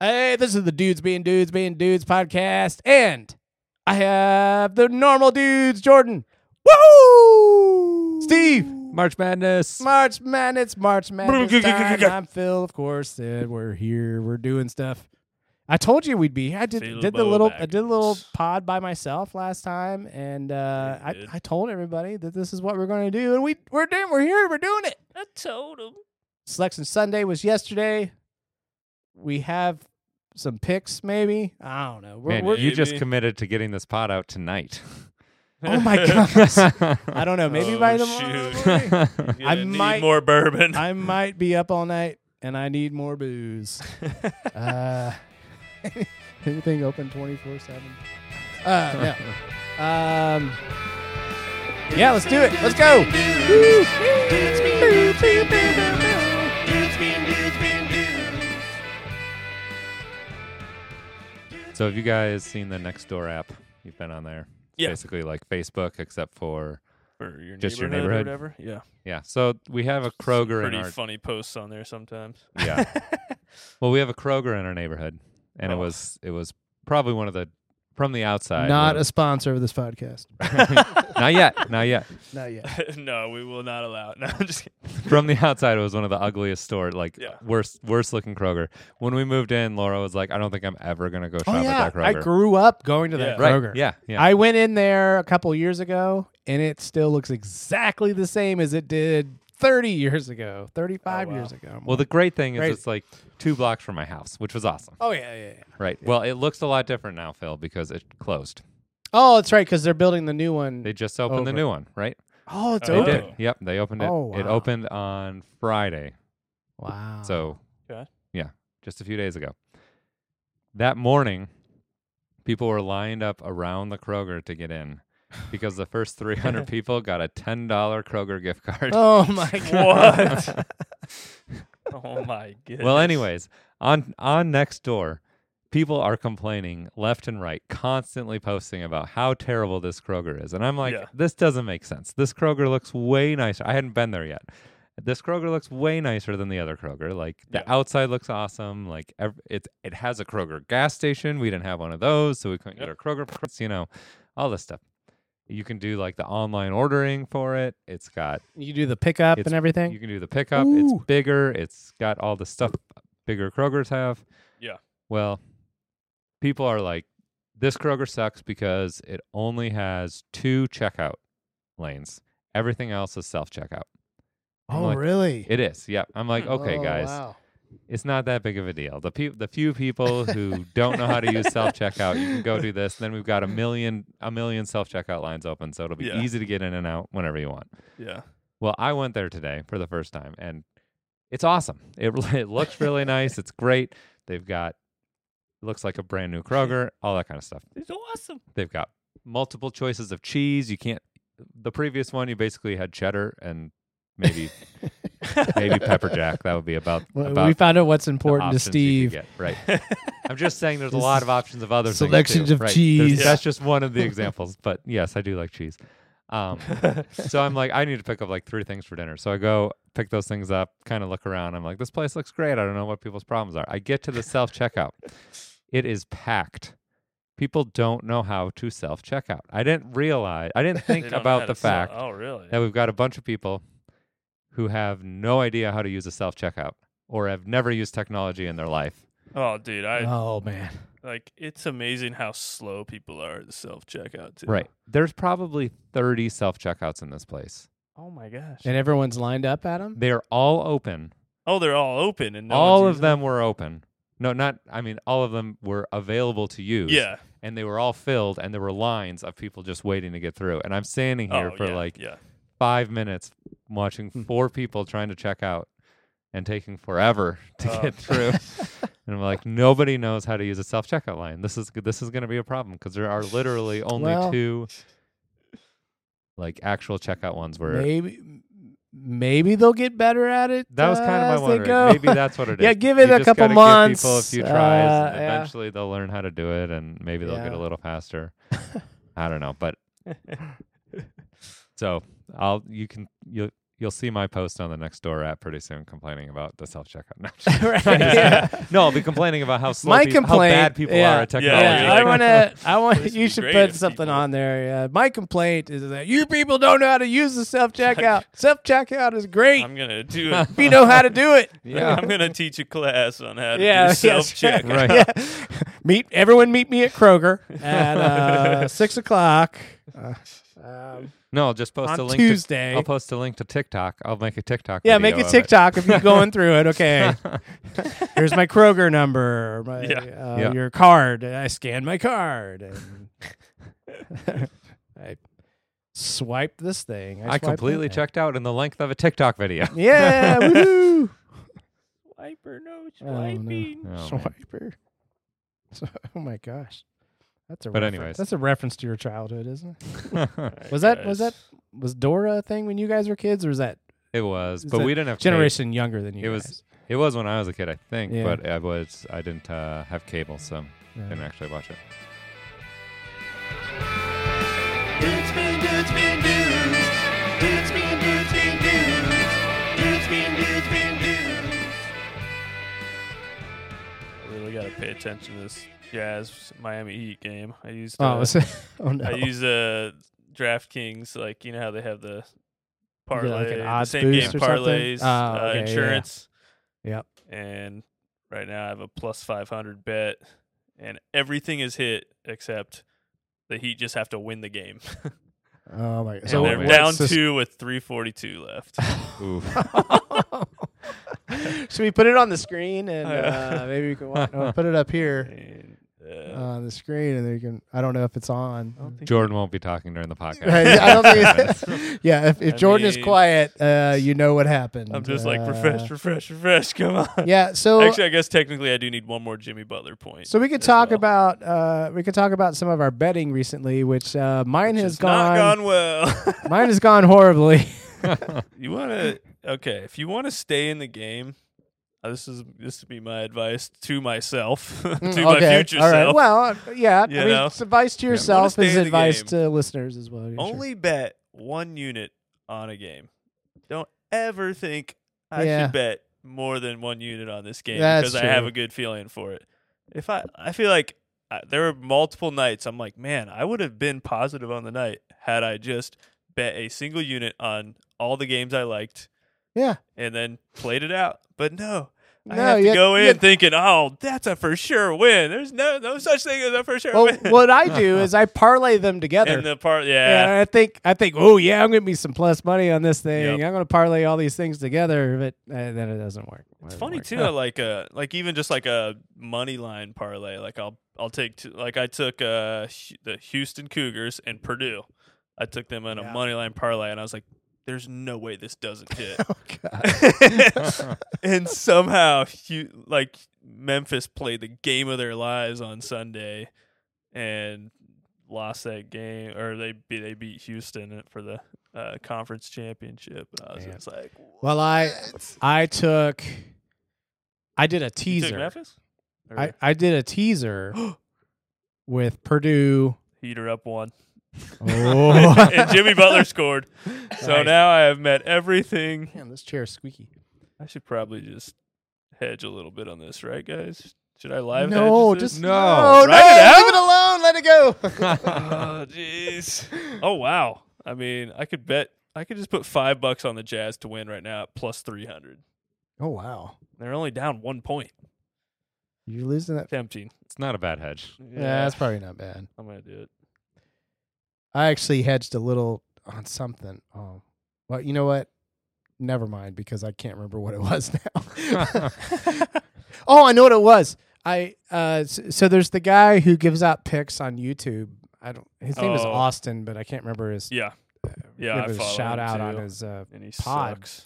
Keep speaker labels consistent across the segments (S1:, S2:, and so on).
S1: This is the Dudes Being Dudes Being Dudes podcast. And I have the normal dudes, Jordan. Woo! Steve.
S2: March Madness.
S1: March Madness, March Madness. time. I'm Phil, of course, and we're here. We're doing stuff. I told you we'd be. here. I did,
S3: Phil
S1: did the little I did a little
S3: Baggins.
S1: pod by myself last time, and uh,
S3: Yeah, you
S1: I,
S3: did.
S1: I told everybody that this is what we're going to do, and we we're doing we're here. We're doing it.
S3: I told him.
S1: Selection Sunday was yesterday. We have some picks, maybe. I don't know. We're,
S2: Man,
S1: we're,
S2: you just
S3: Maybe.
S2: committed to getting this pot out tonight.
S1: oh my goodness! I don't know. Maybe
S3: Oh,
S1: by tomorrow.
S3: shoot.
S1: morning. I
S3: I need
S1: might-
S3: more bourbon.
S1: I might be up all night and I need more booze. uh, anything open 24 7? Uh, no. Um, yeah, let's do it. Let's go.
S2: so, have you guys seen the Nextdoor app? You've been on there. It's
S3: Yeah.
S2: basically like Facebook, except for
S3: For your
S2: Just your
S3: or whatever. Yeah.
S2: yeah. So we have a Kroger in
S3: Pretty
S2: our
S3: funny posts on there sometimes.
S2: yeah. well, we have a Kroger in our neighborhood, and it
S3: Oh.
S2: was it was probably one of the from the outside.
S1: Not
S2: one
S1: a
S2: of
S1: sponsor of this podcast.
S2: the- not yet, not yet.
S1: Not yet.
S3: no, we will not allow it. No, I'm just kidding.
S2: From the outside, it was one of the ugliest store, like
S3: Yeah.
S2: worst worst looking Kroger. When we moved in, Laura was like, "I don't think I'm ever gonna go shop
S1: Oh, yeah.
S2: at that Kroger."
S1: I grew up going to that
S3: Yeah.
S2: right?
S1: Kroger.
S2: Yeah, yeah.
S1: I went in there a couple years ago and it still looks exactly the same as it did 30 years ago, 35
S3: Oh, wow.
S1: years ago.
S2: Well, the great thing is
S1: Crazy.
S2: it's like two blocks from my house, which was awesome.
S1: oh, yeah, yeah, yeah.
S2: Right. Well, it looks a lot different now, Phil, because it closed.
S1: Oh, that's right, because they're building the new one.
S2: They just opened the
S1: Over.
S2: new one, right?
S1: oh, it's
S3: They
S2: They
S1: open.
S2: did. Yep, they opened it.
S1: Oh,
S2: It
S1: wow.
S2: opened on Friday,
S1: Wow.
S2: so
S3: Okay.
S2: yeah, just a few days ago. That morning, people were lined up around the Kroger to get in because the first 300 people got a $10 Kroger gift card.
S1: Oh my god.
S3: What? oh my goodness.
S2: Well, anyways, on on next door, people are complaining left and right, constantly posting about how terrible this Kroger is, and I'm like,
S3: Yeah.
S2: this doesn't make sense. This Kroger looks way nicer. I hadn't been there yet. This Kroger looks way nicer than the other Kroger. Like the
S3: Yeah.
S2: outside looks awesome. Like ev- it's it has a Kroger gas station. We didn't have one of those, so we couldn't get
S3: Yep.
S2: our Kroger. pr- You know, all this stuff. You can do like the online ordering for it. It's got
S1: You do the pickup
S2: It's-
S1: and everything.
S2: you can do the pickup.
S1: Ooh.
S2: It's bigger. It's got all the stuff bigger Kroger's have.
S3: Yeah.
S2: Well, people are like, this Kroger sucks because it only has two checkout lanes. Everything else is self checkout. I'm
S1: oh
S2: like,
S1: really?
S2: It is. Yep. I'm like, okay,
S1: Oh,
S2: guys,
S1: wow.
S2: it's not that big of a deal. The pe- the few people who don't know how to use self checkout, you can go do this. Then we've got a million a million self checkout lines open, so it'll be
S3: Yeah.
S2: easy to get in and out whenever you want.
S3: yeah.
S2: Well, I went there today for the first time, and it's awesome. It really- it looks really nice. It's great. They've got it looks like a brand new Kroger, all that kind of stuff.
S3: It's awesome.
S2: They've got multiple choices of cheese. You can't. The previous one, you basically had cheddar and maybe maybe pepper jack. That would be about
S1: Well,
S2: about
S1: we found out what's
S2: the
S1: important to
S2: options you
S1: Steve.
S2: could get, Right. I'm just saying there's a lot of options of other things,
S1: selections
S2: too,
S1: of
S2: right. There's-
S1: cheese.
S2: That's just one of the examples, but yes, I do like cheese. Um, so I'm like, I need to pick up like three things for dinner. So I go pick those things up, kind of look around. I'm like, this place looks great. I don't know what people's problems are. I get to the self checkout. It is packed. People don't know how to self checkout. I didn't realize, I didn't
S3: They
S2: think
S3: don't know how
S2: about
S3: to
S2: the
S3: sell-
S2: fact
S3: Oh, really?
S2: that we've got a bunch of people who have no idea how to use a self checkout or have never used technology in their life.
S3: Oh, dude, I
S2: Uh-huh.
S1: oh man.
S3: like. It's amazing how slow people are at the self checkout too.
S2: Right. There's probably 30 self checkouts in this place.
S3: Oh my gosh.
S1: And everyone's lined up at him.
S2: They're all open.
S3: oh, they're all open and no one's
S2: all of
S3: using
S2: them were open. No, not, I mean, all of them were available to use.
S3: Yeah.
S2: And they were all filled, and there were lines of people just waiting to get through. And I'm standing here
S3: oh,
S2: for
S3: yeah,
S2: like
S3: yeah.
S2: five minutes watching
S1: Hmm.
S2: four people trying to check out and taking forever to
S3: Oh.
S2: get through. and I'm like, nobody knows how to use a self checkout line. This is this is going to be a problem because there are literally only
S1: Well-
S2: two like actual checkout ones where
S1: Maybe maybe they'll get better at it.
S2: that was
S1: uh,
S2: kind of
S1: as
S2: my
S1: they
S2: wondering.
S1: go.
S2: Maybe that's what it is.
S1: Yeah, give it
S2: You
S1: a
S2: just
S1: couple
S2: gotta
S1: months,
S2: Give people a few tries,
S1: uh,
S2: and
S1: yeah.
S2: eventually they'll learn how to do it, and maybe they'll get
S1: Yeah.
S2: a little faster. I don't know, but so I'll you can you you'll see my post on the next door app pretty soon complaining about the self checkout. No,
S1: Right,
S2: I'm just
S1: yeah.
S2: kidding. No, I'll be complaining about how slow
S1: My
S2: peop-
S1: complaint-
S2: how bad people
S1: yeah,
S2: are at
S3: yeah,
S2: technology.
S1: Yeah, I
S3: Like-
S1: want to. I want
S3: This
S1: you
S3: would be
S1: should
S3: great
S1: put
S3: if
S1: something
S3: people-
S1: on there. Yeah. My complaint is that you people don't know how to use the self checkout. self checkout is great.
S3: I'm gonna do it.
S1: if you know how to do it.
S2: Yeah.
S3: I'm gonna teach a class on how to
S1: Yeah,
S3: do
S1: yes,
S3: self check.
S2: right.
S1: Yeah. Meet everyone. Meet me at Kroger at uh, six o'clock. Uh, um,
S2: No, I'll just post
S1: On
S2: a link to-
S1: Tuesday.
S2: I'll post a link to TikTok. I'll make a TikTok.
S1: yeah,
S2: video
S1: make a
S2: of it.
S1: TikTok if you're going through it. Okay. Here's my Kroger number. or My,
S3: Yeah.
S1: Uh,
S2: Yeah.
S1: Your card. I scan my card. And I swipe this thing.
S2: I
S1: swipe that
S2: completely
S1: thing.
S2: checked out in the length of a TikTok video.
S1: Yeah. woo.
S3: Swiper, no
S1: Oh, no.
S3: swiping.
S2: Oh, man.
S1: Swiper. So, oh my gosh. That's a
S2: But
S1: refer-
S2: anyways.
S1: that's a reference to your childhood, isn't it? Was that was that
S3: guys.
S1: was Dora a thing when you guys were kids, or was that
S2: it was,
S1: Is
S2: but
S1: that
S2: we didn't have cable.
S1: generation younger than you?
S2: It was-
S1: guys?
S2: It was when I was a kid, I think,
S1: Yeah.
S2: but I was I didn't uh, have cable, so
S1: Yeah.
S2: didn't actually watch it.
S4: Dudes being dudes being dudes. Dudes being dudes being dudes. Dudes being dudes being dudes.
S3: I really gotta pay attention to this Jazz Miami Heat game. I used
S1: Oh,
S3: uh,
S1: was oh no!
S3: I use uh, DraftKings, like you know how they have the
S1: get,
S3: parlay,
S1: like, an
S3: the
S1: odds
S3: same game
S1: boost or something?
S3: parlays,
S1: Oh,
S3: uh,
S1: okay, yeah, yeah.
S3: insurance.
S1: Yep.
S3: And right now I have a plus five hundred bet, and everything is hit except the Heat just have to win the game.
S1: oh my!
S3: And
S1: So
S3: they're
S1: what's
S2: man.
S3: down
S1: this-
S3: two with three forty two left.
S2: Oof.
S1: Should we put it on the screen and
S3: Uh,
S1: uh, maybe we can watch, oh, put it up here
S3: and, uh,
S1: on the screen and then you can. I don't know if it's on.
S3: I don't think
S2: Jordan won't be talking during the podcast.
S1: Right, I don't think. It's, yeah, if, if
S3: I
S1: Jordan is
S3: mean-
S1: quiet, uh, you know what happened.
S3: I'm just like
S1: Uh,
S3: refresh, refresh, refresh. Come on.
S1: Yeah, so
S3: Actually, I guess technically I do need one more Jimmy Butler point.
S1: So we could
S3: as
S1: talk
S3: well,
S1: about uh, we could talk about some of our betting recently, which uh, mine
S3: which
S1: has
S3: has
S1: gone,
S3: not gone well.
S1: mine has gone horribly.
S3: You want to okay? If you want to stay in the game, uh, this is this would be my advice to myself, to my
S1: Mm, Okay,
S3: future
S1: all right.
S3: self.
S1: Well, uh, yeah,
S3: You
S1: I mean,
S3: know?
S1: it's advice to
S2: wanna
S1: yourself
S3: stay
S1: is
S3: in the
S1: advice
S3: game.
S1: to listeners as well. yeah, sure.
S3: Only bet one unit on a game. Don't ever think I
S1: Yeah.
S3: should bet more than one unit on this game
S1: That's
S3: because I have
S1: true.
S3: a good feeling for it. If I I feel like I, there were multiple nights I'm like, man, I would have been positive on the night had I just bet a single unit on all the games I liked
S1: yeah.
S3: and then played it out. But no, I
S1: No,
S3: have to
S1: you-
S3: go
S1: you-
S3: in thinking, oh, that's a for sure win. There's no no such thing as a for sure
S1: Well,
S3: win.
S1: what I do is I parlay them together.
S3: and the part,
S1: and
S3: yeah,
S1: I think I think oh yeah I'm gonna be some plus money on this thing
S3: Yep.
S1: I'm gonna parlay all these things together but uh, then it doesn't work Oh,
S3: it's funny too. I like a like even just like a money line parlay. Like I'll I'll take two, like I took uh Hu- the Houston Cougars and Purdue. I took them in
S1: Yeah.
S3: a money line parlay, and I was like, "There's no way this doesn't hit."
S1: oh god
S3: and somehow you like Memphis played the game of their lives on Sunday and lost that game or they be- they beat Houston for the uh, conference championship and I was
S1: Man.
S3: just like
S1: well I I took I did a
S3: you
S1: teaser
S3: took Memphis Or
S1: I, I did a teaser with Purdue.
S3: heater up one
S1: Oh,
S3: and Jimmy Butler scored so
S1: Nice.
S3: now I have met everything
S1: man, this chair is squeaky.
S3: I should probably just hedge a little bit on this right guys should I live
S1: no,
S3: hedge this?
S1: just
S2: No.
S1: no, no,
S3: Write it out?
S1: leave it alone. Let it go.
S3: oh jeez. Oh wow. I mean, I could bet I could just put five bucks on the Jazz to win right now at plus three hundred.
S1: oh wow,
S3: They're only down one point.
S1: you're losing that.
S3: Tempting.
S2: it's not a bad hedge.
S1: Yeah, that's probably not bad.
S3: I'm gonna do it.
S1: I actually hedged a little on something. Oh, well, you know what? Never mind because I can't remember what it was now. oh, I know what it was. I uh, s- so there's the guy who gives out picks on YouTube. I don't. His name is
S3: Oh.
S1: Austin, but I can't remember his.
S3: Yeah, yeah, I
S1: give his
S3: follow
S1: shout
S3: him
S1: out on
S3: too.
S1: his. Uh,
S3: and he
S1: Pod.
S3: sucks.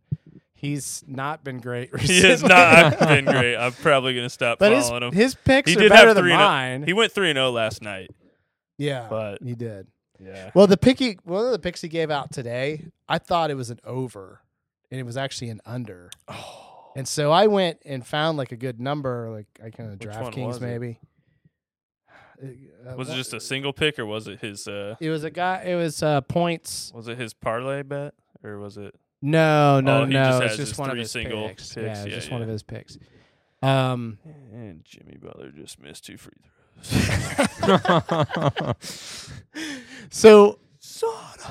S1: he's not been great. Recently.
S3: He has not been great. I'm probably gonna stop
S1: But his,
S3: following him.
S1: his picks
S3: He
S1: are
S3: did
S1: better
S3: have
S1: than
S3: three and a-
S1: mine.
S3: He went three and zero last night.
S1: yeah,
S3: but-
S1: he did.
S3: Yeah.
S1: Well, the pick he, one of the picks he gave out today, I thought it was an over, and it was actually an under.
S3: Oh,
S1: And so I went and found like a good number, like I kind of
S3: Which one was
S1: DraftKings
S3: it?
S1: maybe. Uh,
S3: was it
S1: what-
S3: just a single pick or was it his? uh
S1: It was a guy. It was uh, points.
S3: Was it his parlay bet or was it?
S1: No, no,
S3: Oh, he
S1: no.
S3: just
S1: it's
S3: has
S1: just
S3: his
S1: one of
S3: three
S1: his
S3: single
S1: picks.
S3: picks.
S1: Yeah, it's
S3: Yeah,
S1: just one
S3: yeah.
S1: of his picks. Um,
S3: And Jimmy Butler just missed two free throws.
S1: so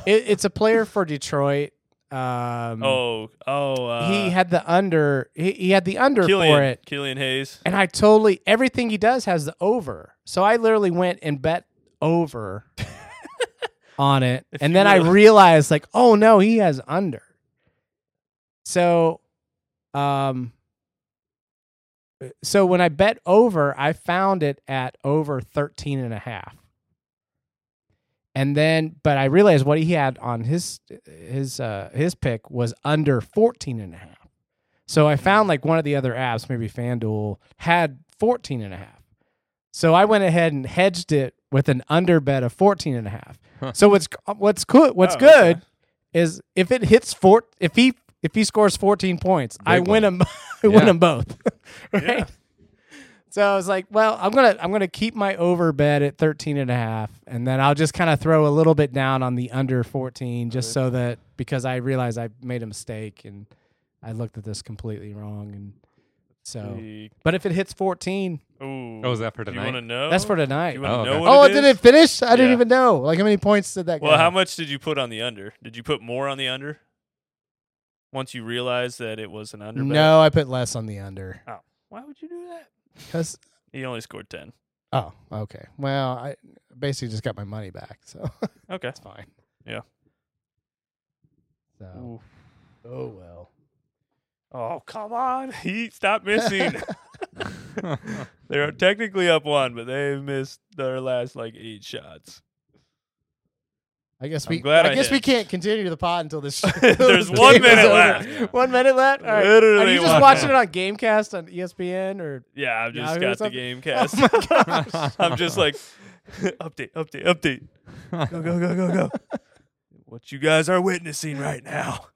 S1: it, it's a player for Detroit. Um,
S3: oh, oh, uh,
S1: he had the under. He, he had the under for it,
S3: Killian Hayes.
S1: and I totally everything he does has the over. So I literally went and bet over on it,
S3: If
S1: and
S3: you
S1: then I
S3: will.
S1: realized like, oh no, he has under. So, um, so when I bet over, I found it at over 13 and a half. And then but I realized what he had on his his uh his pick was under 14 and a half. So I found like one of the other apps, maybe FanDuel, had 14 and a half. So I went ahead and hedged it with an under bet of 14 and a half.
S2: Huh.
S1: So what's what's good what's
S3: Oh, okay.
S1: good is if it hits four if he if he scores 14 points, I
S2: Big
S1: win
S2: one.
S1: him I win
S2: Yeah.
S1: them both. right?
S3: Yeah.
S1: So I was like, well, I'm going to I'm going to keep my over bet at 13 and a half and then I'll just kind of throw a little bit down on the under 14 just so that because I realized I made a mistake and I looked at this completely wrong and so
S3: He-
S1: but if it hits 14,
S3: Ooh.
S2: Oh, is that for
S3: You want to
S2: tonight?
S3: know?
S1: that's for
S3: You
S1: tonight.
S3: want to
S2: Oh,
S3: know
S2: okay.
S3: what
S1: Oh,
S3: it
S1: did
S3: is?
S1: it finish? I didn't
S3: Yeah.
S1: even know. Like how many points did that
S3: Well,
S1: guy
S3: how
S1: have?
S3: much did you put on the under? Did you put more on the under? Once you realized that it was an under. bet?
S1: No, I put less on the under.
S3: Why would you do that?
S1: Cuz
S3: He only scored ten.
S1: oh, okay. Well, I basically just got my money back, so
S3: Okay.
S1: it's fine.
S3: Yeah.
S1: So Oh well.
S3: Oh come on! He stopped missing. They're technically up one, but they missed their last like eight shots.
S1: I guess
S3: I'm
S1: we.
S3: glad
S1: I
S3: I
S1: guess we
S3: hit.
S1: can't continue the pod until this.
S3: There's one
S1: game is
S3: minute
S1: over.
S3: left.
S1: One minute left. All right.
S3: Literally
S1: Are you just
S3: one
S1: watching
S3: minute.
S1: it on GameCast on E ESPN or?
S3: Yeah, I've just
S1: Yahoo or
S3: got the
S1: something?
S3: game cast.
S1: Oh my gosh.
S3: I'm just like, update, update, update. Go, go, go, go, go. what you guys are witnessing right now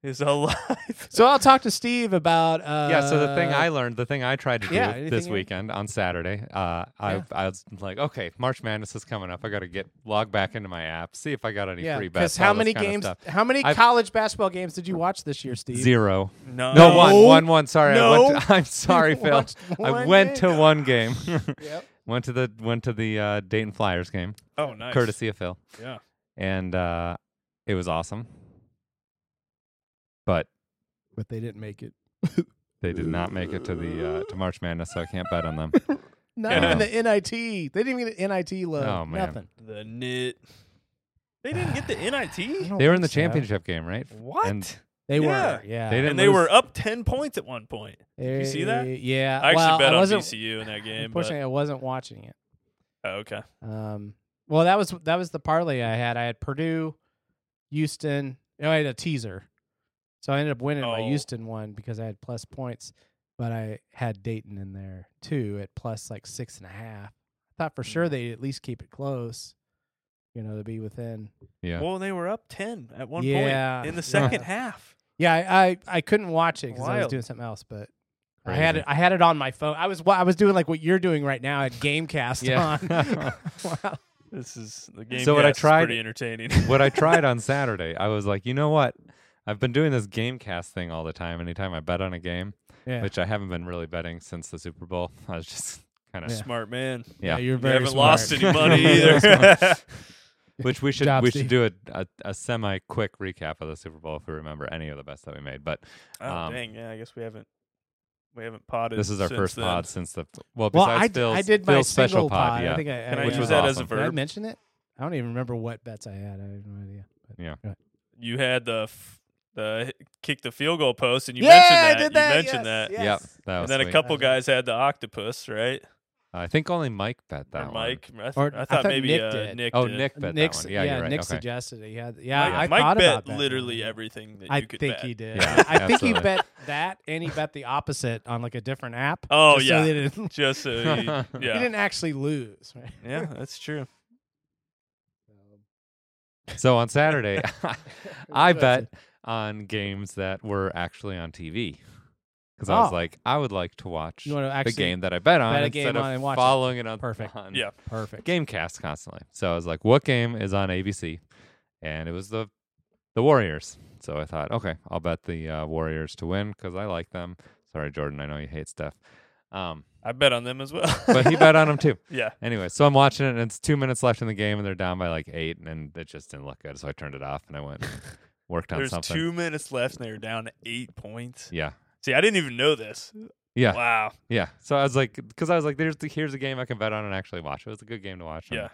S3: is a live.
S1: so I'll talk to Steve about. Uh,
S2: yeah. So the thing I learned, the thing I tried to do
S1: yeah,
S2: this
S1: anything-
S2: weekend on Saturday,
S1: Yeah.
S2: uh, I, I was like, okay, March Madness is coming up. I got to get log back into my app, see if I got any
S1: Yeah,
S2: free
S1: because
S2: bets.
S1: how
S2: all this
S1: many
S2: kind of
S1: games?
S2: stuff.
S1: How many
S2: I've-
S1: college basketball games did you watch this year, Steve?
S2: Zero.
S3: No,
S2: No, one, one, one. Sorry, I
S1: No.
S2: went to, I'm sorry, Phil.
S1: watched
S2: I
S1: one
S2: went
S1: game?
S2: to one game.
S1: Yep.
S2: went to the went to the uh, Dayton Flyers game,
S3: Oh, nice.
S2: courtesy of Phil.
S3: Yeah.
S2: and uh, it was awesome. But
S1: But they didn't make it.
S2: they did not make it to the uh, to March Madness, so I can't bet on them.
S1: Not
S2: Yeah.
S1: even the NIT. They didn't even get an NIT love.
S2: Oh, man.
S1: Nothing.
S3: The knit. They didn't get the
S1: I
S3: NIT.
S1: don't
S2: They were in the
S1: think so.
S2: championship game, right?
S3: What?
S2: And
S1: They
S3: Yeah.
S1: were. Yeah.
S2: They didn't.
S3: and they
S2: lose-
S3: were up ten points at one point. you see that?
S1: Eh, Yeah.
S3: I actually
S1: well,
S3: bet
S1: I
S3: on
S1: wasn't,
S3: VCU in that game. But,
S1: Unfortunately, I wasn't watching it.
S3: oh, okay.
S1: Um, well, that was that was the parlay I had. I had Purdue, Houston. No, I had a teaser, so I ended up winning my
S3: Oh.
S1: Houston one because I had plus points, but I had Dayton in there too at plus like six and a half. I thought for
S3: Mm.
S1: sure they'd at least keep it close, you know, to be within.
S2: yeah.
S3: Well, they were up ten at one
S1: Yeah,
S3: point in
S1: yeah.
S3: the second half.
S1: Yeah, I I, I couldn't watch it because I was
S3: Wild.
S1: doing something else, but. I
S2: Crazy.
S1: had it. I had it on my phone. I was. I was doing like what you're doing right now at GameCast
S2: Yeah.
S1: on. wow.
S3: This is the game.
S2: So what I
S3: cast is
S2: tried-
S3: pretty entertaining.
S2: what I tried on Saturday, I was like, you know what? I've been doing this game cast thing all the time. Anytime I bet on a game,
S1: Yeah.
S2: which I haven't been really betting since the Super Bowl, I was just kind of
S1: Yeah.
S2: yeah.
S3: Smart man.
S1: you're
S3: You
S1: very
S3: haven't
S1: smart.
S3: lost any money
S2: Very
S3: either.
S2: Which we should
S1: job,
S2: we
S1: Steve.
S2: should do a, a, a semi quick recap of the Super Bowl if we remember any of the bets that we made. But
S3: Oh
S2: Um,
S3: dang! Yeah, I guess we haven't we haven't potted.
S2: this is our
S3: since
S2: first
S3: then.
S2: pod since the
S1: Well,
S2: well, besides
S1: I,
S2: Phil's,
S1: I did my
S2: Phil's special
S1: single pod. I
S2: yeah.
S1: think I,
S3: Can I
S2: Which
S3: use
S2: was
S3: that as
S2: awesome.
S3: a
S1: Did I
S3: verb?
S1: mention it? I don't even remember what bets I had. I have no idea.
S3: you had the f- the h- kick the field goal post, and you
S1: yeah,
S3: mentioned that.
S1: I did
S3: You
S1: that. yes,
S3: mentioned that.
S1: Yes.
S2: Yep, that was
S3: And then a
S2: sweet.
S3: couple
S1: That
S3: guys had the octopus, right?
S2: I think only Mike bet that
S3: or
S2: one.
S3: Mike. I, th-
S1: Or-
S3: I
S1: I
S3: thought,
S1: thought
S3: maybe
S1: Nick
S3: uh,
S1: did.
S3: Nick.
S2: Oh,
S3: did.
S2: Nick bet
S1: Nick,
S2: that
S1: su-
S2: one. Yeah, you're right.
S1: Nick
S2: okay.
S1: suggested it. He had, yeah, I
S3: Mike, Oh, Mike
S1: thought
S3: bet
S1: about that.
S3: literally everything that
S1: I
S3: you could
S1: think
S3: bet.
S1: he did.
S2: Yeah,
S1: I think he
S2: absolutely.
S1: bet that, and he bet the opposite on like a different app.
S3: Oh,
S1: just
S3: yeah.
S1: so they didn't,
S3: Just so he, yeah,
S1: he didn't actually lose. Right?
S3: yeah, that's true.
S2: So on Saturday, I
S1: That's
S2: bet
S1: it.
S2: on games that were actually on TV because I was
S1: Oh.
S2: like, I would like to watch
S1: You want to
S2: the
S1: actually
S2: game that I bet on
S1: bet a
S2: instead
S1: game
S2: of
S1: on and watch it.
S2: following it, on
S1: Perfect.
S2: on
S3: Yeah.
S1: perfect.
S2: GameCast constantly. So I was like, what game is on ABC? And it was the the Warriors. So I thought, okay, I'll bet the uh, Warriors to win because I like them. Sorry, Jordan, I know you hate Steph. Um,
S3: I bet on them as well.
S2: but he bet on them too.
S3: yeah.
S2: Anyway, so I'm watching it, and it's two minutes left in the game, and they're down by like eight, and it just didn't look good. So I turned it off, and I went and worked on
S3: There's
S2: something.
S3: two minutes left and they were down eight points.
S2: Yeah,
S3: See, I didn't even know this.
S2: yeah,
S3: Wow.
S2: yeah. So I was like, because I was like, there's the, here's a game I can bet on and actually watch. It was a good game to watch. and
S3: Yeah.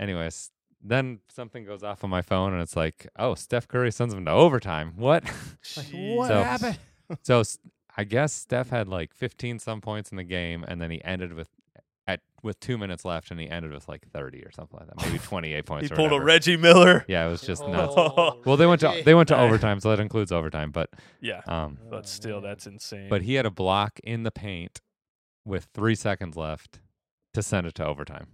S2: Anyways, then something goes off on my phone, and it's like, oh, Steph Curry sends them to overtime. What?
S1: Like,
S3: Jeez.
S1: what
S2: So-
S1: happened?
S2: so s- I guess Steph had like 15 some points in the game, and then he ended with. at With two minutes left, and he ended with like thirty or something like that, maybe twenty-eight points.
S3: he
S2: or
S3: pulled a
S2: whatever.
S3: Reggie Miller.
S2: Yeah, it was just
S1: Oh,
S2: nuts.
S3: Well,
S2: Well, they went to
S1: Reggie.
S2: they went to
S3: Aye.
S2: overtime, so that includes overtime. But
S3: Yeah.
S2: um,
S1: Oh,
S3: But still,
S1: man.
S3: that's insane.
S2: but he had a block in the paint with three seconds left to send it to overtime.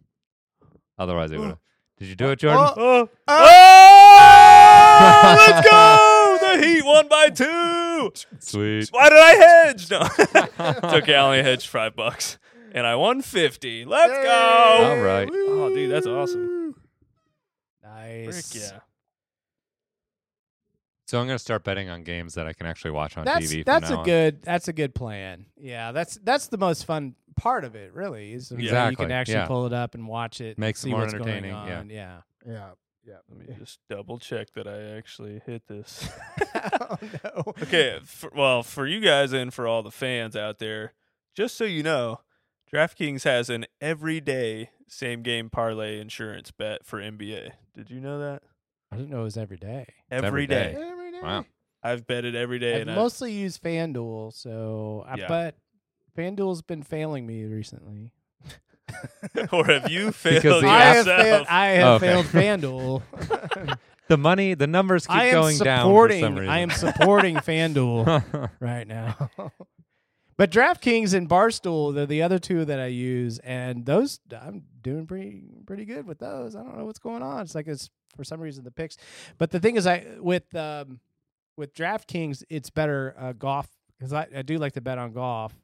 S2: Otherwise, it would. have Did you do it, Jordan?
S3: Oh, Oh! let's go! The Heat won by two.
S2: Sweet.
S3: Why did I hedge? No, it's okay. I only hedged five bucks, and I won fifty. Let's
S2: All
S3: go!
S2: right.
S3: Oh, dude, that's awesome. Frick
S1: Nice.
S3: yeah.
S2: So I'm gonna start betting on games that I can actually watch on
S1: That's
S2: TV. from
S1: that's a
S2: now on.
S1: good that's a good plan. Yeah, that's that's the most fun part of it, really. Is when you
S2: Exactly,
S1: can actually
S2: yeah.
S1: pull it up and watch it. and
S2: Makes it
S1: see
S2: more
S1: what's going
S2: entertaining, yeah.
S1: on. Yeah. Yeah. Yeah.
S3: Let me just double check that I actually hit this.
S1: oh, no.
S3: okay, for, well, for you guys and for all the fans out there, just so you know, DraftKings has an everyday same game parlay insurance bet for NBA. Did you know that?
S1: I didn't know it was every day.
S2: every
S3: every day.
S2: day.
S1: Every day.
S2: Wow.
S3: I've betted every day,
S1: I
S3: and I've-
S1: mostly use FanDuel, so I
S3: Yeah.
S1: but FanDuel's been failing me recently.
S3: or have you failed
S2: Because the
S1: I have,
S3: yourself? Oh,
S1: failed, I have
S2: Okay.
S1: failed FanDuel.
S2: The money, the numbers keep
S1: I am
S2: going down for
S1: supporting.
S2: some reason.
S1: I am supporting FanDuel. right now. but DraftKings and Barstool, they're the other two that I use, and those I'm doing pretty pretty good with those. I don't know what's going on. It's like it's for some reason the picks. But the thing is, I with um, with DraftKings, it's better uh, golf because I, I do like to bet on golf,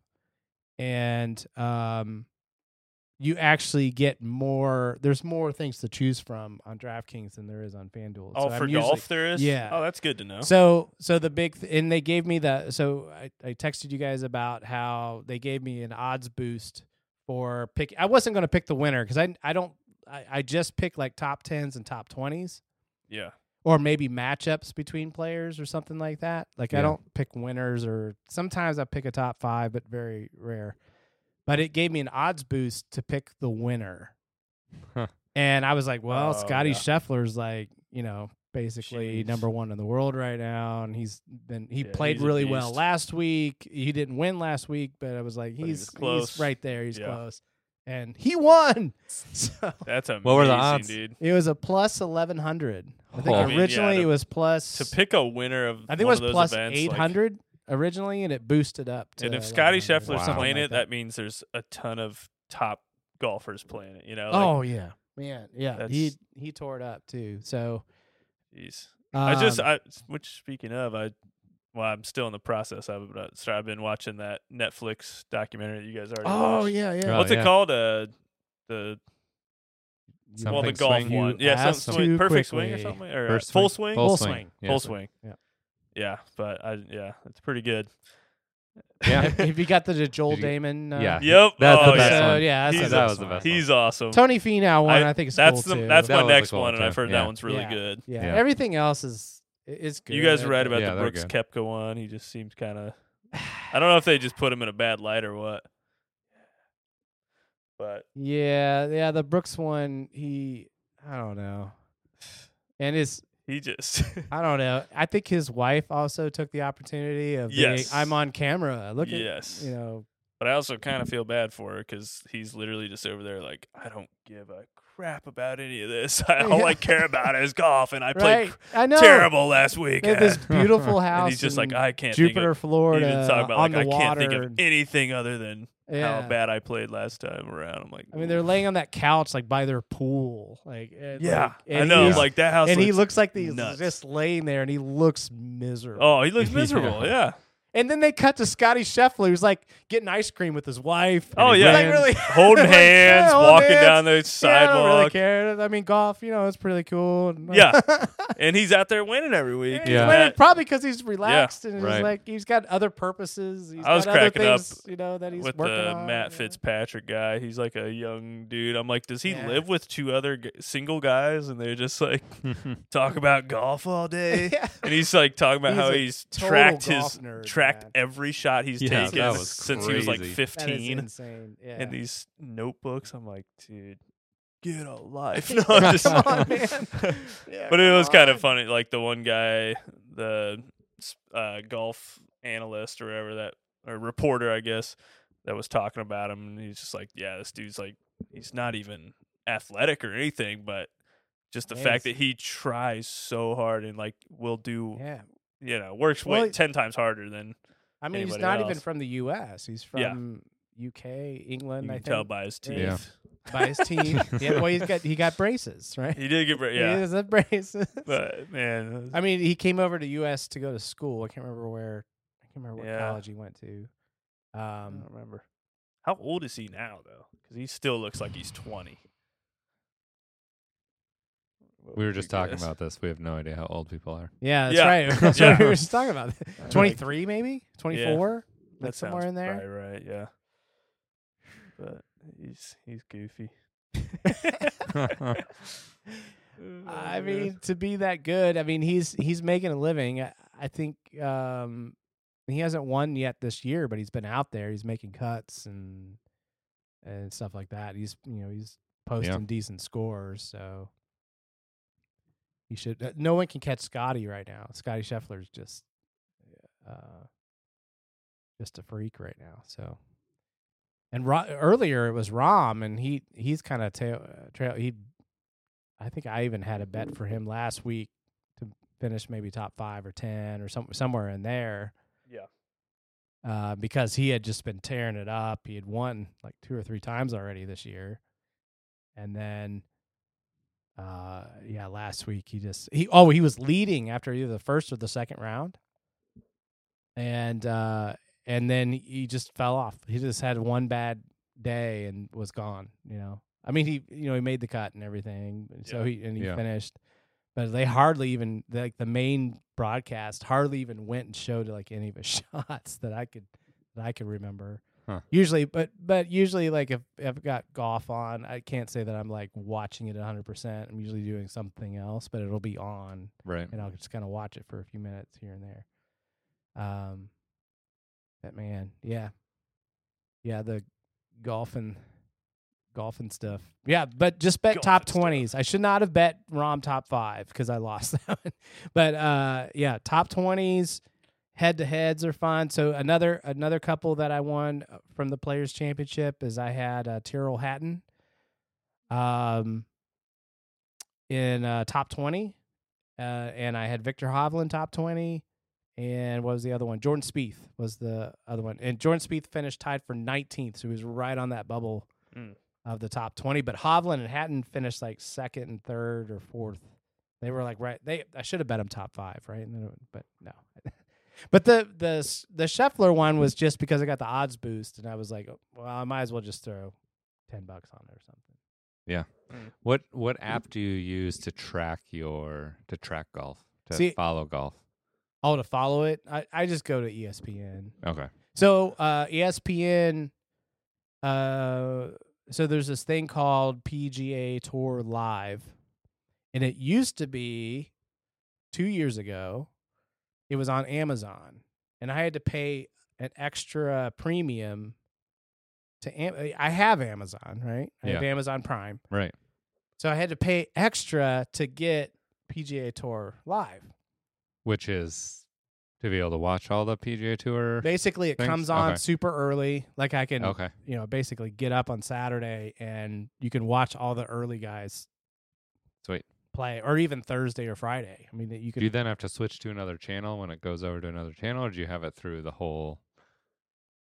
S1: and um, you actually get more. There's more things to choose from on DraftKings than there is on FanDuel. So
S3: Oh,
S1: I'm
S3: for
S1: usually-
S3: golf there is.
S1: Yeah.
S3: Oh, that's good to know.
S1: so, so the big th- and they gave me the so I, I texted you guys about how they gave me an odds boost for pick. I wasn't going to pick the winner because I I don't I, I just pick like top tens and top twenties
S3: yeah.
S1: or maybe matchups between players or something like that. Like I
S2: Yeah.
S1: don't pick winners or sometimes I pick a top five, but very rare. But it gave me an odds boost to pick the winner,
S2: Huh.
S1: and I was like, "Well,
S3: Oh,
S1: Scotty
S3: yeah.
S1: Scheffler's like you know basically
S3: Jeez.
S1: number one in the world right now, and he's been he
S3: Yeah,
S1: played
S3: he's a
S1: really well
S3: beast.
S1: last week. He didn't win last week, but I was like,
S3: But he was
S1: he's
S3: close.
S1: he's right there, he's
S3: Yeah.
S1: close, and he won." So
S3: That's amazing,
S2: were the odds?
S3: dude.
S1: it was a plus eleven hundred. I think
S2: Oh.
S3: I mean, yeah,
S1: originally
S3: to-
S1: it was plus
S3: To pick a winner of
S1: I think it
S3: one
S1: was
S3: of those
S1: plus
S3: events, like-
S1: 800 originally, and it boosted up. To
S3: and if
S1: 1100
S3: Scotty
S1: or
S3: Scheffler's
S2: Wow.
S1: something
S3: playing
S1: like
S3: it, that. means there's a ton of top golfers playing it. You know.
S1: oh yeah, man, yeah,
S3: uh, That's-
S1: he he tore it up too. So
S3: Like, jeez. I just,
S1: um,
S3: I which speaking of, I well, I'm still in the process of it. But uh, sorry, I've been watching that Netflix documentary that you guys already.
S1: oh
S3: watched.
S1: yeah, yeah.
S2: Oh,
S3: What's
S2: yeah.
S3: it called? Uh, the well, the
S2: Something
S3: golf
S2: swing.
S3: one,
S1: You
S3: yeah, some
S1: asked
S3: swing,
S1: too
S3: perfect swing or
S1: quickly.
S3: something, or uh,
S2: First
S3: full
S2: swing?
S3: swing,
S2: Full
S1: Full
S2: swing.
S1: swing.
S2: Yeah.
S3: full swing.
S1: Yeah.
S3: Yeah, but I yeah, it's pretty good.
S2: Yeah.
S1: Have you got the the Joel
S2: Did you-
S1: Damon? Uh,
S2: yeah.
S3: yep.
S2: That's
S3: oh,
S2: the best
S1: so,
S2: one.
S1: yeah, that's
S3: He's-
S1: the
S3: that
S1: best
S2: was the
S1: one.
S2: best
S3: yeah. He's awesome.
S1: Tony Finau one. I, think is
S3: that's
S1: cool
S3: the
S1: too.
S3: that's
S2: That
S3: my
S2: one looks
S3: next
S2: cool,
S3: one, and
S2: too.
S3: I've heard
S2: Yeah.
S3: that one's really
S1: Yeah.
S3: good.
S1: yeah.
S2: Yeah.
S1: Everything else is i- is good.
S3: You guys are right about
S2: Yeah,
S3: the
S2: they're
S3: Brooks Kepka one. He just seems kind of. I don't know if they just put him in a bad light or what. But
S1: Yeah, yeah. The Brooks one, he I don't know, and his
S3: he just.
S1: I don't know. I think his wife also took the opportunity of being,
S3: Yes.
S1: I'm on camera. Look at
S3: yes.
S1: you know,
S3: But I also kind of feel bad for her because he's literally just over there like, I don't give a crap about any of this. I all I
S1: Yeah.
S3: care about is golf, and I
S1: right?
S3: played
S1: I know.
S3: terrible last week.
S1: They have this beautiful house.
S3: and he's just like,
S1: in
S3: I can't
S1: Jupiter,
S3: think of,
S1: Florida,
S3: he even talk about
S1: on
S3: like, I
S1: the
S3: can't
S1: water.
S3: think of anything other than
S1: yeah.
S3: how bad I played last time around. I'm like,
S1: I mean, they're
S3: "Ooh."
S1: laying on that couch like by their pool, like it's
S3: yeah,
S1: like-
S3: I
S1: and
S3: know.
S1: he's-
S3: Like that house,
S1: and he
S3: looks,
S1: looks like he's
S3: nuts.
S1: just laying there, and he looks miserable.
S3: Oh, he looks miserable.
S2: Yeah.
S3: yeah.
S1: And then they cut to Scotty Scheffler, who's like getting ice cream with his wife.
S3: Oh,
S1: And
S3: yeah.
S1: like, really
S3: Holding
S1: like, yeah,
S3: hands,
S1: holding
S3: walking
S1: hands.
S3: down
S1: Yeah,
S3: the
S1: I don't really
S3: sidewalk.
S1: care. I mean, golf, you know, it's pretty cool. And,
S3: Yeah. and he's out there winning every week.
S1: He's
S2: Yeah.
S1: winning
S3: That-
S1: probably because he's relaxed and he's
S2: Right.
S1: like he's got other purposes. He's
S3: I was
S1: got other
S3: cracking up
S1: things, you know, that he's
S3: with
S1: working
S3: the
S1: on,
S3: Matt
S1: you know.
S3: Fitzpatrick guy, he's like a young dude. I'm like, does he
S1: Yeah.
S3: live with two other g- single guys, and they're just like talk about golf all day?
S1: Yeah.
S3: And he's like talking about
S1: He's
S3: how
S1: a
S3: he's
S1: total
S3: tracked his
S1: golf nerd,
S3: tracked
S1: man.
S3: every shot he's
S2: Yeah,
S3: taken
S2: that was
S3: since he was like
S2: crazy.
S1: That is
S3: 15.
S1: insane. Yeah.
S3: And these notebooks, I'm like, dude, get a life. No, I'm
S2: Yeah,
S3: just
S2: come
S1: on, man. Yeah,
S3: but it
S1: come
S3: was kind
S1: on.
S3: of funny. Like the one guy, the s- uh, golf analyst or whatever that, or reporter, I guess, that was talking about him. And he's just like, yeah, this dude's like, he's not even athletic or anything, but just the
S1: Man,
S3: fact
S1: he's-
S3: that he tries so hard and like will do,
S1: Yeah.
S3: you know, works
S1: Well,
S3: way 10 times harder than
S1: I mean, he's
S3: anybody
S1: not even
S3: else.
S1: from the U.S. He's
S3: Yeah.
S1: from U.K., England.
S3: you
S1: I
S3: can
S1: think
S3: tell by his teeth.
S1: Yeah. by his team. yeah, well, he's got he got braces, right?
S3: He did get, bra-
S1: he
S3: yeah.
S1: has the braces.
S3: But man,
S1: I mean, he came over to U.S. to go to school. I can't remember where. I can't remember what
S3: Yeah.
S1: college he went to.
S3: I
S1: Um,
S3: don't remember. How old is he now, though? Because he still looks like he's 20.
S2: We were just talking about this. We have no idea how old people are.
S1: yeah, that's
S3: Yeah.
S1: right. That's
S3: Yeah.
S1: what we were just talking about.
S3: like-
S1: Twenty three, maybe twenty four.
S3: that
S1: Like somewhere
S3: sounds
S1: in there.
S3: probably right? Yeah, but he's he's goofy. Oh,
S1: I mean, to be that good, I mean, he's he's making a living. I, I think um, he hasn't won yet this year, but he's been out there. He's making cuts and and stuff like that. He's you know he's posting decent scores, so he should. Uh, no one can catch Scotty right now. Scotty Scheffler's just uh, just a freak right now. So. And Ro- earlier it was Rom, and he he's kind of tail uh, trail. He I think I even had a bet for him last week to finish maybe top five or ten or some somewhere in there.
S3: Yeah.
S1: Uh, because he had just been tearing it up. He had won like two or three times already this year, and then, uh, yeah, last week he just he oh he was leading after either the first or the second round, and uh, and then he just fell off. He just had one bad day and was gone. You know, I mean, he you know he made the cut and everything, and so he and he
S2: Yeah.
S1: finished, but they hardly even like the main broadcast hardly even went and showed like any of his shots that I could that I could remember.
S2: Huh.
S1: Usually, but but usually like if, if I've got golf on, I can't say that I'm like watching it 100. percent I'm usually doing something else, but it'll be on
S2: Right.
S1: and I'll just kind of watch it for a few minutes here and there. Um, but man, yeah, yeah, the golfing, golfing stuff. Yeah, but just bet top
S3: Golfing stuff.
S1: twenties. I should not have bet Rom top five because I lost that one. But uh, yeah, top twenties, head to heads are fun. So another another couple that I won uh, from the Players Championship is I had uh, Tyrrell Hatton. Um, in uh, top 20. Uh, and I had Victor Hovland top 20. And what was the other one? Jordan Spieth was the other one. And Jordan Spieth finished tied for 19th. So he was right on that bubble
S3: Mm.
S1: of the top 20. But Hovland and Hatton finished like second and third or fourth. They were like right. They I should have bet them top five, right? And then, but no. but the the s- the Scheffler one was just because I got the odds boost, and I was like, well, I might as well just throw ten bucks on it or something.
S2: What what app do you use to track your to track golf to
S1: See-
S2: follow golf?
S1: Oh, to follow it, I, I just go to E ESPN.
S2: Okay.
S1: So uh, ESPN, uh, so there's this thing called PGA Tour Live, and it used to be two years ago. It was on Amazon, and I had to pay an extra premium to. Am- I have Amazon, right? I have
S2: Yeah.
S1: Amazon Prime,
S2: Right.
S1: so I had to pay extra to get PGA Tour Live.
S2: Which is to be able to watch all the PGA Tour.
S1: Basically, it
S2: Thanks.
S1: comes on
S2: Okay.
S1: super early. Like I can
S2: okay.
S1: you know, basically get up on Saturday and you can watch all the early guys
S2: Sweet.
S1: play, or even Thursday or Friday. I mean, you
S2: Do you
S1: could.
S2: then have to switch to another channel when it goes over to another channel, or do you have it through the whole?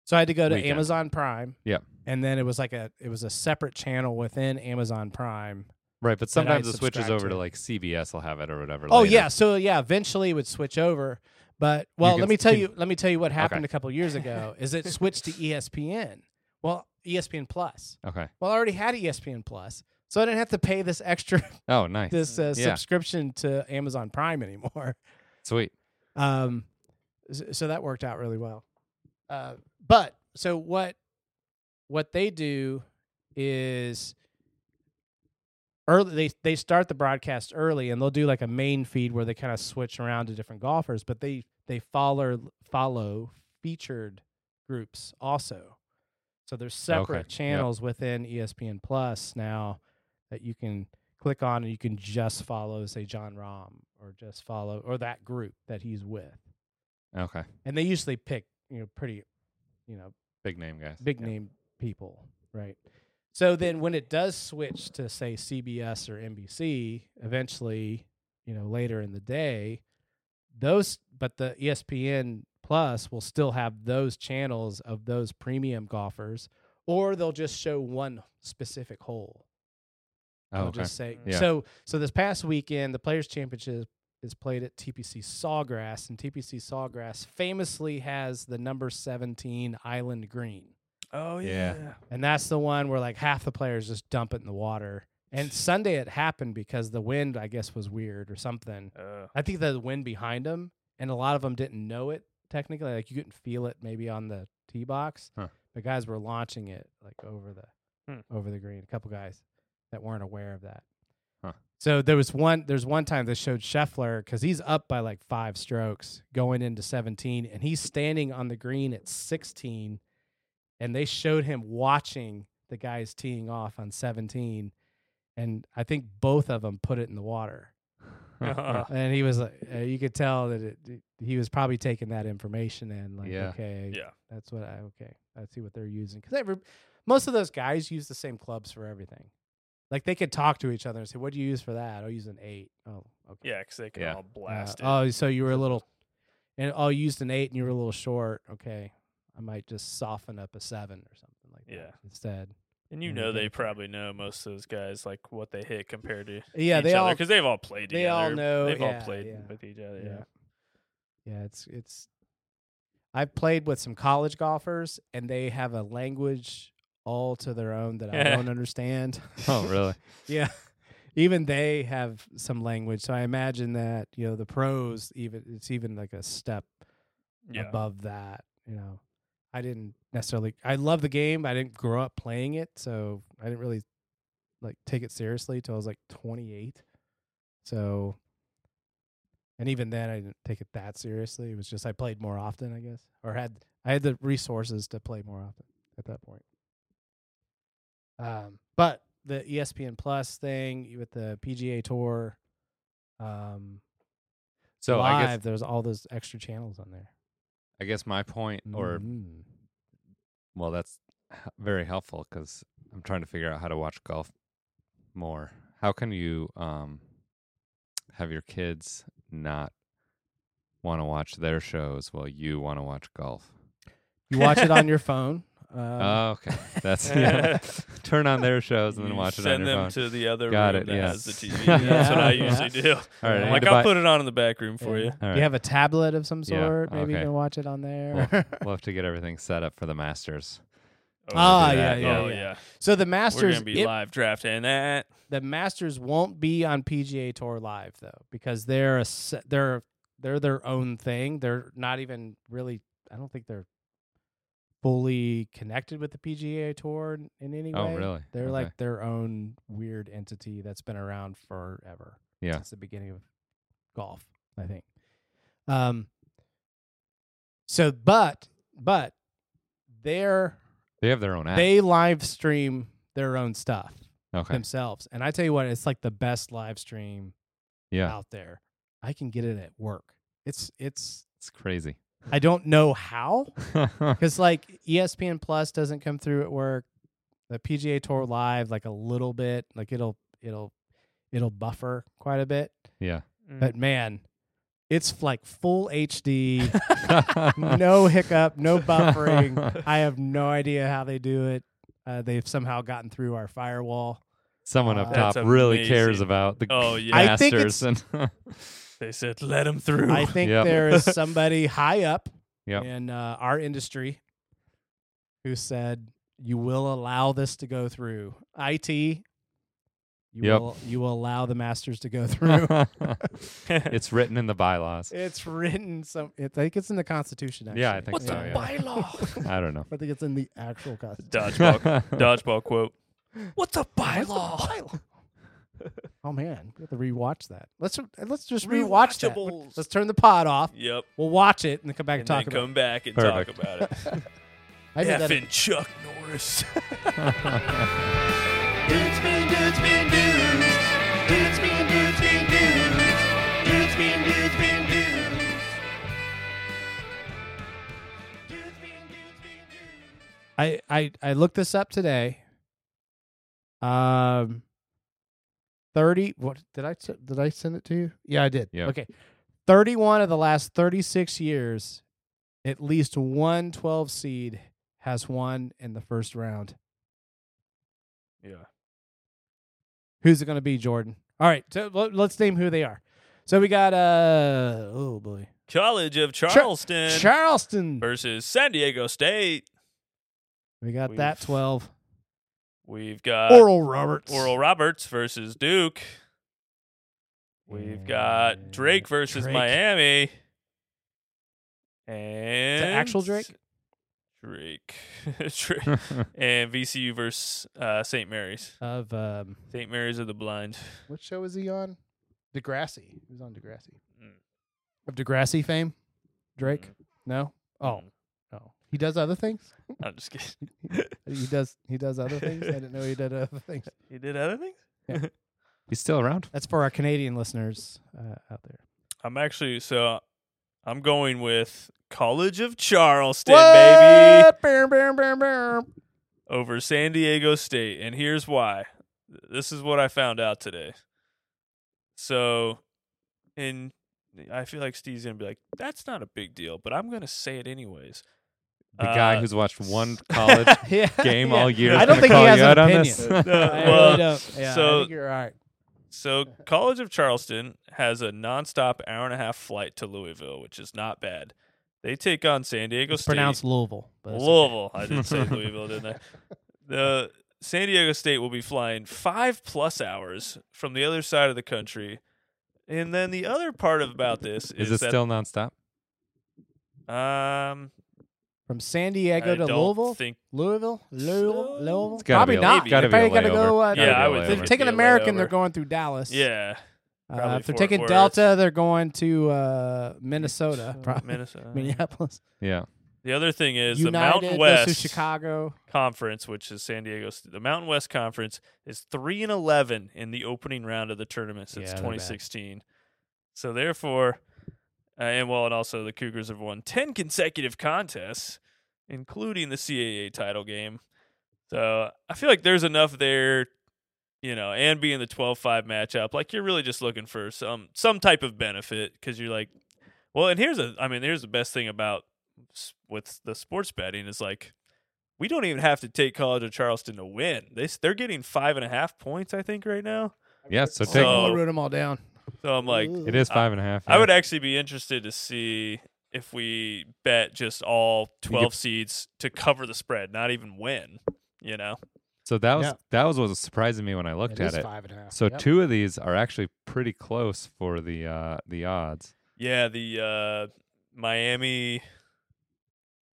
S1: So I had to go to
S2: weekend.
S1: Amazon Prime.
S2: Yep.
S1: And then it was like a it was a separate channel within Amazon Prime.
S2: Right, but sometimes it switches
S1: subscribe
S2: over
S1: to.
S2: to like CBS. Will have it or whatever.
S1: Oh
S2: later.
S1: yeah, so yeah, eventually it would switch over, But well,
S2: can
S1: let me
S2: s-
S1: tell
S2: can-
S1: you. Let me tell you what happened
S2: Okay.
S1: a couple years ago. Is it switched to E ESPN? Well, E ESPN Plus.
S2: Okay.
S1: Well, I already had E ESPN Plus, so I didn't have to pay this extra
S2: Oh, nice.
S1: this uh,
S2: Yeah.
S1: subscription to Amazon Prime anymore.
S2: Sweet.
S1: Um, s- so that worked out really well. Uh, but so what? What they do is early. They they start the broadcast early, and they'll do like a main feed where they kind of switch around to different golfers, but they they follow follow featured groups also. So there's separate
S2: yep.
S1: channels within E ESPN Plus now that you can click on and you can just follow, say John Rahm, or just follow or that group that he's with.
S2: Okay.
S1: And they usually pick you know pretty you know
S2: Big name guys.
S1: big name people, right? So then when it does switch to say CBS or NBC, eventually, you know, later in the day, those but the E ESPN Plus will still have those channels of those premium golfers or they'll just show one specific hole.
S2: Oh,
S1: I'll
S2: okay.
S1: just say
S2: Yeah.
S1: so. So this past weekend, the Players Championship is played at TPC Sawgrass, and TPC Sawgrass famously has the number seventeen Island Green,
S3: Oh
S2: Yeah.
S1: and that's the one where like half the players just dump it in the water. And Sunday it happened because the wind, I guess, was weird or something.
S3: Uh,
S1: I think the wind behind them, and a lot of them didn't know it technically. Like you couldn't feel it maybe on the tee box.
S2: Huh.
S1: The guys were launching it like over the
S3: Hmm.
S1: over the green. A couple guys that weren't aware of that.
S2: Huh.
S1: So there was one. There's one time they showed Scheffler because he's up by like five strokes going into 17, and he's standing on the green at 16, and they showed him watching the guys teeing off on 17, and I think both of them put it in the water.
S3: Uh-huh.
S1: And he was like, uh, you could tell that it, he was probably taking that information and like,
S2: Yeah.
S1: okay,
S3: yeah.
S1: that's what I okay, I see what they're using because every most of those guys use the same clubs for everything. Like they could talk to each other and say, "What do you use for that?" I'll use an eight. Oh, okay.
S3: Yeah, 'cause they can
S2: Yeah.
S3: all
S1: Uh,
S3: blast it.
S1: oh, so you were a little, and oh, you used an eight and you were a little short. Okay, I might just soften up a seven or something like
S3: Yeah.
S1: that instead.
S3: and you
S1: yeah,
S3: know
S1: mm, they-
S3: they probably know most of those guys like what they hit compared to
S1: Yeah,
S3: each
S1: they all
S3: because they've all played
S1: they all
S3: together.
S1: know-
S3: they've
S1: yeah,
S3: all played
S1: yeah,
S3: with each other.
S1: Yeah. Yeah, it's it's I've played with some college golfers and they have a language all to their own that I don't understand.
S2: oh, really?
S1: Yeah. Even they have some language. So I imagine that, you know, the pros even it's even like a step
S3: Yeah, yeah.
S1: above that, you know. I didn't necessarily I love the game, but I didn't grow up playing it, so I didn't really like take it seriously till I was like 28. So and even then I didn't take it that seriously. It was just I played more often, I guess, or had I had the resources to play more often at that point. Um but the ESPN Plus thing with the PGA Tour um
S2: So I
S1: live
S2: guess
S1: there's all those extra channels on there.
S2: I guess my point, or
S1: Mhm.
S2: well, that's h- very helpful because I'm trying to figure out how to watch golf more. How can you um have your kids not want to watch their shows while you want to watch golf?
S1: You watch it on your phone. Um,
S2: oh, okay,
S1: Mm.
S2: that's yeah. turn on their shows and then
S3: You
S2: watch it on
S3: send
S2: your
S3: them
S2: phone.
S3: to the other
S2: Got
S3: room
S2: it,
S3: that
S2: yeah.
S3: has the TV. That's what I
S1: Yeah.
S3: usually do.
S2: All right,
S1: Yeah.
S2: I
S3: I'm
S2: need
S3: like
S2: to
S3: I'll
S2: buy-
S3: put it on in the back room for
S1: yeah.
S3: you.
S2: All
S1: You
S2: right.
S1: have a tablet of some
S2: Yeah,
S1: sort. Maybe you
S2: okay.
S1: can watch it on there.
S2: Well, we'll have to get everything set up for the Masters.
S1: Ah,
S2: do
S1: yeah,
S2: that,
S1: yeah,
S3: oh
S1: yeah.
S3: yeah.
S1: So the
S3: We're
S1: Masters,
S3: gonna be
S1: it-
S3: live drafting that.
S1: the Masters won't be on PGA Tour Live though, because they're a se- they're they're their own thing. They're not even really. I don't think they're fully connected with the PGA Tour in, in any
S2: Oh,
S1: way.
S2: really?
S1: They're
S2: Okay.
S1: like their own weird entity that's been around forever.
S2: Yeah.
S1: Since the beginning of golf, I think. Um so but but they're
S2: They have their own app.
S1: they live stream their own stuff
S2: okay.
S1: themselves. And I tell you what, it's like the best live stream
S2: yeah.
S1: out there. I can get it at work. It's it's
S2: It's crazy.
S1: I don't know how
S2: okay.
S1: because like E ESPN Plus doesn't come through at work. The PGA Tour Live, like a little bit, like it'll it'll it'll buffer quite a bit.
S2: Yeah.
S1: But man, it's f- like full HD, no hiccup, no buffering. I have no idea how they do it. Uh, they've somehow gotten through our firewall.
S2: Someone
S1: Wow.
S2: up top
S3: That's
S2: really cares
S3: amazing.
S2: about the
S3: Oh, yeah.
S1: I think
S2: Masters. and
S3: They said, let him through.
S1: I think
S2: Yep.
S1: there is somebody high up
S2: Yep.
S1: in uh, our industry who said, "You will allow this to go through IT. You
S2: Yep.
S1: will you will allow the masters to go through."
S2: it's written in the bylaws.
S1: it's written some. I think it's in the Constitution. Actually.
S2: Yeah, I think
S3: What's
S2: so.
S3: a
S2: yeah.
S1: bylaw?
S2: I don't know.
S1: I think it's in the actual Constitution.
S3: dodgeball, dodgeball quote. What's a bylaw?
S1: Oh man, we have to rewatch that. Let's let's just rewatch that.
S3: Rewatchables.
S1: Let's turn the pod off.
S3: Yep.
S1: We'll watch it and then come back
S3: And
S1: and talk
S3: then
S1: about.
S3: come back and
S2: Perfect.
S3: talk about it.
S1: it. I did that.
S3: Effing Chuck Norris.
S4: Dudes being dudes being dudes. Dudes being dudes being dudes. Dudes being dudes being dudes. Dudes being dudes being dudes.
S1: I I I looked this up today. Um, thirty. What did I s- did I send it to you? Yeah, I did.
S2: Yeah.
S1: Okay, thirty-one of the last thirty-six years, at least one 12 seed has won in the first round.
S3: yeah.
S1: Who's it going to be, Jordan? All right, so let- let's name who they are. So we got uh oh boy,
S3: College of Charleston
S1: Charleston.
S3: versus San Diego State.
S1: We got
S3: We've-
S1: that twelve.
S3: We've got
S1: Oral Roberts.
S3: uh, Oral Roberts versus Duke. We've got
S1: And
S3: Drake versus
S1: Drake.
S3: Miami. And
S1: actual Drake?
S3: Drake. Drake. and VCU versus uh, St. Mary's.
S1: of um,
S3: St. Mary's of the Blind.
S1: What show is he on? Degrassi. He was on Degrassi.
S3: Mm.
S1: Of Degrassi fame? Drake? No? Oh. No. He does other things?
S3: Mm-hmm. I'm just kidding.
S1: He does he does other things? I didn't know he did other things.
S3: He did other things?
S2: He's still around.
S1: That's for our Canadian listeners uh, out there.
S3: I'm actually, so I'm going with College of Charleston, baby.
S1: What? Bam, bam, bam, bam.
S3: over San Diego State, and here's why. This is what I found out today. So, and I feel like Steve's gonna be like, "That's not a big deal," but I'm gonna say it anyways.
S2: The
S3: Uh,
S2: guy who's watched one college
S1: Yeah.
S2: game
S1: yeah.
S2: all year.
S1: I don't
S2: is gonna
S1: think he
S2: call
S1: has
S2: you
S1: an
S2: out on
S1: opinion.
S2: this.
S3: No,
S1: I
S3: well,
S1: really don't. Yeah,
S3: so-
S1: I think you're all right.
S3: so College of Charleston has a nonstop hour and a half flight to Louisville, which is not bad. They take on San Diego
S1: It's
S3: State.
S1: pronounced Louisville. But it's okay.
S3: Louisville. I did say Louisville, didn't I? The San Diego State will be flying five plus hours from the other side of the country. And then the other part of- about this is,
S2: Is it
S3: that
S2: still nonstop?
S3: um
S1: From San Diego
S3: I
S1: to
S3: don't
S1: Louisville?
S3: Think
S1: Louisville? Louisville?
S3: So-
S1: Louisville?
S3: It's
S2: gotta
S1: Probably
S2: be a-
S1: not.
S2: gotta
S1: they
S2: be a
S1: probably gotta go.
S2: layover.
S1: Uh,
S2: Gotta
S3: Yeah,
S2: be
S3: I
S2: a
S3: would
S1: If
S3: think
S1: they're
S2: layover.
S3: it'd
S1: taking
S3: be a
S1: American, they're
S3: layover.
S1: going through Dallas.
S3: yeah,
S1: Uh,
S3: Probably
S1: if they're
S3: Fort
S1: taking
S3: Worth.
S1: Delta, they're going to uh, Minnesota, probably
S3: Minnesota.
S1: Minneapolis.
S2: Yeah.
S3: The other thing is the
S1: United
S3: Mountain
S1: goes
S3: West
S1: to Chicago.
S3: Conference, which is San Diego. St- The Mountain West Conference is three and eleven in the opening round of the tournament since
S1: Yeah, they're bad.
S3: 2016. So therefore, uh, and well, and also the Cougars have won 10 consecutive contests, including the CAA title game. So I feel like there's enough there, you know, and being the 12-5 matchup, like you're really just looking for some some type of benefit because you're like, well, and here's a, I mean, here's the best thing about s- with the sports betting is like we don't even have to take College of Charleston to win. They s- they're getting five and a half points, I think, right now.
S2: Yeah. So
S1: Oh,
S2: take.
S1: I'll root them all down.
S3: So I'm like,
S1: Ooh.
S2: It is five and a half.
S3: I
S2: yeah.
S3: would actually be interested to see if we bet just all twelve seeds to cover the spread, not even win. You know,
S2: So that was
S1: Yeah.
S2: that was what was surprising me when I looked
S1: It
S2: at
S1: is
S2: it.
S1: five and a half.
S2: So
S1: Yep.
S2: two of these are actually pretty close for the uh, the odds.
S3: yeah. The uh, Miami,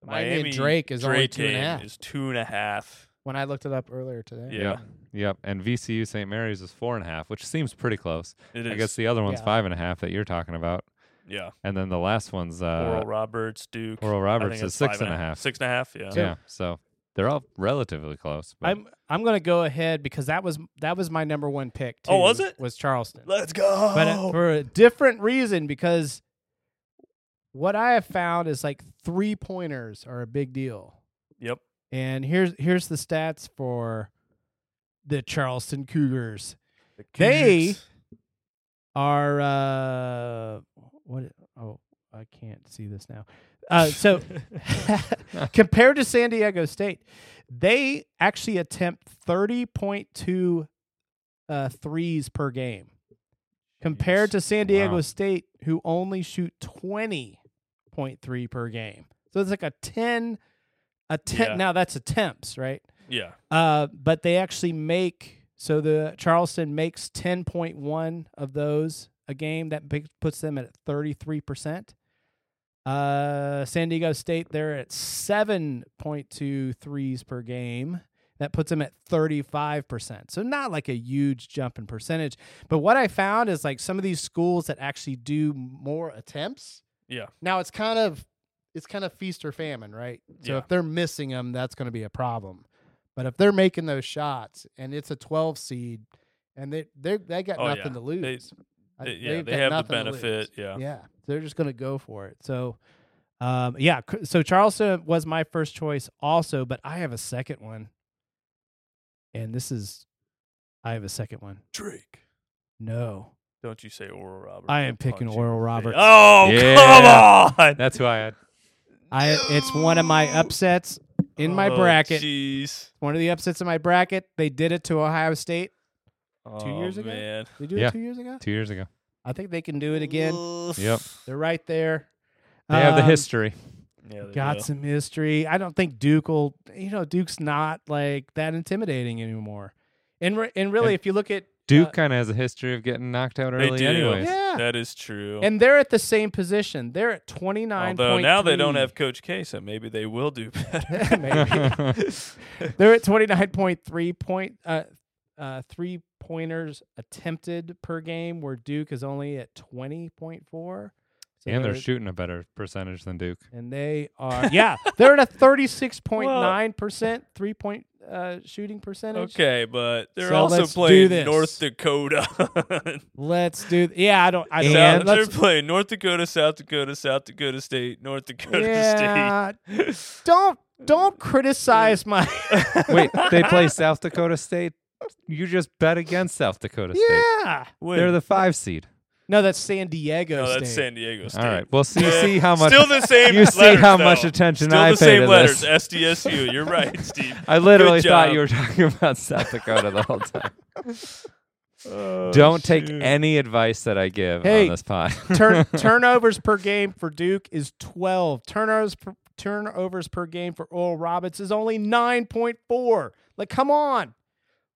S3: the
S1: Miami and Drake is only
S3: Drake
S1: two and a
S3: game
S1: half.
S3: Is two and a half.
S1: When I looked it up earlier today,
S3: Yeah,
S2: Yep, and VCU St. Mary's is four and a half, which seems pretty close.
S3: it is.
S2: I guess the other one's
S1: Yeah.
S2: five and a half that you're talking about,
S3: yeah.
S2: and then the last one's
S3: Oral
S2: uh,
S3: Roberts, Duke.
S2: Oral
S3: I think
S2: Roberts is
S3: it's
S2: six
S3: five
S2: and a half.
S3: Six and a half. Yeah.
S1: So-
S2: yeah, so they're all relatively close. But
S1: I'm I'm gonna go ahead because that was that was my number one pick. Too,
S3: Oh, was it? Oh.
S1: Was Charleston?
S3: Let's go.
S1: but uh, for a different reason because what I have found is like three pointers are a big deal.
S3: Yep.
S1: And here's here's the stats for the Charleston Cougars. They-
S3: Cougs.
S1: Are uh what oh I can't see this now. Uh so compared to San Diego State, they actually attempt 30.2 uh threes per game. compared to San Diego
S2: Wow.
S1: State, who only shoot twenty point three per game. So it's like a ten, a ten.
S3: Yeah.
S1: Now that's attempts, right?
S3: Yeah.
S1: Uh, but they actually make so the Charleston makes ten point one of those a game that big- puts them at thirty three percent. Uh, San Diego State they're at seven point two threes per game. That puts them at 35%. So, not like a huge jump in percentage. But what I found is like some of these schools that actually do more attempts.
S3: Yeah.
S1: Now it's kind of it's kind of feast or famine, right? So
S3: Yeah.
S1: if they're missing them, that's going to be a problem. But if they're making those shots and it's a 12 seed and they they they got
S3: Oh,
S1: nothing
S3: yeah.
S1: to
S3: They-
S1: lose. I-
S3: They- yeah,
S1: they've
S3: they
S1: got
S3: have the
S1: nothing to lose.
S3: benefit. Yeah.
S1: Yeah. They're just going to go for it. So um yeah, c- so Charleston was my first choice also, but I have a second one. And this is I have a second one.
S3: Drake.
S1: No.
S3: Don't you say Oral Roberts.
S1: I
S3: I'll
S1: am picking
S3: punch you
S1: Oral
S3: in the
S1: Roberts.
S3: face. Oh,
S2: Yeah.
S3: come on.
S2: That's who I had.
S1: I it's one of my upsets in my
S3: Oh,
S1: bracket.
S3: Jeez.
S1: One of the upsets in my bracket. They did it to Ohio State.
S3: Oh,
S1: years ago?
S3: Man.
S1: They do
S2: Yeah.
S1: it two years ago.
S2: Two years ago.
S1: I think they can do it again.
S2: Yep.
S1: They're right there.
S2: They have the
S1: Um,
S2: history.
S3: Yeah, they
S1: Got
S3: do.
S1: some history. I don't think Duke will. You know, Duke's not like that intimidating anymore. And re- and really,
S2: And-
S1: if you look at
S2: Duke
S1: Uh,
S2: kind of has a history of getting knocked out
S3: They
S2: early,
S3: do.
S2: anyways.
S1: yeah,
S3: That is true.
S1: and they're at the same position. They're at twenty nine.
S3: Although now they don't have Coach K, so maybe they will do better.
S1: Maybe. They're at twenty nine point three point uh, uh, three pointers attempted per game, where Duke is only at twenty point four.
S2: and they're shooting a better percentage than Duke.
S1: and they are yeah they're at a thirty six point nine percent three point uh, shooting percentage.
S3: okay, but they're
S1: So
S3: also
S1: let's do
S3: playing
S1: this.
S3: North Dakota.
S1: Let's do th- yeah I don't I don't
S3: South, they're
S1: let's-
S3: playing North Dakota, South Dakota, South Dakota State, North Dakota
S1: yeah
S3: State.
S1: don't don't criticize my
S2: Wait, they play South Dakota State. You just bet against South Dakota State.
S1: yeah
S3: Wait,
S2: They're the five seed.
S1: no that's San Diego
S3: no,
S1: State.
S3: that's San Diego State.
S2: All right. Well, see, you
S3: Yeah.
S2: see how much
S3: Eh, Still the same.
S2: you see
S3: letters,
S2: how much
S3: though.
S2: attention
S3: Still
S2: I
S3: the
S2: pay
S3: same
S2: to
S3: letters.
S2: this.
S3: SDSU. You're right, Steve.
S2: I literally
S3: Good
S2: thought
S3: job.
S2: you were talking about South Dakota the whole time. Don't take
S3: Oh, shoot.
S2: any advice that I give
S1: Hey,
S2: on this pod.
S1: Turn, turnovers per game for Duke is twelve. Turnovers per, turnovers per game for Oral Roberts is only nine point four. Like, come on,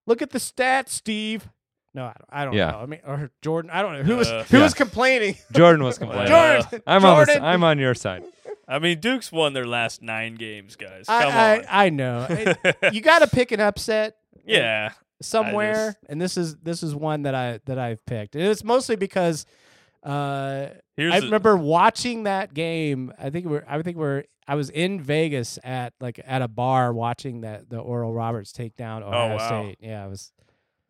S1: look at the stats, Steve. No, I don't, I don't
S2: Yeah.
S1: know. I mean, or Jordan. I don't know who was
S3: Uh,
S1: who
S2: Yeah.
S1: was complaining.
S2: Jordan was complaining.
S3: Jordan!
S2: I'm on this,
S1: Jordan.
S2: I'm on your side.
S3: I mean, Duke's won their last nine games, guys. Come
S1: I,
S3: on.
S1: I, I know. It- you got to pick an upset
S3: yeah.
S1: somewhere,
S3: just-
S1: and this is this is one that I that I've picked. And it's mostly because uh,
S3: Here's
S1: I
S3: the-
S1: remember watching that game. I think we're. I think we're. I was in Vegas at like at a bar watching that the Oral Roberts take down Ohio
S3: Oh, wow.
S1: State. Yeah, it was.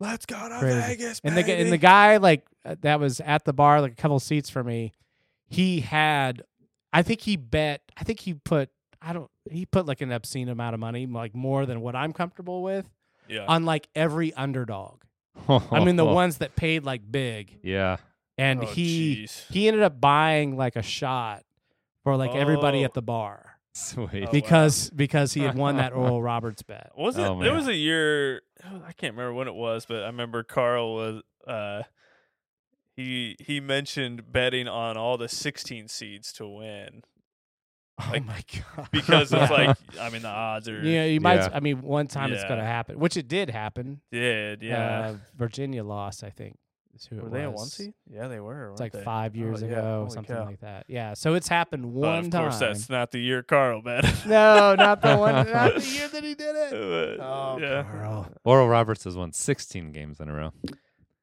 S3: Let's go to
S1: Crazy.
S3: Vegas,
S1: And the gu- and the guy like uh, that was at the bar like a couple seats from me. He had, I think he bet. I think he put. I don't. He put like an obscene amount of money, like more than what I'm comfortable with,
S3: yeah.
S1: on like every underdog. I mean the ones that paid like big,
S2: Yeah.
S1: and
S3: Oh,
S1: he
S3: jeez.
S1: he ended up buying like a shot for like everybody
S3: Oh.
S1: at the bar
S2: Sweet.
S3: Oh, wow.
S1: because because he had won that Oral Roberts bet.
S3: was it?
S2: Oh,
S3: there
S2: man.
S3: was a year. I can't remember when it was, but I remember Carl was. Uh, he he mentioned betting on all the 16 seeds to win
S1: Oh
S3: Like,
S1: my god!
S3: because
S1: Yeah.
S3: it's like I mean the odds are
S1: yeah, you might.
S2: Yeah.
S1: I mean, one time it's
S3: Yeah.
S1: going to happen, which it did happen.
S3: dead. Yeah,
S1: Uh, Virginia lost, I think. Is who it
S3: were
S1: was.
S3: they a one seed? Yeah, they were.
S1: It's like
S3: they? Oh,
S1: five years
S3: yeah.
S1: ago,
S3: Holy
S1: something
S3: cow.
S1: like that. Yeah, so it's happened
S3: But
S1: one
S3: of
S1: time.
S3: course, that's not the year Carl bet.
S1: no, not the one, not the year that he did it.
S3: But,
S1: Oh,
S3: yeah.
S1: Carl.
S2: Oral Roberts has won 16 games in a row,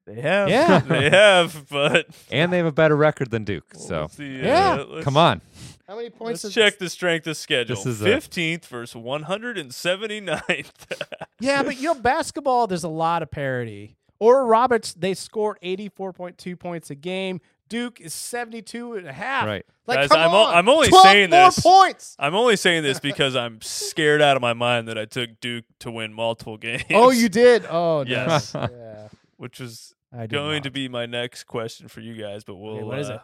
S3: They have.
S1: Yeah.
S3: they have, but
S2: and they have a better record than Duke. So
S3: Let's see, uh,
S1: Yeah.
S3: let's-
S2: come on.
S1: How many points?
S3: Let's
S1: is
S3: check the strength of schedule.
S2: This is a-
S3: 15th versus 179th.
S1: Yeah, but you know, basketball, there's a lot of parity. Oral Roberts, they scored 84.2 points a game. Duke is 72 and a half.
S2: Right.
S1: Like,
S3: Guys,
S1: come
S3: I'm o-
S1: on.
S3: I'm only
S1: 12
S3: saying
S1: more
S3: this-
S1: points.
S3: I'm only saying this because I'm scared out of my mind that I took Duke to win multiple games.
S1: Oh, you did? Oh, no.
S3: Yes.
S1: yeah.
S3: Which was
S1: I did
S3: going
S1: not.
S3: to be my next question for you guys, but we'll
S1: Okay, what is
S3: uh,
S1: it?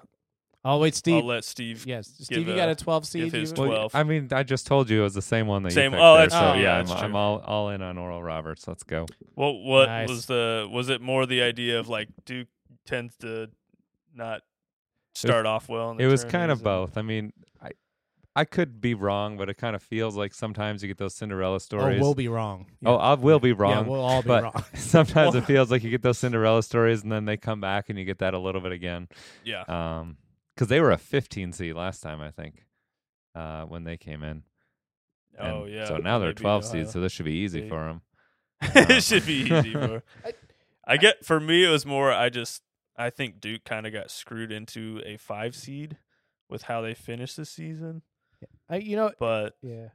S1: Oh, wait, Steve.
S3: I'll let Steve.
S1: yes. Steve, you
S3: a-
S1: got a 12 seed.
S3: his
S1: you-
S3: 12. Well,
S2: I mean, I just told you it was the same one that
S3: Same-
S2: you picked
S3: oh,
S2: there,
S3: that's
S2: so
S1: true.
S2: yeah,
S1: Yeah,
S2: I'm,
S1: that's
S2: I'm
S3: true.
S2: all all in on Oral Roberts. Let's go.
S3: Well, what
S1: Nice.
S3: was the was it more the idea of like Duke tends to not start off well. In the
S2: It was
S3: tourneys
S2: kind of
S3: and-
S2: both. I mean, I I could be wrong, but it kind of feels like sometimes you get those Cinderella
S1: Oh,
S2: stories.
S1: we'll be wrong. Yeah.
S2: Oh, I will be
S1: Yeah,
S2: wrong.
S1: we'll all be
S2: but-
S1: wrong.
S2: sometimes it feels like you get those Cinderella stories, and then they come back and you get that a little bit again.
S3: Yeah.
S2: Um, because they were a 15 seed last time, I think, uh, when they came in. And
S3: oh yeah.
S2: So now they're
S3: maybe
S2: 12 seed,
S3: Ohio.
S2: so this should be easy
S3: They-
S2: for them.
S3: it should be easy. For,
S1: I-
S3: I get for me, it was more. I just I think Duke kind of got screwed into a five seed with how they finished the season,
S1: I, you know,
S3: but
S1: yeah.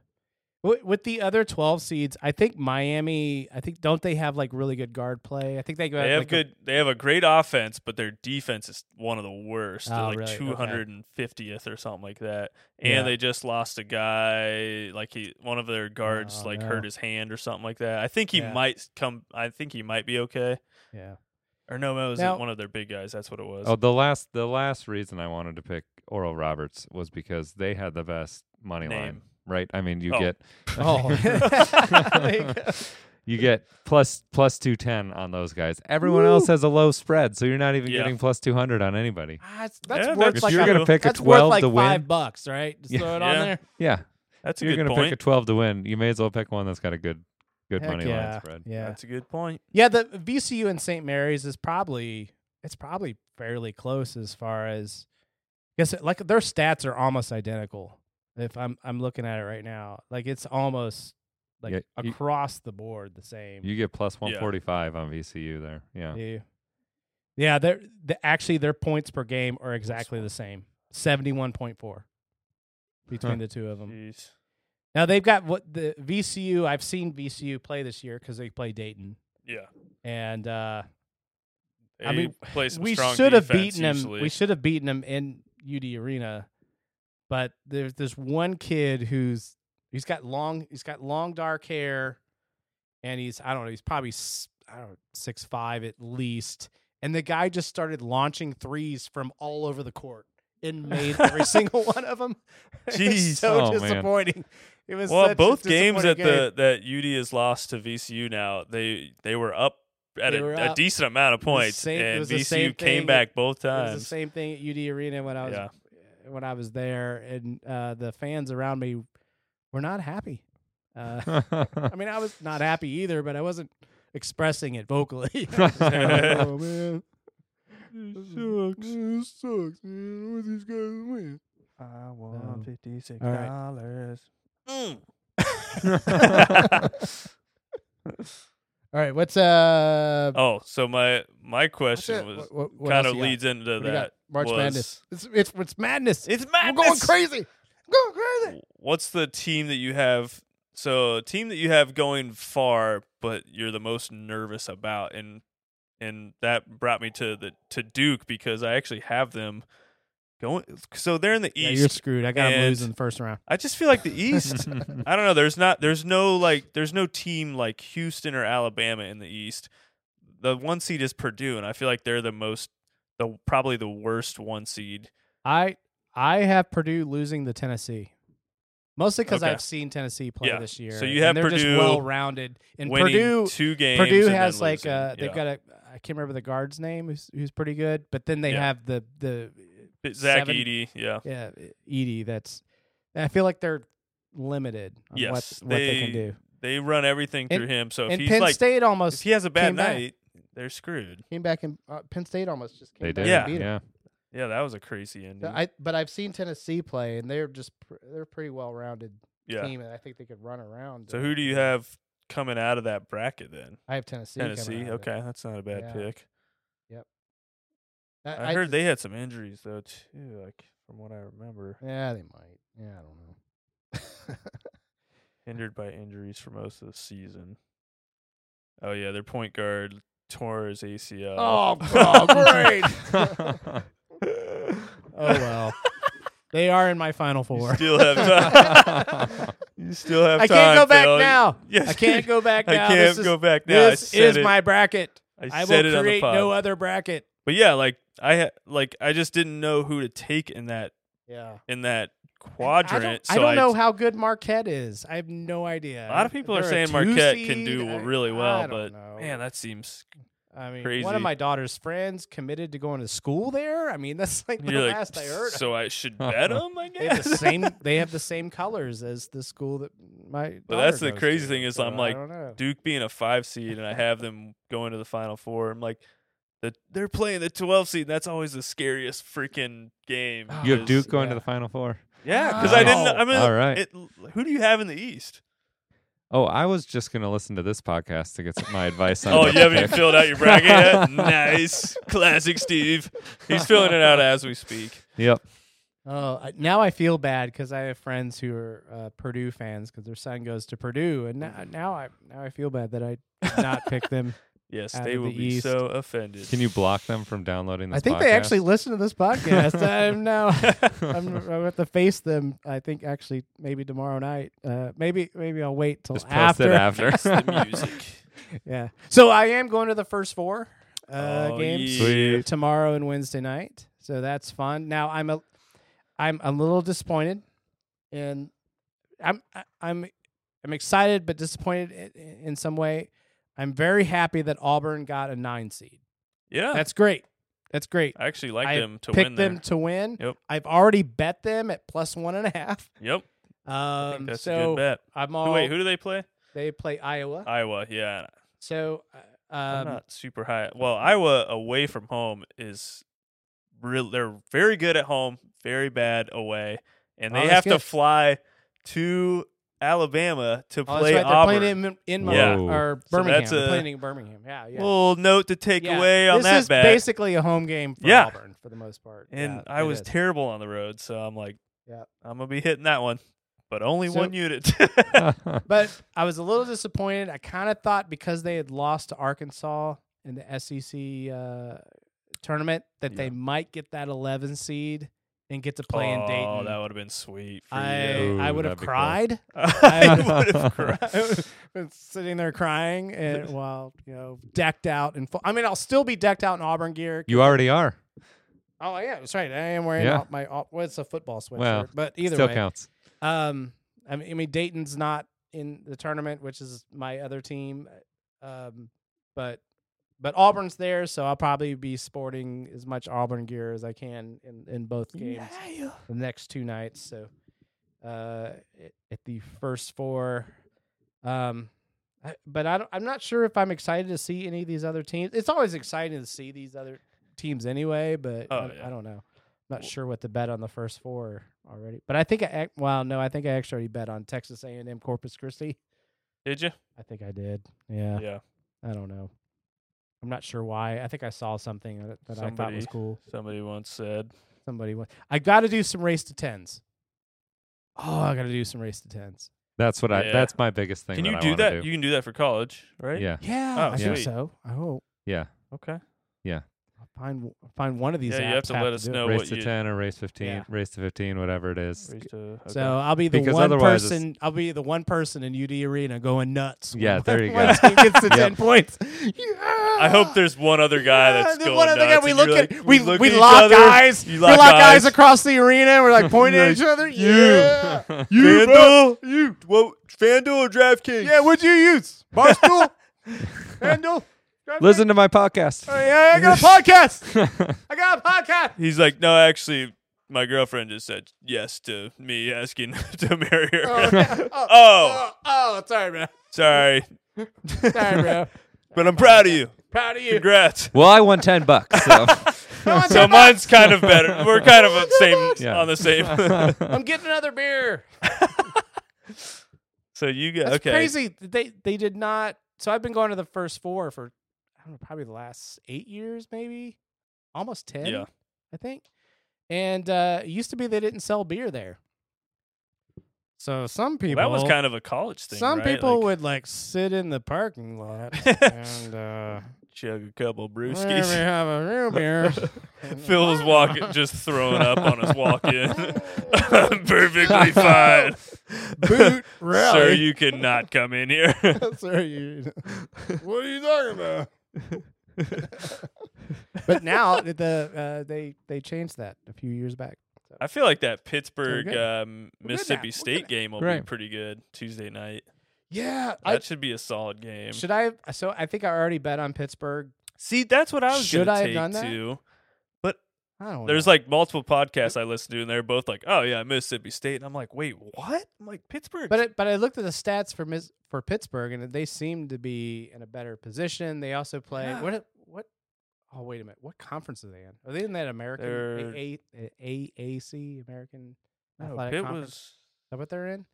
S1: With, with the other twelve seeds, I think Miami. I think don't they have like really good guard play? I think they go
S3: they have
S1: like, a-
S3: good. they have a great offense, but their defense is one of the worst. They're
S1: Oh,
S3: like
S1: really? Okay.
S3: two hundred and fiftieth or something like that. And
S1: Yeah.
S3: they just lost a guy. Like he, one of their guards,
S1: Oh,
S3: like
S1: no.
S3: hurt his hand or something like that. I think he
S1: Yeah.
S3: might come. I think he might be okay.
S1: yeah.
S3: Or no, it was
S1: Now-
S3: one of their big guys. That's what it was.
S2: Oh, the last the last reason I wanted to pick Oral Roberts was because they had the best money line,
S3: Name.
S2: right? I mean, you
S3: Oh.
S2: get
S1: Oh, There you go.
S2: you get plus plus 210 on those guys. Everyone else has a low spread, so you're not even
S3: Yeah.
S2: getting plus 200 on anybody.
S1: Ah, it's- that's
S3: Yeah,
S1: worth
S3: that's
S1: like
S2: if you're
S1: a-
S2: going to pick a
S1: that's worth
S2: 12
S1: like
S2: to win,
S1: five bucks, right? Just
S2: Yeah.
S1: throw it
S3: Yeah.
S1: on there.
S2: yeah,
S3: That's a
S2: you're
S3: good
S2: going to
S3: point.
S2: pick a 12 to win. You may as well pick one that's got a good good
S1: Heck
S2: money
S1: yeah.
S2: line spread.
S1: Yeah.
S3: That's a good point.
S1: Yeah, the VCU and St. Mary's is probably it's probably fairly close as far as I guess like their stats are almost identical. If I'm I'm looking at it right now, like it's almost like
S2: Yeah, you-
S1: across the board the same.
S2: You get plus 145 on VCU there. Yeah.
S1: yeah, yeah. They're the, actually their points per game are exactly the same, seventy one point four between
S2: Huh. Mm.
S1: the two of them.
S3: Jeez.
S1: Now they've got what the VCU. I've seen VCU play this year because they play Dayton,
S3: Yeah.
S1: and uh, I
S3: They
S1: mean,
S3: play some
S1: we
S3: strong
S1: should have
S3: defense
S1: beaten him.
S3: usually.
S1: We should have beaten him in UD Arena, but there's this one kid who's he's got long he's got long dark hair, and he's I don't know he's probably s- I don't know six five at least, and the guy just started launching threes from all over the court and made every single one of them.
S3: Jeez.
S1: so
S2: Oh, man.
S1: disappointing. It was
S3: well,
S1: such a
S3: both games that
S1: disappointing game.
S3: the that UD has lost to VCU now, they they were up at
S1: They
S3: a,
S1: were
S3: a
S1: up.
S3: decent amount of points,
S1: same- it
S3: and
S1: was the same
S3: VCU came
S1: thing.
S3: back both
S1: It was
S3: times.
S1: the same thing at UD Arena when I was
S3: Yeah.
S1: when I was there, and uh, the fans around me were not happy. Uh, I mean, I was not happy either, but I wasn't expressing it vocally. I was just like, oh man, this sucks. This sucks, man. What these guys win?
S3: I
S1: want
S3: fifty six
S1: Um, all right.
S3: dollars.
S1: Hmm. All right, what's uh?
S3: oh, so my my
S1: what's
S3: question
S1: it?
S3: was
S1: What- what- what
S3: kind
S1: else
S3: of
S1: you got?
S3: leads into
S1: What do you got?
S3: that.
S1: March
S3: was-
S1: Madness. It's, it's it's madness.
S3: It's
S1: We're
S3: madness.
S1: going crazy. We're going crazy.
S3: What's the team that you have? So a team that you have going far, but you're the most nervous about, and and that brought me to the to Duke because I actually have them going. So they're in the
S1: Yeah,
S3: East.
S1: you're screwed. I got him
S3: and-
S1: losing the first round.
S3: I just feel like the East. I don't know. There's not. There's no like. There's no team like Houston or Alabama in the East. The one seed is Purdue, and I feel like they're the most, the probably the worst one seed.
S1: I I have Purdue losing the Tennessee. Mostly because
S3: Okay.
S1: I've seen Tennessee play
S3: Yeah.
S1: this year.
S3: So
S1: and
S3: you have
S1: they're just
S3: Purdue
S1: well rounded. And
S3: winning
S1: Purdue
S3: two games.
S1: Purdue
S3: and
S1: has
S3: then
S1: like
S3: losing.
S1: uh they've
S3: Yeah.
S1: got a I can't remember the guard's name who's who's pretty good, but then they
S3: Yeah.
S1: have the the
S3: Zach
S1: seven-
S3: Eady. Yeah.
S1: yeah Edie that's and I feel like they're limited on
S3: Yes,
S1: what what they, can
S3: they-
S1: do.
S3: They run everything
S1: And-
S3: through him. So if
S1: And
S3: he's
S1: Penn
S3: like,
S1: State
S3: if
S1: almost
S3: he has a bad
S1: came back.
S3: night, they're screwed.
S1: came back and uh, Penn State almost just came
S2: they
S1: back and
S2: did.
S3: Yeah.
S1: beat 'em.
S2: yeah.
S3: Yeah, that was a crazy ending.
S1: So I but I've seen Tennessee play and they're just pr- they're a pretty well rounded
S3: yeah.
S1: team and I think they could run around.
S3: So
S1: uh,
S3: who do you have coming out of that bracket then?
S1: I have Tennessee. coming
S3: Tennessee.
S1: out of it.
S3: Okay, that's not a bad
S1: Yeah.
S3: pick.
S1: I,
S3: I,
S1: I
S3: heard
S1: just-
S3: they had some injuries though too, like from what I remember,
S1: Yeah, they might. Yeah, I don't know.
S3: hindered by injuries for most of the season. Oh yeah, their point guard tore his ACL.
S1: oh well, they are in my final
S3: You
S1: four.
S3: still have time. you still have
S1: I
S3: time.
S1: can't go back
S3: Phil.
S1: now.
S3: Yes,
S1: I can't go back
S3: I
S1: now.
S3: can't
S1: this
S3: go
S1: is,
S3: back now. I
S1: This
S3: said
S1: is
S3: it.
S1: my bracket.
S3: I,
S1: I,
S3: said
S1: will
S3: it on the
S1: create
S3: pod.
S1: no other bracket.
S3: But yeah, like I ha- like I just didn't know who to take in that
S1: Yeah.
S3: in that
S1: I
S3: quadrant.
S1: don't,
S3: so
S1: I don't know how good Marquette is. I have no idea.
S3: A lot of people are
S1: They're
S3: saying
S1: two
S3: Marquette can
S1: seed.
S3: do
S1: I-
S3: really
S1: I
S3: well,
S1: don't
S3: but
S1: know.
S3: man, that seems
S1: I mean, one
S3: Crazy.
S1: of my daughter's friends committed to going to school there. I mean, that's like the
S3: You're like,
S1: last I heard.
S3: so I should bet them, I
S1: they have
S3: guess.
S1: the same. They have the same colors as the school that my.
S3: But that's
S1: daughter
S3: the
S1: goes
S3: crazy
S1: to,
S3: thing is
S1: so
S3: I'm
S1: I
S3: like,
S1: don't know.
S3: Duke being a five seed, and I have them going to the Final Four. I'm like, the, they're playing the 12 seed. And that's always the scariest freaking game.
S2: You have
S3: because-
S2: Duke going
S1: yeah.
S2: to the Final Four.
S3: Yeah, because I didn't. I mean,
S2: All right.
S3: it, who do you have in the East?
S2: Oh, I was just gonna listen to this podcast to get some, my advice on.
S3: Oh,
S2: what
S3: you
S2: to
S3: haven't even
S2: pick.
S3: filled out your bracket yet? nice. Classic Steve. He's filling it out as we speak.
S2: Yep.
S1: Oh, I- now I feel bad because I have friends who are uh, Purdue fans because their son goes to Purdue, and now, now I now I feel bad that I did not pick them.
S3: Yes,
S1: Out
S3: they
S1: of
S3: will
S1: the
S3: be
S1: East.
S3: so offended.
S2: Can you block them from downloading this?
S1: I think they actually
S2: podcast?
S1: listen to this podcast. I'm now I'm, I'm gonna have to face them. I think actually maybe tomorrow night. Uh, maybe maybe I'll wait till
S2: just post
S1: after.
S2: it after.
S3: It's the music?
S1: Yeah. So I am going to the first four uh,
S3: Oh,
S1: games
S3: yeah.
S2: Sweet.
S1: tomorrow and Wednesday night. So that's fun. Now I'm a, I'm a little disappointed, and I'm I- I'm I'm excited but disappointed i- i- in some way. I'm very happy that Auburn got a nine seed.
S3: Yeah,
S1: That's great. That's great.
S3: I actually like
S1: I
S3: them to win
S1: Pick
S3: there.
S1: them to win.
S3: Yep.
S1: I've already bet them at plus one and a half.
S3: Yep, I think
S1: Um,
S3: that's a
S1: so um,
S3: good bet.
S1: I'm
S3: Who-
S1: all.
S3: Wait, who do they play?
S1: they play Iowa.
S3: Iowa. Yeah,
S1: so uh,
S3: I'm
S1: um,
S3: not super high. Well, Iowa away from home is real. They're very good at home, very bad away, and
S1: Oh,
S3: they
S1: that's
S3: have to
S1: good.
S3: fly to Alabama to
S1: Oh,
S3: play
S1: that's right.
S3: Auburn.
S1: They're playing in, in Mon-
S2: Yeah.
S1: or
S3: So
S1: Birmingham.
S3: that's
S1: They're
S3: a-
S1: playing in Birmingham. Yeah, yeah.
S3: Little note to take
S1: Yeah.
S3: away on
S1: this
S3: that
S1: is
S3: bet.
S1: basically a home game for
S3: Yeah.
S1: Auburn for the most part.
S3: and
S1: Yeah,
S3: I
S1: it
S3: was
S1: is.
S3: terrible on the road, so I'm like,
S1: Yeah.
S3: I'm gonna be hitting that one, but only
S1: So-
S3: one unit.
S1: but I was a little disappointed. I kind of thought because they had lost to Arkansas in the SEC uh, tournament that
S3: Yeah.
S1: they might get that 11 seed and get to play in
S3: Oh,
S1: Dayton.
S3: that would have been sweet. For
S1: I
S3: you.
S1: I
S2: Ooh,
S1: would have
S2: that'd be cool.
S1: cried.
S3: I would have cried.
S1: Been sitting there crying and while you know decked out and full. I mean I'll still be decked out in Auburn gear
S2: you already are.
S1: Oh yeah, that's right. I am wearing
S2: Yeah.
S1: all- my all- well, it's a football sweatshirt,
S2: Well,
S1: but either
S2: Still
S1: way,
S2: counts.
S1: um, I mean, I mean Dayton's not in the tournament, which is my other team, um, but but Auburn's there, so I'll probably be sporting as much Auburn gear as I can in in both games the next two nights. So uh, i- at the first four, um, I, but I don't, I'm not sure if I'm excited to see any of these other teams. It's always exciting to see these other teams anyway, but I,
S3: Oh,
S1: don't-
S3: yeah.
S1: I don't know. Not sure what to bet on the first four already, but I think I ac- well no, I think I actually already bet on Texas A&M Corpus Christi.
S3: Did you?
S1: I think I did. Yeah,
S3: Yeah.
S1: I don't know. I'm not sure why. I think I saw something that, that I thought was
S3: Somebody-
S1: cool.
S3: Somebody once said.
S1: Somebody went. I got to do some race to tens. Oh, I got to do some race to tens.
S2: That's what I.
S3: Yeah.
S2: That's my biggest thing.
S3: Can
S2: that
S3: you
S2: I
S3: do
S2: wanna
S3: that? You can do that for college, right?
S2: Yeah.
S1: Yeah,
S3: Oh,
S1: I think
S3: sweet.
S1: so. I hope.
S2: Yeah.
S3: Okay.
S1: I'll find w- find one of these.
S3: Yeah, you
S1: apps
S3: have to let us
S1: do it.
S3: know Oh, what
S2: Race to
S3: you-
S2: ten or race fifteen,
S1: Yeah.
S2: race to fifteen, whatever it is.
S3: Raised a- okay.
S1: So I'll be the
S2: Because
S1: one
S2: otherwise it's-
S1: person. I'll be the one person in UD Arena going nuts. when-
S2: Yeah, there you
S1: when
S2: go.
S1: this team gets to
S2: Yep.
S1: ten points.
S3: I hope there's one other guy
S1: Yeah,
S3: that's
S1: then
S3: going
S1: one other guy,
S3: nuts
S1: we
S3: and you're
S1: look at-
S3: like-
S1: we-
S3: look
S1: we
S3: at each
S1: lock
S3: other,
S1: eyes,
S3: You
S1: we
S3: lock,
S1: lock eyes across the arena. and We're like pointing at each other.
S2: You.
S1: Yeah.
S3: FanDuel, you what? FanDuel or DraftKings?
S1: Yeah, what'd you use? Barstool? Handle? Oh,
S2: Listen to my podcast.
S1: Yeah, I got a podcast. I got a podcast.
S3: He's like, no, actually, my girlfriend just said yes to me asking to marry her.
S1: Oh, yeah. oh,
S3: Oh.
S1: oh, oh, sorry, man.
S3: Sorry,
S1: Sorry, bro.
S3: but I'm proud of you.
S1: Proud of you.
S3: Congrats.
S2: Well, I won ten bucks. So.
S1: Come on,
S3: So
S1: Tim,
S3: mine's kind of better. We're kind of on the same
S2: Yeah.
S3: on the same.
S1: I'm getting another beer.
S3: so you got
S1: That's
S3: okay.
S1: crazy. They they did not. So I've been going to the first four for I don't know, probably the last eight years, maybe almost ten.
S3: Yeah.
S1: I think. And uh, it used to be they didn't sell beer there. So some people
S3: Well, that was kind of a college thing.
S1: some
S3: right?
S1: people
S3: Like,
S1: would like sit in the parking lot and uh,
S3: chug a couple
S1: "Here we
S3: brewskis.
S1: have a real beer. And-
S3: Phil was walking, just throwing up on his walk in. Perfectly fine.
S1: boot
S3: Sir,
S1: rally.
S3: you cannot come in here.
S1: Sir, you. what are you talking about? but now that the uh, they they changed that a few years back.
S3: I feel like that Pittsburgh
S1: good.
S3: um,
S1: now.
S3: Mississippi
S1: We're
S3: State game will be
S2: Right.
S3: pretty good Tuesday night.
S1: Yeah,
S3: That should be a solid game.
S1: should I. So I think I already bet on Pittsburgh.
S3: See, that's what I was
S1: Should
S3: gonna
S1: I have
S3: take
S1: done that? Oh,
S3: too.
S1: I don't.
S3: There's
S1: know.
S3: like multiple podcasts I listened to, and they're both like, "Oh yeah, Mississippi State," and I'm like, "Wait, what?" I'm like, "Pittsburgh."
S1: but it, but I looked at the stats for Miss, for Pittsburgh, and they seem to be in a better position. They also play
S3: Yeah.
S1: what what. Oh wait a minute! What conference are they in? Are they in that American
S3: They're-
S1: A- A- A- AAC American
S3: no,
S1: Athletic
S3: Oh, Pitt
S1: Conference? Is
S3: was
S1: that what they're in?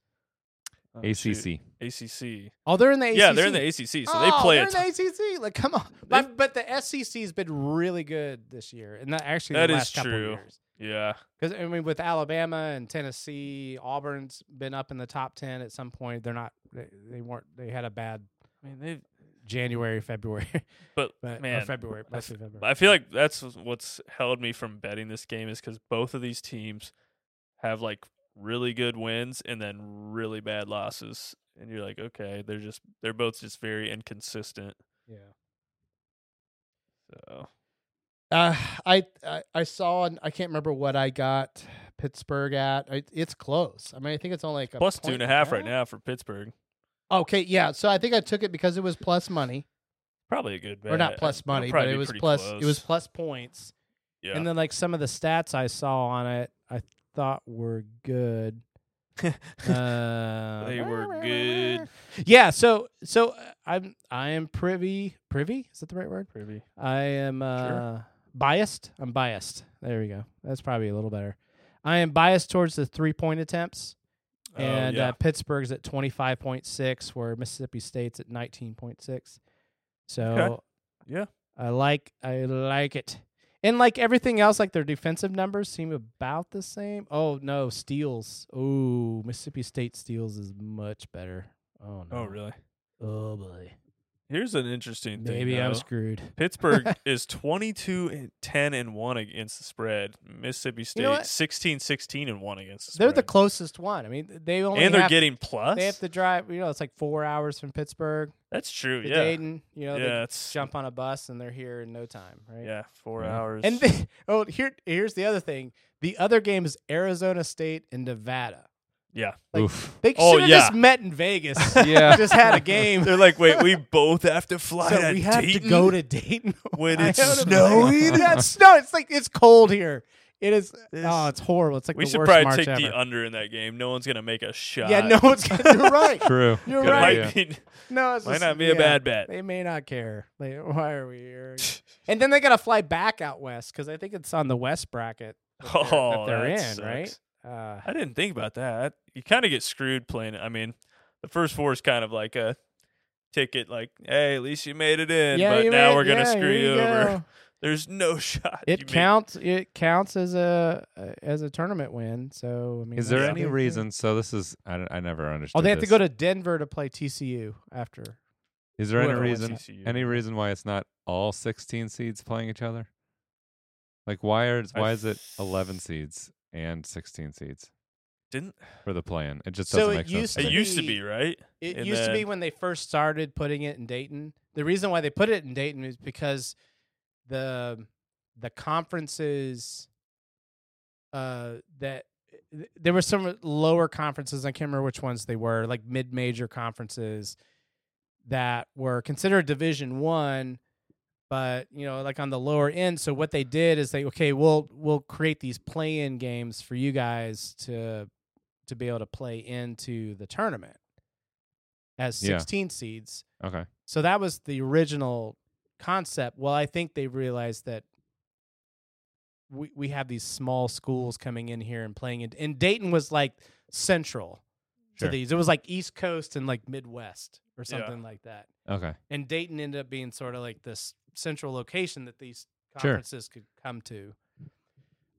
S3: oh, shoot.
S2: ACC.
S3: ACC.
S1: Oh, they're in the ACC.
S3: Yeah, they're in the ACC, so they
S1: Oh,
S3: play
S1: they're
S3: it.
S1: in the ACC. Like, come on! But, but the SEC's been really good this year, and that actually
S3: That
S1: the
S3: is
S1: last couple
S3: true.
S1: years.
S3: yeah,
S1: Because I mean, with Alabama and Tennessee, Auburn's been up in the top ten at some point. They're not. They, they weren't. They had a bad
S3: I mean they.
S1: January, February,
S3: But,
S1: but or
S3: man,
S1: February,
S3: I
S1: mostly February.
S3: I feel like that's what's held me from betting this game is because both of these teams have like really good wins and then really bad losses, and you're like, okay, they're just they're both just very inconsistent.
S1: yeah.
S3: So
S1: Uh, I, I I saw. an- I can't remember what I got Pittsburgh at. I, it's close. I mean, I think it's only like a
S3: plus two
S1: point
S3: and a half right now for Pittsburgh.
S1: Okay, yeah. So I think I took it because it was plus money,
S3: Probably a good bet.
S1: or not plus
S3: It'll
S1: money,
S3: probably
S1: but
S3: be
S1: it was
S3: pretty
S1: plus. It was
S3: close.
S1: plus points.
S3: yeah.
S1: And then like some of the stats I saw on it, I thought were good.
S3: Oh,
S1: Uh,
S3: They were good.
S1: Yeah. So so uh, I'm I am privy privy is that the right word?
S3: Privy.
S1: I am uh, biased. I'm biased. There we go. That's probably a little better. I am biased towards the three point attempts,
S3: Oh,
S1: and
S3: yeah.
S1: uh, Pittsburgh's at twenty five point six, where Mississippi State's at nineteen point six. So
S3: Yeah.
S1: I like I like it. And like everything else, like their defensive numbers seem about the same. Oh no, steals. Oh, Mississippi State steals is much better. Oh no.
S3: oh really?
S1: Oh boy.
S3: Here's an interesting thing.
S1: Maybe I'm
S3: though.
S1: screwed.
S3: Pittsburgh is 22 and 10 and 1 against the spread. Mississippi State
S1: You know what?
S3: 16 16 and 1 against the
S1: They're
S3: spread.
S1: the closest one. I mean, they only
S3: and they're
S1: have to-
S3: getting plus.
S1: they have to drive. You know, it's like four hours from Pittsburgh
S3: That's true.
S1: to
S3: Yeah.
S1: Dayton. You know,
S3: yeah,
S1: they
S3: it's
S1: jump on a bus and they're here in no time, right?
S3: yeah, 4
S2: Yeah.
S3: hours.
S1: And they, oh, here here's the other thing. The other game is Arizona State and Nevada.
S3: yeah.
S1: Like,
S2: Oof.
S1: They
S3: Oh,
S1: should have just
S3: yeah.
S1: met in Vegas.
S2: Yeah.
S1: just had a game.
S3: They're like, "Wait, we both have to fly
S1: So
S3: to
S1: we have
S3: Dayton
S1: to go to Dayton
S3: when
S1: I
S3: it's
S1: don't know.
S3: snowing?"
S1: yeah, it's snow. It's like it's cold here. It is. Oh, it's horrible. It's like
S3: we
S1: the
S3: should
S1: worst
S3: probably
S1: March
S3: take
S1: ever.
S3: the under in that game. No one's going to make a shot.
S1: yeah, no one's. Gonna, you're right.
S2: True.
S1: You're
S2: Good
S3: It
S1: right.
S2: idea.
S3: might be,
S1: No, it's
S3: might
S1: just-
S3: not be a
S1: yeah.
S3: bad bet.
S1: They may not care. Like, why are we here? and then they got to fly back out west because I think it's on the west bracket that they're, that
S3: Oh,
S1: they're in,
S3: that
S1: right?
S3: sucks.
S1: Uh,
S3: I didn't think about that. You kind of get screwed playing it. I mean, the first four is kind of like a ticket, like, hey, at least you made it in, but
S1: you
S3: now
S1: may-
S3: we're going
S1: yeah,
S3: to screw
S1: here
S3: you over.
S1: go.
S3: There's no shot.
S1: It
S3: you made-
S1: counts. It counts as a as a tournament win. So I mean,
S2: Is there
S1: that's a
S2: any
S1: big deal.
S2: reason? So this is I, don't- I never understood.
S1: Oh, they have
S2: this.
S1: to go to Denver to play TCU after.
S2: Is there any
S1: whoever wins
S2: reason?
S3: TCU.
S2: Any reason why it's not all 16 seeds playing each other? Like why are
S3: I
S2: why is it 11
S3: th-
S2: seeds and 16 seeds
S3: Didn't
S2: for the play-in? It just
S1: So
S2: doesn't
S1: it
S2: make
S1: used to
S2: sense. to
S3: it
S2: me.
S3: used to
S1: be-
S3: be right?
S1: It
S3: And
S1: used to be
S3: then-
S1: when they first started putting it in Dayton. The reason why they put it in Dayton is because the the conferences uh that th- there were some lower conferences, I can't remember which ones they were, like mid-major conferences that were considered division 1 but you know like on the lower end so what they did is they okay we'll we'll create these play-in games for you guys to to be able to play into the tournament as
S2: Yeah.
S1: 16 seeds
S2: okay.
S1: so that was the original concept. Well, I think they realized that we we have these small schools coming in here and playing it. And Dayton was like central
S2: Sure.
S1: to these. It was like East Coast and like Midwest or
S3: Yeah.
S1: something like that.
S2: Okay.
S1: And Dayton ended up being sort of like this central location that these
S2: Sure.
S1: conferences could come to.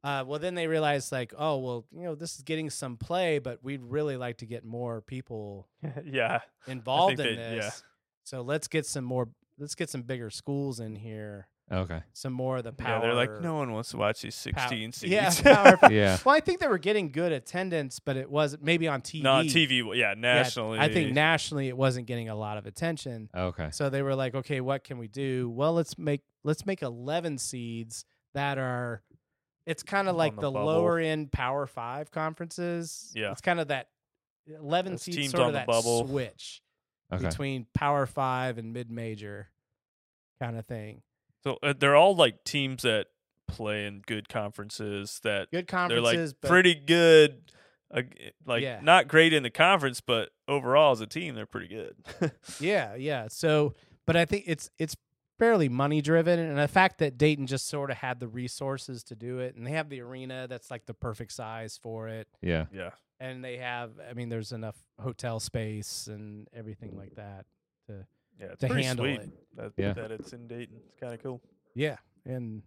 S1: Uh, well, then they realized like, oh, well, you know, this is getting some play, but we'd really like to get more people
S3: yeah.
S1: involved in
S3: they-
S1: this.
S3: yeah.
S1: So let's get some more. Let's get some bigger schools in here.
S2: Okay.
S1: Some more of the power.
S3: Yeah, they're like, no one wants to watch these 16
S1: pow-
S3: seeds.
S1: Yeah, power fi-
S2: Yeah.
S1: well, I think they were getting good attendance, but it wasn't. Maybe on TV.
S3: Not TV. Yeah,
S1: E. Yeah,
S3: nationally.
S1: I think nationally it wasn't getting a lot of attention.
S2: Okay.
S1: So they were like, okay, what can we do? Well, let's make let's make eleven seeds that are. It's kind of
S3: On
S1: like
S3: the
S1: the,
S3: bubble.
S1: lower end Power Five conferences.
S3: Yeah.
S1: it's kind of that eleven
S3: Those
S1: seeds
S3: teams
S1: sort
S3: on
S1: of
S3: the
S1: that
S3: bubble.
S1: switch
S2: Okay.
S1: between Power Five and mid major kind of thing.
S3: So uh, they're all like teams that play in good conferences that
S1: Good
S3: they're
S1: conferences,
S3: like
S1: but
S3: pretty good. Uh, g- like
S1: Yeah.
S3: not great in the conference, but overall as a team, they're pretty good.
S1: yeah, yeah. So, but I think it's it's fairly money driven, and the fact that Dayton just sort of had the resources to do it, and they have the arena that's like the perfect size for it,
S2: Yeah.
S3: yeah.
S1: and they have, I mean, there's enough hotel space and everything like that.
S3: Yeah, it's
S1: to
S3: pretty
S1: handle
S3: sweet
S1: it.
S3: That,
S2: Yeah.
S3: that it's in Dayton. It's kind of cool.
S1: Yeah, and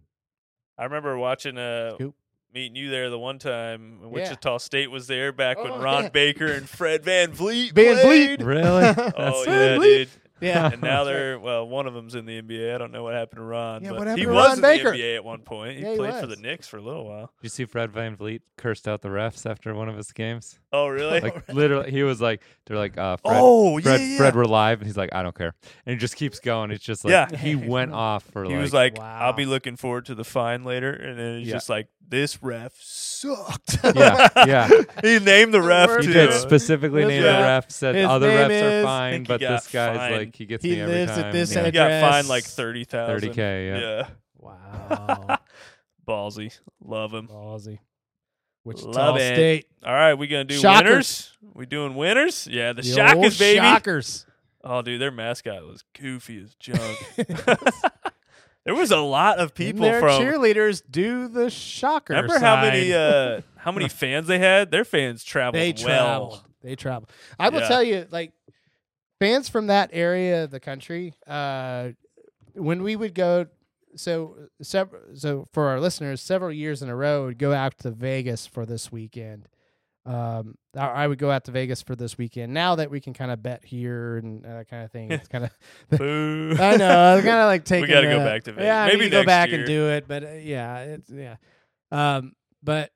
S3: I remember watching uh,
S1: Cool.
S3: meeting you there the one time. when
S1: Yeah.
S3: Wichita State was there back
S1: Oh,
S3: when Ron
S1: yeah.
S3: Baker and Fred Van Vliet
S1: Van Vliet.
S3: played.
S2: Really?
S3: Oh
S2: That's-
S3: yeah,
S1: Vliet.
S3: dude.
S1: yeah,
S3: And now
S1: That's right.
S3: they're well, one of them's in the NBA. I don't know what happened to Ron.
S1: Yeah,
S3: but
S1: what happened
S3: he
S1: to
S3: was
S1: Ron
S3: in
S1: Baker?
S3: the NBA at one point. He
S1: Yeah, he
S3: played for the
S1: was.
S3: Knicks for a little while.
S2: Did you see Fred Van Vliet cursed out the refs after one of his games?
S3: Oh really?
S2: Like literally, he was like, "They're like, uh, Fred,
S3: oh yeah,
S2: Fred,
S3: yeah.
S2: Fred, we're live," and he's like, "I don't care," and he just keeps going. It's just like
S3: Yeah.
S2: he went off for
S3: he
S2: like,
S3: was like,
S1: Wow.
S3: "I'll be looking forward to the fine later," and then he's
S2: Yeah.
S3: just like, "This ref sucked."
S2: yeah, yeah.
S3: he named the ref
S1: worst
S2: He
S3: too.
S2: did specifically
S1: That's
S2: name
S3: right.
S2: the ref. Said
S1: His
S2: other refs
S1: name is-
S2: are fine,
S3: think he
S2: but
S3: got
S2: this guy's
S3: fined.
S2: like he gets
S1: He
S2: me every
S1: lives at
S2: time.
S1: this
S2: yeah.
S3: He got fined like
S1: Address.
S3: thirty thousand.
S2: 30k. Yeah.
S3: Yeah.
S1: wow,
S3: Ballsy. Love him.
S1: ballsy. Wichita
S3: Love it.
S1: State,
S3: All right, we gonna do
S1: Shockers.
S3: winners? We doing winners? Yeah, the,
S1: the old
S3: Shockers, baby.
S1: Shockers.
S3: Oh, dude, their mascot was goofy as junk. there was a lot of
S1: And
S3: people
S1: their
S3: from.
S1: cheerleaders do the shocker.
S3: remember how many
S1: sign.
S3: uh, how many fans they had? Their fans traveled
S1: they travel.
S3: well.
S1: They travel. I will
S3: Yeah.
S1: tell you, like fans from that area of the country, uh, when we would go, so sev- so for our listeners, several years in a row, would go out to Vegas for this weekend. Um, I, I would go out to Vegas for this weekend. Now that we can kind of bet here and uh, that kind of thing, it's kind of
S3: Boo.
S1: I know. It's kind of like taking.
S3: gotta go
S1: the-
S3: back to Vegas.
S1: Yeah, we
S3: Maybe
S1: could go
S3: next
S1: back and
S3: year.
S1: do it, but uh, yeah, it's yeah. Um, but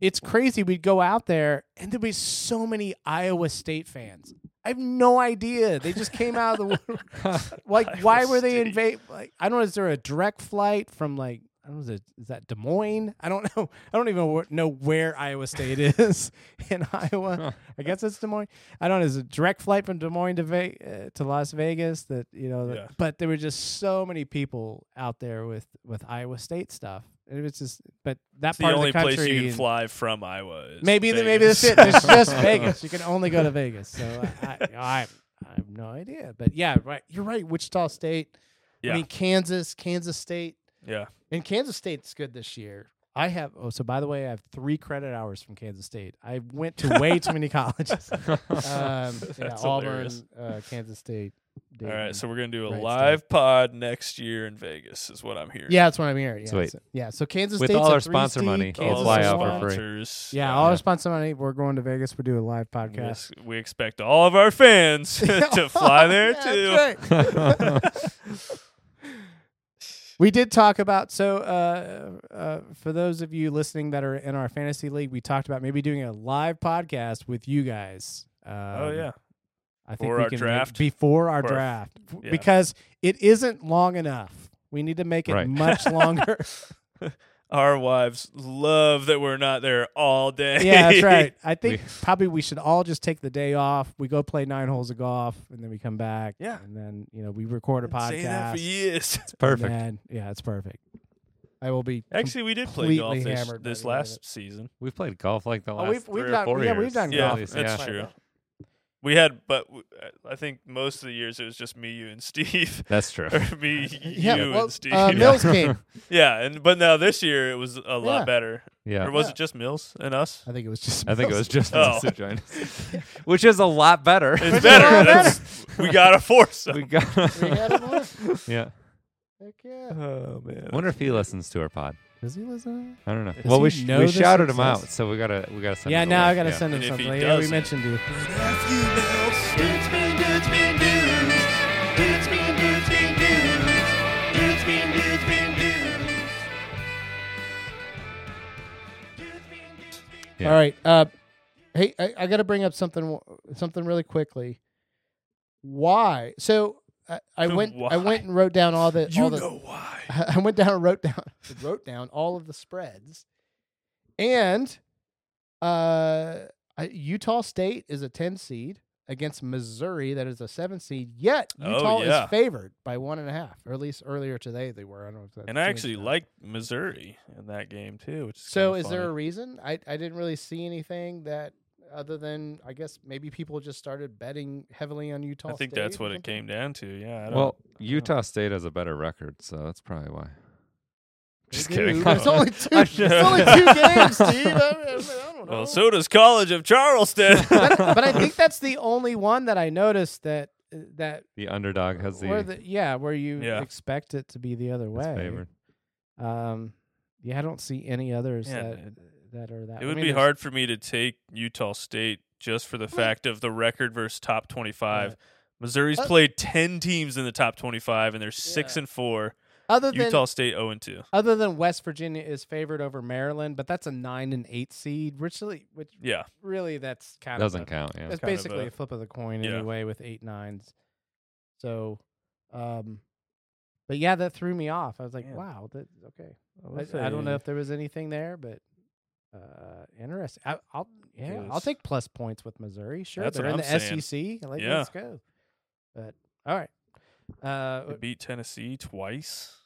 S1: it's crazy. We'd go out there, and there'd be so many Iowa State fans. I have no idea. They just came out of the woodwork. like.
S3: Iowa
S1: why were they
S3: State.
S1: invade? Like, I don't know. Is there a direct flight from like? I don't know. Is, it, is that Des Moines? I don't know. I don't even wh- know where Iowa State is in Iowa. I guess it's Des Moines. I don't know. Is it a direct flight from Des Moines to Ve- uh, to Las Vegas? That you know, that-
S3: Yeah.
S1: but there were just so many people out there with with Iowa State stuff. It was just, but that
S3: It's the
S1: part
S3: only
S1: of the country.
S3: place you can
S1: and-
S3: fly from Iowa. Is
S1: maybe the, maybe
S3: Vegas.
S1: that's it. It's just Vegas. You can only go to Vegas. So I, I, I, I have no idea. But yeah, right. You're right. Wichita State.
S3: Yeah.
S1: I mean Kansas, Kansas State,
S3: yeah.
S1: and Kansas State's good this year. I have oh so by the way I have three credit hours from Kansas State. I went to way too many colleges um, yeah,
S3: That's
S1: Auburn,
S3: hilarious.
S1: uh, Kansas State.
S3: All
S1: Dayton.
S3: right, so we're gonna do a
S1: Right stuff.
S3: live pod next year in Vegas, is what I'm hearing.
S1: yeah, that's what I'm hearing. Yeah,
S2: Sweet.
S1: so, yeah. So Kansas
S2: With
S1: State's
S2: all
S1: a
S2: our sponsor
S1: 3C,
S2: money, we'll
S1: Kansas
S2: fly
S1: is
S2: out
S1: one.
S2: for free.
S3: sponsors.
S1: Yeah, all our sponsor money. We're going to Vegas. We do a live
S3: We,
S1: podcast.
S3: ex- we expect all of our fans to fly there
S1: Yeah,
S3: too.
S1: that's right. We did talk about so uh, uh, for those of you listening that are in our fantasy league, we talked about maybe doing a live podcast with you guys. Um,
S3: oh yeah,
S1: I think
S3: Before
S1: we
S3: our
S1: can make-
S3: draft?
S1: before our
S3: Or-
S1: draft F-
S3: yeah.
S1: because it isn't long enough. We need to make it
S2: Right.
S1: much longer.
S3: our wives love that we're not there all day.
S1: yeah, that's right. I think
S2: We-
S1: probably we should all just take the day off. We go play nine holes of golf, and then we come back.
S3: Yeah.
S1: and then you know we record a
S3: Been saying that
S1: podcast.
S3: for years.
S2: Perfect.
S1: And then- yeah, it's perfect. I will be
S3: Actually, we did play golf
S1: Completely
S3: this,
S1: hammered by
S3: this
S1: the end of it.
S3: last season.
S2: We've played golf like the
S1: Oh,
S2: last
S1: we've-
S2: three
S1: we've
S2: or
S1: done-
S2: four
S1: yeah,
S2: years.
S1: we've done
S3: Yeah,
S1: golf.
S2: At least,
S3: that's
S2: yeah.
S3: true. We had, but w- uh, I think most of the years it was just me, you, and Steve.
S2: That's true.
S3: or me,
S1: yeah.
S3: you,
S1: well,
S3: and Steve.
S1: uh, Mills came.
S3: yeah, and but now this year it was a lot
S1: Yeah.
S3: better.
S2: Yeah.
S3: Or was
S1: Yeah. Uh,
S3: it just Mills and us?
S1: I think it was just.
S2: I think it was
S1: Mills.
S2: just
S3: Oh.
S2: us who joined us. which is a lot better.
S3: It's better.
S1: lot
S3: That's- we gotta force
S2: we
S3: them.
S2: got.
S1: We had him on.
S2: yeah.
S1: Heck yeah.
S3: Oh man.
S2: I wonder if he listens to our pod.
S1: Does he listen?
S2: I don't know.
S1: Does
S2: well, we,
S1: he
S2: sh-
S1: know
S2: we
S1: this
S2: shouted him out,
S1: exists?
S2: so we gotta we gotta send.
S1: yeah,
S2: him
S1: now
S2: the
S1: I gotta
S2: link. yeah.
S1: send him
S3: And if he
S1: something. yeah, we
S3: doesn't-
S1: mentioned you.
S4: Dudes being dudes being dudes. Dudes being dudes being dudes. Dudes being dudes being dudes. Dudes being dudes being
S2: Yeah.
S1: All right. Uh, hey, I, I got to bring up something w- something really quickly. Why? So I, I went. I went and wrote down all the.
S3: You
S1: all the,
S3: know why?
S1: I went down and wrote down wrote down all of the spreads, and uh, I- Utah State is a ten seed. against Missouri, that is a seven seed. Yet
S3: Oh,
S1: Utah
S3: yeah.
S1: is favored by one and a half, or at least earlier today they were. I don't know if that's
S3: And I
S1: changed
S3: actually
S1: now.
S3: liked Missouri in that game too. Which is
S1: So
S3: kinda
S1: is there a
S3: funny.
S1: reason? I I didn't really see anything that other than I guess maybe people just started betting heavily on Utah.
S3: I think
S1: State
S3: that's
S1: or
S3: what it
S1: something?
S3: came down to. Yeah. I don't,
S2: Well,
S3: know.
S2: Utah State has a better record, so that's probably why.
S1: They
S2: Just
S1: do,
S2: kidding.
S1: but It's only two.
S2: I
S1: it's only two games, Steve. I, I- I don't know.
S3: well, so does College of Charleston.
S1: but, but I think that's the only one that I noticed that uh, that
S2: the underdog has the,
S1: where the yeah where you
S3: Yeah.
S1: expect it to be the other
S2: it's
S1: way.
S2: favored.
S1: Um, yeah, I don't see any others
S3: Yeah,
S1: that that are that.
S3: it
S1: I
S3: would
S1: mean,
S3: be
S1: there's-
S3: hard for me to take Utah State just for the fact of the record versus top twenty-five.
S1: Right.
S3: Missouri's
S1: Uh,
S3: played ten teams in the top twenty-five, and they're six
S1: Yeah.
S3: and four.
S1: Other than
S3: Utah State zero and two.
S1: other than West Virginia is favored over Maryland, but that's a nine and eight seed. Which really, which
S3: Yeah.
S1: really, that's kind
S2: Doesn't
S1: of a-
S2: count. Yeah.
S1: That's
S3: Kind of
S1: basically
S3: a-
S1: a, flip of the coin
S3: yeah.
S1: anyway with eight nines. So, um, but yeah, that threw me off. I was like,
S3: Yeah.
S1: wow, that okay. I, I don't know if there was anything there, but uh, interesting. I, I'll yeah, I'll
S3: Yes.
S1: take plus points with Missouri. Sure,
S3: That's
S1: they're
S3: what
S1: in
S3: I'm
S1: the SEC. Like,
S3: Yeah.
S1: let's go. But all right. Uh,
S3: They beat Tennessee twice.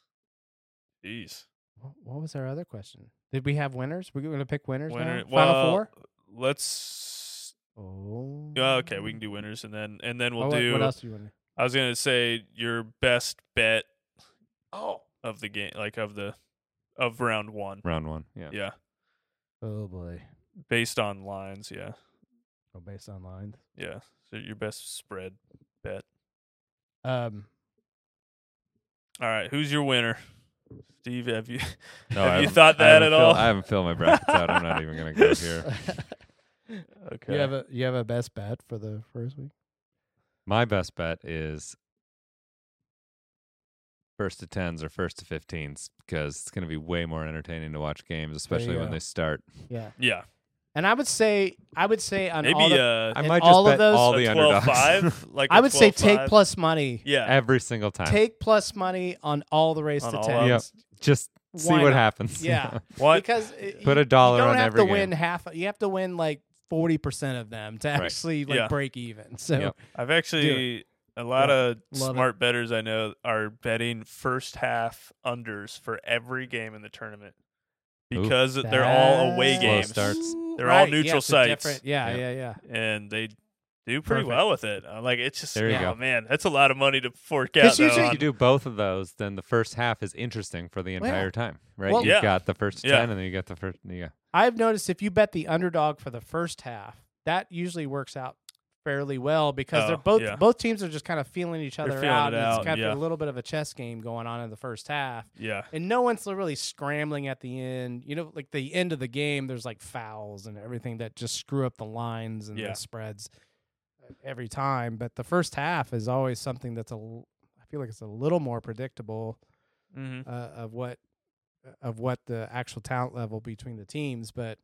S3: Jeez.
S1: wh- what was our other question? Did we have winners? We're going to pick winners
S3: Winner-
S1: now. Final
S3: well,
S1: four.
S3: Let's.
S1: Oh.
S3: oh, okay, we can do winners, and then and then we'll
S1: oh, what-
S3: do.
S1: What else do you want? to
S3: I was gonna say your best bet
S1: Oh.
S3: of the game, like of the of round one.
S2: Round one. Yeah.
S3: Yeah,
S1: Oh boy.
S3: based on lines. Yeah,
S1: Oh, based on lines.
S3: yeah. So your best spread bet.
S1: Um.
S3: All right, who's your winner? Steve, have you?
S2: No,
S3: Have you
S2: haven't-
S3: thought
S2: I
S3: that
S2: haven't
S3: at
S2: filled-
S3: all?
S2: I haven't filled my brackets out. I'm not even gonna go here.
S3: okay.
S1: You have a you have a best bet for the first week.
S2: My best bet is first to tens or first to fifteens because it's going to be way more entertaining to watch games, especially when
S1: go.
S2: they start.
S1: Yeah.
S3: yeah,
S1: And I would say I would say on all
S3: maybe
S1: the,
S3: uh,
S2: I
S1: And
S2: might
S1: all
S2: just
S1: of
S2: bet
S1: those-
S2: all
S3: a
S2: the
S3: 12
S2: underdogs
S3: 5, like
S1: I
S3: a
S1: would say
S3: 12
S1: take
S3: 5.
S1: plus money.
S3: Yeah,
S2: every single time.
S1: Take plus money on all the race
S3: On
S1: to
S3: all
S1: tens.
S2: Yep. just see
S1: Why
S2: what
S1: not?
S2: happens.
S1: Yeah.
S3: what?
S1: Because it-
S2: Put a
S1: you-
S2: dollar
S1: you don't
S2: on
S1: have
S2: every
S1: to
S2: game.
S1: win half. You have to win like forty percent of them to
S2: Right.
S1: actually like
S3: Yeah.
S1: break even. So
S2: Yep.
S3: I've actually a lot of
S1: Love it.
S3: smart betters I know are betting first half unders for every game in the tournament
S2: Ooh.
S3: because they're all away
S1: that's-
S2: Slow
S3: games
S2: start. starts.
S3: They're all
S1: Right, yeah,
S3: neutral
S1: it's a
S3: sites.
S1: different- Yeah,
S2: Yep.
S1: yeah, yeah.
S3: and they do pretty
S1: Perfect.
S3: well with it. I'm like, it's just
S2: There you
S3: oh
S2: go.
S3: man, that's a lot of money to fork out.
S1: 'Cause
S3: though,
S1: usually
S2: If
S3: on-
S2: you do both of those, then the first half is interesting for the
S1: Well,
S2: entire time, right?
S1: well-
S2: You've
S3: Yeah.
S2: got the first
S3: Yeah.
S2: ten, and then you got the first. Yeah,
S1: I've noticed if you bet the underdog for the first half, that usually works out fairly well because they're
S3: Oh,
S1: both
S3: yeah.
S1: both teams are just kind of feeling each other
S3: feeling
S1: out.
S3: it
S1: and
S3: out,
S1: it's kind
S3: yeah.
S1: of a little bit of a chess game going on in the first half.
S3: yeah,
S1: And no one's really scrambling at the end. You know, like the end of the game, there's like fouls and everything that just screw up the lines and
S3: Yeah.
S1: the spreads uh, every time. But the first half is always something that's a, l- I feel like it's a little more predictable
S3: mm-hmm.
S1: uh, of what uh, of what the actual talent level between the teams, but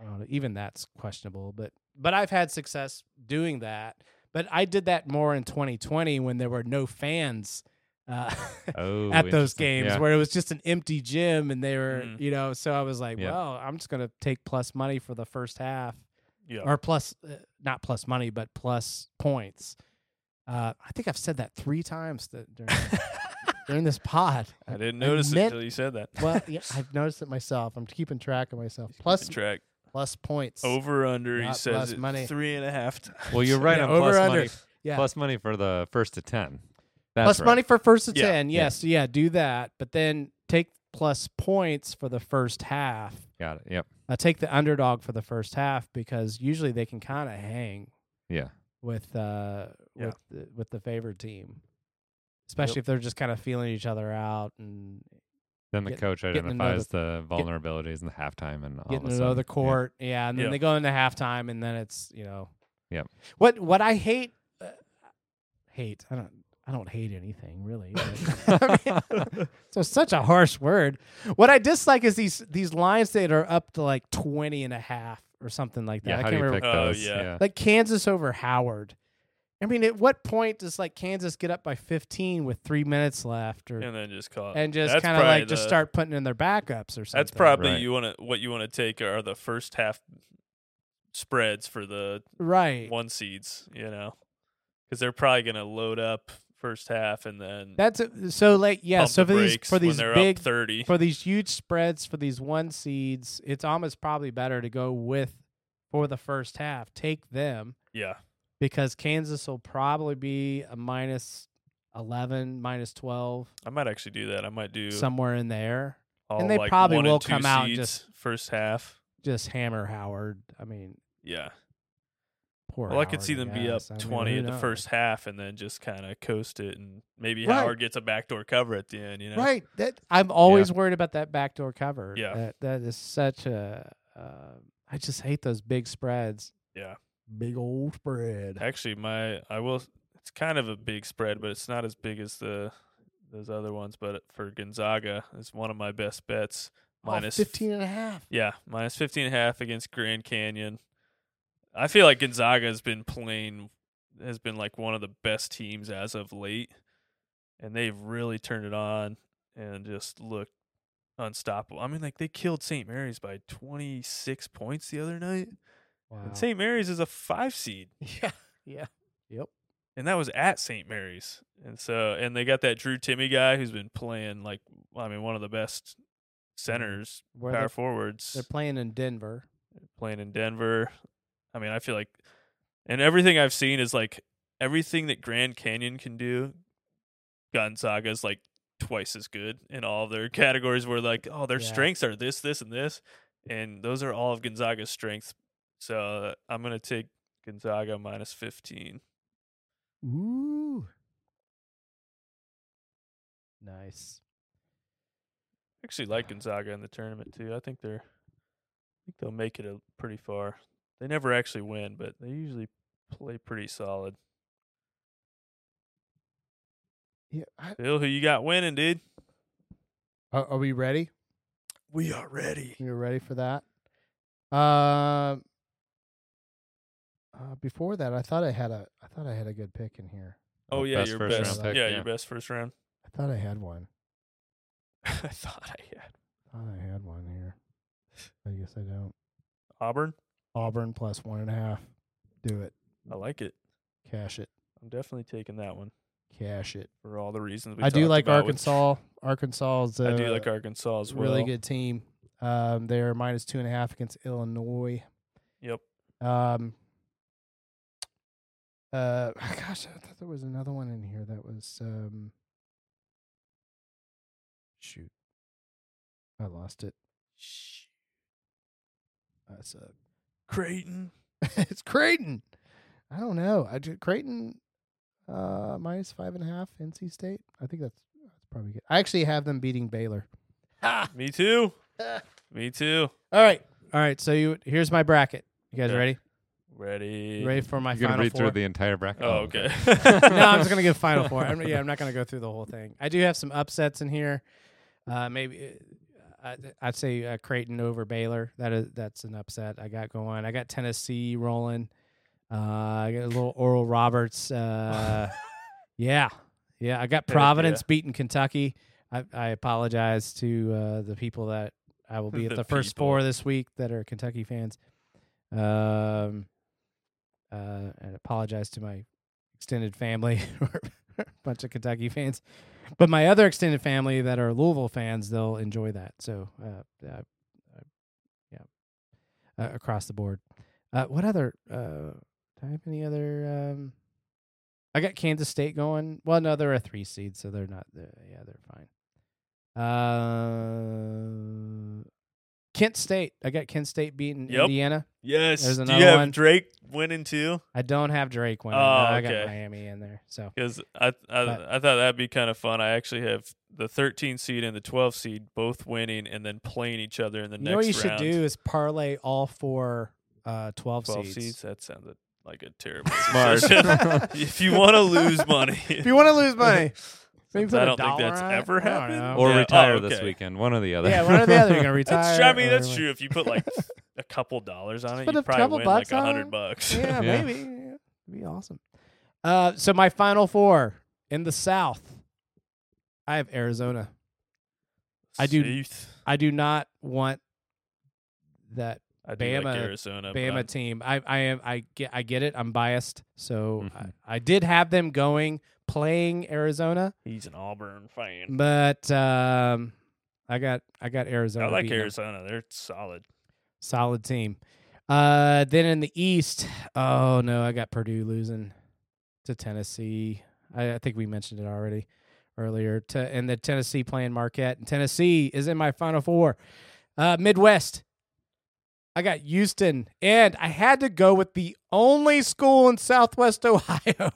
S1: I don't know, even that's questionable. But but I've had success doing that. But I did that more in 2020 when there were no fans uh,
S2: oh,
S1: at those
S2: interesting.
S1: games,
S2: Yeah.
S1: where it was just an empty gym, and they were
S3: Mm.
S1: you know. So I was like,
S2: Yeah.
S1: well, I'm just gonna take plus money for the first half,
S3: yeah.
S1: or plus uh, not plus money, but plus points. Uh, I think I've said that three times th- during, during this pod.
S3: I didn't notice it
S1: meant-
S3: until you said that.
S1: Well, yeah, I've noticed it myself. I'm keeping track of myself. Plus,
S3: track
S1: plus points.
S2: Oh,
S3: over under. He
S1: Not
S3: says
S1: plus
S3: it
S1: money.
S3: three and a half times.
S2: Well, you're right
S1: Yeah,
S2: on
S1: over
S2: plus
S1: under.
S2: money.
S1: Yeah.
S2: Plus money for the first to ten. That's
S1: Plus
S2: right.
S1: money for first to
S3: Yeah,
S1: ten.
S2: yeah.
S1: Yes, yeah. do that. But then take plus points for the first half.
S2: Got it. Yep.
S1: Uh, take the underdog for the first half because usually they can kind of hang
S2: Yeah.
S1: with uh
S3: Yeah.
S1: with the, with the favored team, especially if they're just kind of feeling each other out and
S2: Then the
S1: Get-
S2: coach
S1: getting to know
S2: identifies the vulnerabilities in the halftime and all
S1: getting
S2: of a
S1: to know
S2: sudden,
S1: the
S2: yeah.
S1: court. Yeah, and then
S3: Yep.
S1: they go into halftime, and then it's you know.
S2: Yep.
S1: What what I hate, uh, hate. I don't. I don't hate anything really. but- so such a harsh word. What I dislike is these these lines that are up to like 20 and a half or something like that.
S2: yeah,
S1: I
S2: how
S1: can't
S2: do you
S1: remember.
S2: pick
S3: Oh,
S2: those?
S3: yeah.
S1: Like Kansas over Howard. I mean, at what point does like Kansas get up by 15 with three minutes left, or
S3: and then just call it.
S1: and just
S3: That's
S1: kind of
S3: probably
S1: like just
S3: the-
S1: start putting in their backups or something?
S3: That's probably
S2: Right.
S3: you want to what you want to take are the first half spreads for the
S1: right.
S3: one seeds, you know, because they're probably going to load up first half and then
S1: That's a, so like yeah.
S3: pump
S1: so
S3: the
S1: for these
S3: brakes
S1: for these
S3: when they're
S1: big
S3: up thirty.
S1: for these huge spreads for these one seeds, it's almost probably better to go with for the first half. Take them
S3: yeah,
S1: because Kansas will probably be a minus eleven, minus twelve,
S3: I might actually do that. I might do
S1: somewhere in there.
S3: all
S1: they
S3: like
S1: probably
S3: one and
S1: will
S3: two
S1: come out
S3: seeds
S1: just-
S3: first half.
S1: Just hammer Howard. I mean,
S3: Yeah.
S1: poor.
S3: Well, I could
S1: Howard,
S3: see them be up
S1: guess. I mean,
S3: 20
S1: who
S3: in the
S1: knows?
S3: first half and then just kind of coast it. And maybe
S1: Right.
S3: Howard gets a backdoor cover at the end, you know?
S1: Right. That I'm always worried about that backdoor cover.
S3: Yeah.
S1: That, that is such a. Uh, I just hate those big spreads.
S3: Yeah.
S1: Big old spread.
S3: Actually, my, I will, it's kind of a big spread, but it's not as big as the, those other ones. But for Gonzaga, it's one of my best bets. Minus
S1: oh, 15 and a half.
S3: Yeah, minus 15 and a half against Grand Canyon. I feel like Gonzaga has been playing has been like one of the best teams as of late and they've really turned it on and just looked unstoppable. I mean like they killed St. Mary's by 26 points the other night.
S1: Wow.
S3: And St. Mary's is a 5 seed
S1: Yeah. Yeah. Yep.
S3: and that was at St. Mary's. And so and they got that Drew Timmy guy who's been playing like I mean one of the best centers,
S1: Where
S3: power
S1: they're,
S3: forwards.
S1: they're playing in Denver.
S3: playing in Denver. I mean, I feel like, and everything I've seen is like everything that Grand Canyon can do. Gonzaga's like twice as good in all of their categories. Where like, oh, their
S1: Yeah.
S3: strengths are this, this, and this, and those are all of Gonzaga's strengths. So uh, I'm gonna take Gonzaga minus 15.
S1: Ooh. Nice.
S3: I actually like Gonzaga in the tournament too. I think they're, I think they'll make it a, pretty far. They never actually win, but they usually play pretty solid.
S1: Yeah. I,
S3: Bill, who you got winning, dude?
S1: are, are we ready?
S3: We are ready.
S1: You're ready for that? Um. Uh, before that, I thought I had a I thought I had a good pick in here.
S3: Oh
S2: Well,
S3: yeah,
S2: best
S3: your
S2: first
S3: best.
S1: round pick,
S3: yeah,
S2: yeah.
S3: your best first round.
S1: I thought I had one.
S3: I thought I had
S1: thought I had one here. I guess I don't.
S3: Auburn.
S1: Auburn plus one and a half. Do it.
S3: I like it.
S1: Cash it.
S3: I'm definitely taking that one
S1: Cash it.
S3: for all the reasons we.
S1: I do
S3: talked
S1: like
S3: about with-
S1: Arkansas. Arkansas is
S3: I do
S1: uh,
S3: like Arkansas as well.
S1: really good team. Um, they're minus two and a half against Illinois.
S3: Yep.
S1: Um, uh, gosh, I thought there was another one in here that was um, shoot, I lost it. I suck.
S3: Creighton.
S1: it's Creighton. I don't know. I ju- Creighton uh, minus five and a half. NC State. I think that's that's probably good. I actually have them beating Baylor. Ah!
S3: Me too. Me too.
S1: All right, all right. So you here's my bracket. You guys
S3: Okay.
S1: ready?
S3: Ready.
S1: You ready for my
S2: You're gonna
S1: final
S2: read
S1: four?
S2: through the entire bracket.
S3: Oh, okay.
S1: no, I'm just gonna give final four. I'm, yeah, I'm not gonna go through the whole thing. I do have some upsets in here. Uh, maybe uh, I, I'd say uh, Creighton over Baylor. That is that's an upset I got going. I got Tennessee rolling. Uh, I got a little Oral Roberts. Uh, yeah, yeah. I got
S3: Yeah.
S1: Providence beating Kentucky. I, I apologize to uh, the people that I will be at
S3: The
S1: the, first
S3: people.
S1: four this week that are Kentucky fans. Um, uh, and apologize to my extended family, a bunch of Kentucky fans. But my other extended family that are Louisville fans, they'll enjoy that. So, uh, uh, uh, yeah, uh, across the board. Uh, what other? Uh, do I have any other? Um, I got Kansas State going. Well, no, they're a three seed, so they're not. They're, yeah, they're fine. Uh, Kent State. I got Kent State beating
S3: Yep.
S1: Indiana.
S3: yes.
S1: There's
S3: do
S1: another
S3: you have
S1: one.
S3: Drake winning too?
S1: I don't have Drake winning.
S3: Oh,
S1: I
S3: okay.
S1: got Miami in there. So
S3: Because I I,
S1: But-
S3: I thought that'd be kind of fun. I actually have the 13 seed and the 12 seed both winning and then playing each other in the
S1: you
S3: next
S1: know what you
S3: round.
S1: should do is parlay all four uh, 12,
S3: 12
S1: seeds.
S3: seeds. That sounded like a terrible
S2: Smart.
S3: decision. if you want to lose money,
S1: if you want to lose money, maybe
S3: Since
S1: put
S3: I
S1: a
S3: don't think
S1: dollar
S3: that's
S1: on it.
S3: ever
S1: I don't
S3: happened.
S1: know.
S2: Or
S3: Yeah, oh,
S2: retire this
S3: okay.
S2: weekend. One or the other.
S1: yeah, one or the other. You're gonna retire.
S3: that's true. I mean,
S1: or
S3: that's
S1: like-
S3: true. If you put like a couple dollars on it,
S1: put
S3: you
S1: a
S3: probably
S1: couple
S3: win
S1: bucks
S3: like a
S1: on
S3: hundred
S1: it.
S3: bucks.
S1: Yeah,
S2: Yeah.
S1: maybe. Yeah, It'd be awesome. Uh, so my final four in the South, I have Arizona. I do-
S3: Seeth.
S1: I do not want that
S3: I do like
S1: Bama-
S3: Arizona. but
S1: Bama
S3: I'm-
S1: team. I I am I get I get it. I'm biased, so
S2: Mhm.
S1: I, I did have them going playing Arizona,
S3: he's an Auburn
S1: Mm,
S3: fan.
S1: but um, I got I got Arizona.
S3: I like
S1: beating 'em.
S3: Arizona. They're solid.
S1: Solid team. Uh, then in the East, oh no, I got Purdue losing to Tennessee. I, I think we mentioned it already earlier. To and the Tennessee playing Marquette, and Tennessee is in my Final Four. Uh, Midwest. I got Houston, and I had to go with the only school in Southwest Ohio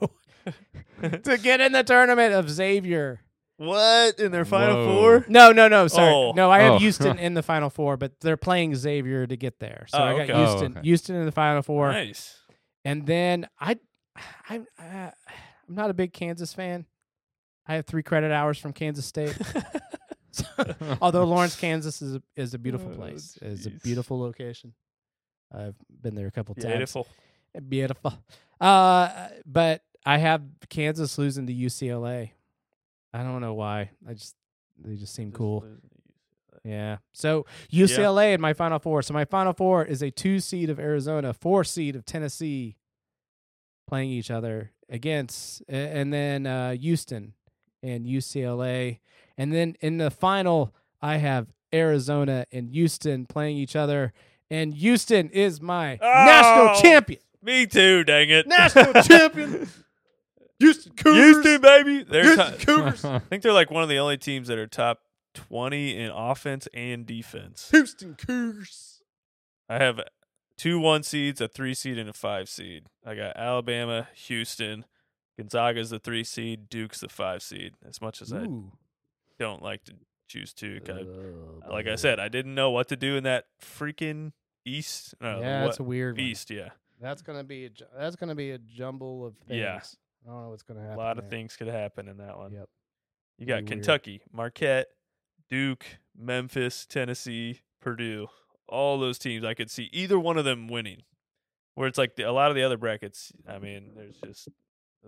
S1: to get in the tournament of Xavier.
S3: What in their Final
S2: Whoa.
S3: Four?
S1: No, no, no. Sorry,
S3: Oh.
S1: no. I have
S2: Oh.
S1: Houston in the Final Four, but they're playing Xavier to get there. So
S3: Oh,
S1: I got
S3: okay.
S2: Oh,
S1: Houston,
S2: okay.
S1: Houston in the Final Four,
S3: Nice.
S1: and then I, I'm, uh, I'm not a big Kansas fan. I have three credit hours from Kansas State. So- although Lawrence, Kansas is a, is a beautiful
S3: Oh,
S1: place, is a
S3: jeez.
S1: beautiful location. I've been there a couple times.
S3: Beautiful.
S1: Beautiful. Uh, but I have Kansas losing to UCLA. I don't know why. I just they just seem cool. Yeah. So UCLA in my final four. So my final four is a two seed of Arizona, four seed of Tennessee playing each other against, a- and then uh, Houston and UCLA. And then in the final, I have Arizona and Houston playing each other. And Houston is my
S3: Oh!
S1: national champion.
S3: Me too. Dang it.
S1: National champion. Houston Cougars.
S3: Houston, baby. They're
S1: Houston
S3: top,
S1: Cougars.
S3: I think they're like one of the only teams that are top twenty in offense and defense.
S1: Houston Cougars.
S3: I have two one seeds, a three seed, and a five seed. I got Alabama, Houston, Gonzaga's the three seed, Duke's the five seed. As much as I
S1: Ooh.
S3: don't like to choose two, 'cause
S1: Oh,
S3: I- like I
S1: boy.
S3: said, I didn't know what to do in that freaking East. No,
S1: yeah, that's
S3: what,
S1: a weird one.
S3: East, yeah.
S1: That's gonna be a, ju- that's gonna be a jumble of things.
S3: Yeah.
S1: I don't know what's gonna
S3: A
S1: happen.
S3: lot
S1: there.
S3: of things could happen in that one.
S1: Yep.
S3: You
S1: Be
S3: got
S1: weird.
S3: Kentucky, Marquette, Duke, Memphis, Tennessee, Purdue. All those teams, I could see either one of them winning. Where it's like the, a lot of the other brackets, I mean, there's just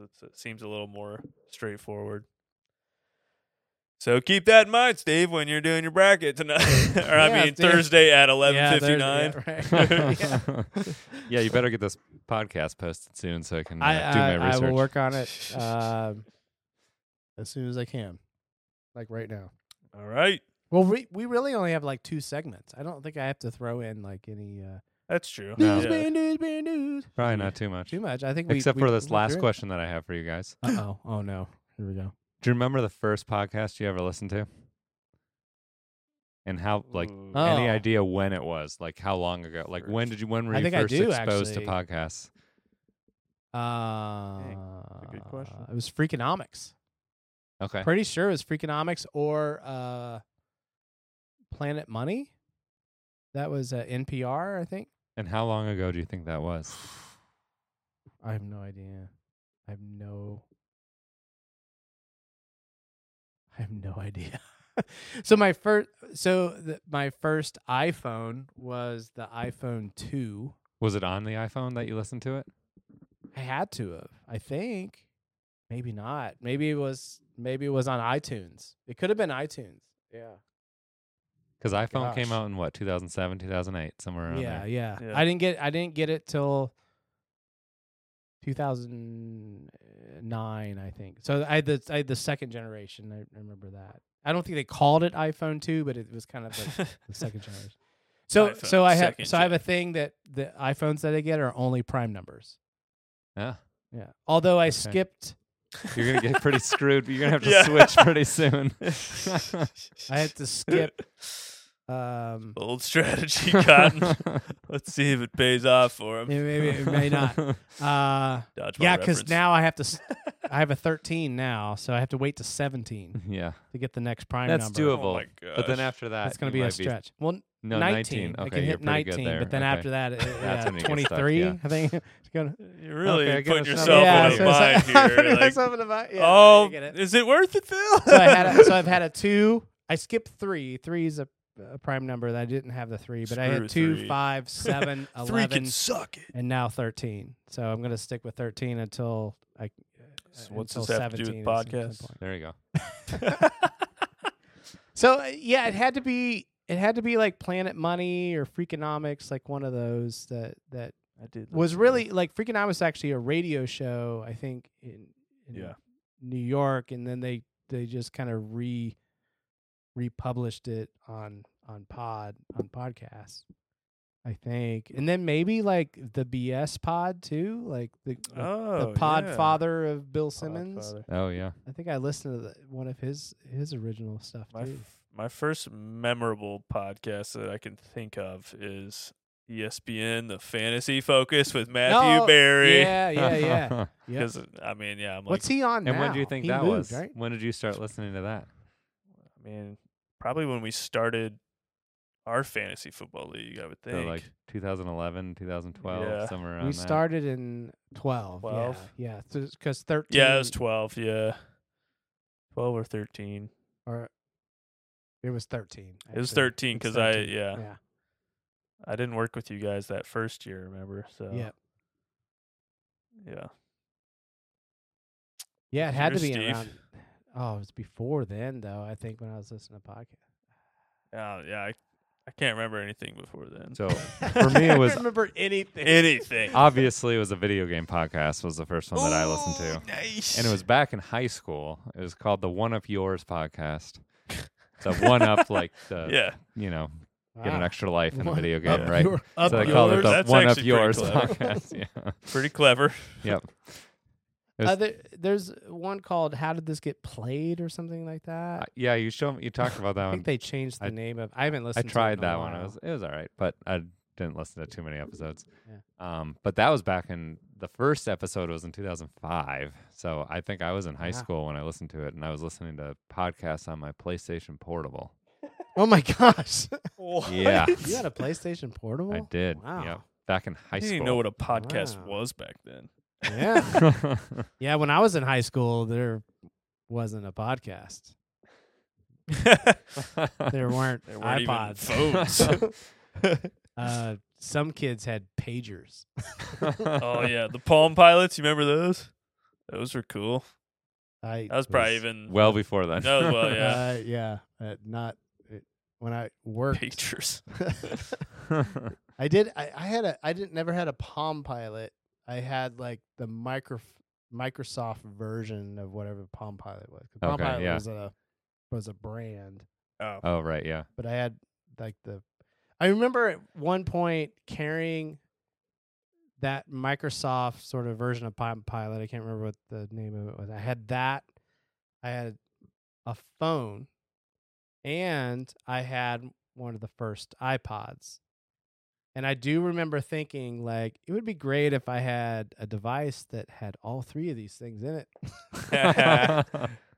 S3: it's, it seems a little more straightforward. So keep that in mind, Steve, when you're doing your bracket tonight, or I
S1: Yeah,
S3: mean
S1: Steve.
S3: Thursday at
S1: Yeah,
S3: eleven
S1: there's-
S3: fifty nine.
S1: yeah, right. Yeah.
S2: yeah, you better get this podcast posted soon so I can uh,
S1: I,
S2: do
S1: I,
S2: my
S1: I
S2: research.
S1: will work on it um, as soon as I can, like right now.
S3: All right,
S1: Well, we we really only have like two segments. I don't think I have to throw in like any uh,
S3: that's true.
S2: No.
S1: news, man, news, man, news.
S2: Probably not too much.
S1: Too much. I think we
S2: Except
S1: we-
S2: for this
S1: we
S2: last
S1: drew it.
S2: question that I have for you guys.
S1: Uh-oh. Oh no. Here we go.
S2: Do you remember the first podcast you ever listened to? And how like
S3: Ooh.
S1: Oh.
S2: any idea when it was? Like how long ago? Like when did you when were
S1: I
S2: you
S1: think I
S2: first
S1: do,
S2: exposed
S1: actually.
S2: to podcasts?
S1: Uh,
S3: a good question.
S1: It was Freakonomics.
S2: Okay.
S1: Pretty sure it was Freakonomics or uh, Planet Money. That was uh, NPR, I think.
S2: And how long ago do you think that was?
S1: I have no idea. I have no. I have no idea. so my first, so the, my first iPhone was the iPhone two.
S2: Was it on the iPhone that you listened to it?
S1: I had to have, I think. Maybe not. Maybe it was. Maybe it was on iTunes. It could have been iTunes. Yeah.
S2: Because iPhone came
S1: Gosh.
S2: out in what 2007, 2008, somewhere around
S1: yeah,
S2: there.
S1: yeah,
S3: Yeah.
S1: I didn't get I didn't get it till 2009, I think. So I had the I had the second generation. I remember that. I don't think they called it iPhone 2, but it was kind of like the second generation. So
S3: iPhone,
S1: so I have
S3: second
S1: so I have
S3: gen.
S1: a thing that the iPhones that I get are only prime numbers.
S2: Yeah.
S1: Yeah. Although I
S2: Ah. Okay.
S1: skipped
S2: You're gonna get pretty screwed. You're gonna have to
S3: Yeah.
S2: switch pretty soon.
S1: I had to skip um
S3: Old strategy, Cotton. Let's see if it pays off for him.
S1: yeah, maybe it may not. Uh
S3: Dodgeball
S1: yeah, cuz
S3: reference.
S1: now I have to s- I have a 13 now, so I have to wait to 17.
S2: yeah,
S1: to get the next prime
S2: that's
S1: number.
S3: Oh
S2: doable.
S3: my
S2: but then
S3: gosh.
S2: after that,
S1: That's going
S2: you
S1: to be
S2: might
S1: a stretch. Well,
S2: no,
S1: 19.
S2: 19.
S1: I
S2: Okay,
S1: can
S2: you're
S1: hit
S2: pretty
S1: 19,
S2: good there.
S1: but then
S2: okay.
S1: after that, it,
S2: That's
S1: yeah,
S2: when you get stuck,
S1: 23,
S2: yeah.
S1: I think. It's gonna,
S3: You're really
S2: Okay, I get
S3: putting
S2: it's not
S3: yourself
S2: bad.
S1: yeah,
S3: on
S1: it's like-
S2: so
S3: the line here.
S1: putting
S3: You're like,
S1: myself in a bind. Yeah, I
S3: oh,
S1: get it.
S3: is it worth it, Phil?
S1: So, I had a, so I've had a two. I skipped three. Three is a, a prime number that I didn't have the three, but I
S3: Screw
S1: had two,
S3: three.
S1: five, seven,
S3: Three can
S1: eleven,
S3: suck it.
S1: and now 13. So I'm going to stick with 13 until I.
S3: So what's
S1: until
S3: this have to do with
S1: 17 at some- some
S3: podcasts?
S1: point.
S2: There you go.
S1: So uh, yeah, it had to be. it had to be like Planet Money or Freakonomics, like one of those that that
S3: I did. look
S1: was
S3: it up.
S1: really like Freakonomics was actually a radio show, I think in, in
S3: Yeah.
S1: New York, and then they they just kind of re republished it on on pod on podcasts, I think, and then maybe like the BS pod too, like the the,
S3: oh,
S1: the pod
S3: yeah.
S1: father of Bill Simmons.
S3: Podfather.
S2: Oh yeah.
S1: I think I listened to the, one of his his original stuff
S3: My
S1: too.
S3: f- my first memorable podcast that I can think of is E ESPN, the Fantasy Focus with Matthew
S1: Oh,
S3: Barry.
S1: Yeah, yeah, yeah. Yep.
S3: Because I mean, yeah, I'm like,
S1: What's he on
S2: and
S1: now?
S2: when do you think
S1: He
S2: that
S1: moved,
S2: was?
S1: Right?
S2: When did you start listening to that?
S3: I mean, probably when we started our fantasy football league, I would
S2: So,
S3: think.
S2: like 2011, 2012,
S3: Yeah.
S2: somewhere around
S1: We
S2: that.
S1: started in 12.
S3: 12?
S1: Yeah. Yeah. Because 13.
S3: yeah, it was 12. Yeah, 12 or 13.
S1: Or it was 13.
S3: It was
S1: actually.
S3: 13
S1: It's
S3: because I
S1: 13,
S3: yeah,
S1: Yeah.
S3: I didn't work with you guys that first year, remember? So
S1: Yeah.
S3: yeah.
S1: Yeah. It had to
S3: Yours,
S1: be
S3: Steve?
S1: around. Oh, it was before then, though, I think, when I was listening to podcast.
S3: Oh, yeah, I, I can't remember anything before then.
S2: So for me, it was
S1: remember anything.
S3: anything.
S2: obviously it was a video game podcast was the first one that I listened to.
S3: Ooh,
S1: Oh,
S3: Nice.
S2: and it was back in high school. It was called the One Up Yours podcast. So one up, like the
S3: yeah.
S2: you know, get an extra life in a
S1: One
S2: video
S1: Up
S2: game, right?
S1: your-
S2: so
S1: up
S2: they called it
S1: yours.
S2: the
S3: That's
S2: One Up
S3: actually pretty
S2: Yours
S3: clever.
S2: podcast. Yeah,
S3: Pretty clever.
S2: yep. It was-
S1: Uh, there, there's one called "How Did This Get Played" or something like that.
S2: I- yeah, you show you talked about that
S1: I
S2: one.
S1: think they changed the
S2: Um, I-
S1: name of. I haven't
S2: I
S1: listened.
S2: tried
S1: to it in a
S2: that one. It
S1: while.
S2: was it was all right, but I didn't listen to too many episodes. Um, but that was back in the first episode was in 2005. So I think I was in high
S1: Yeah.
S2: school when I listened to it, and I was listening to podcasts on my PlayStation Portable.
S1: Oh my gosh!
S2: Yeah.
S1: you had a PlayStation Portable?
S2: I did.
S1: Wow.
S2: Yep. Back in
S3: I
S2: high
S3: didn't
S2: school.
S3: even know what a podcast
S1: Wow.
S3: was back then.
S1: Yeah. yeah. When I was in high school, there wasn't a podcast. There weren't,
S3: There weren't even
S1: iPods.
S3: phones.
S1: Uh, some kids had pagers.
S3: oh yeah, the Palm Pilots. You remember those? Those were cool.
S1: I
S3: That was probably even
S2: Well before then.
S3: No, well, yeah.
S1: Uh, yeah. uh, not it, when I worked.
S3: pictures.
S1: I did. I, I had a. I didn't never had a Palm Pilot. I had like the micro Microsoft version of whatever Palm Pilot was. 'Cause Palm
S2: Okay,
S1: Pilot
S2: yeah.
S1: was a was a brand.
S3: Oh,
S2: oh right, yeah.
S1: but I had like the I remember at one point carrying that Microsoft sort of version of Palm Pilot. I can't remember what the name of it was. I had that. I had a phone and I had one of the first iPods. And I do remember thinking like it would be great if I had a device that had all three of these things in it.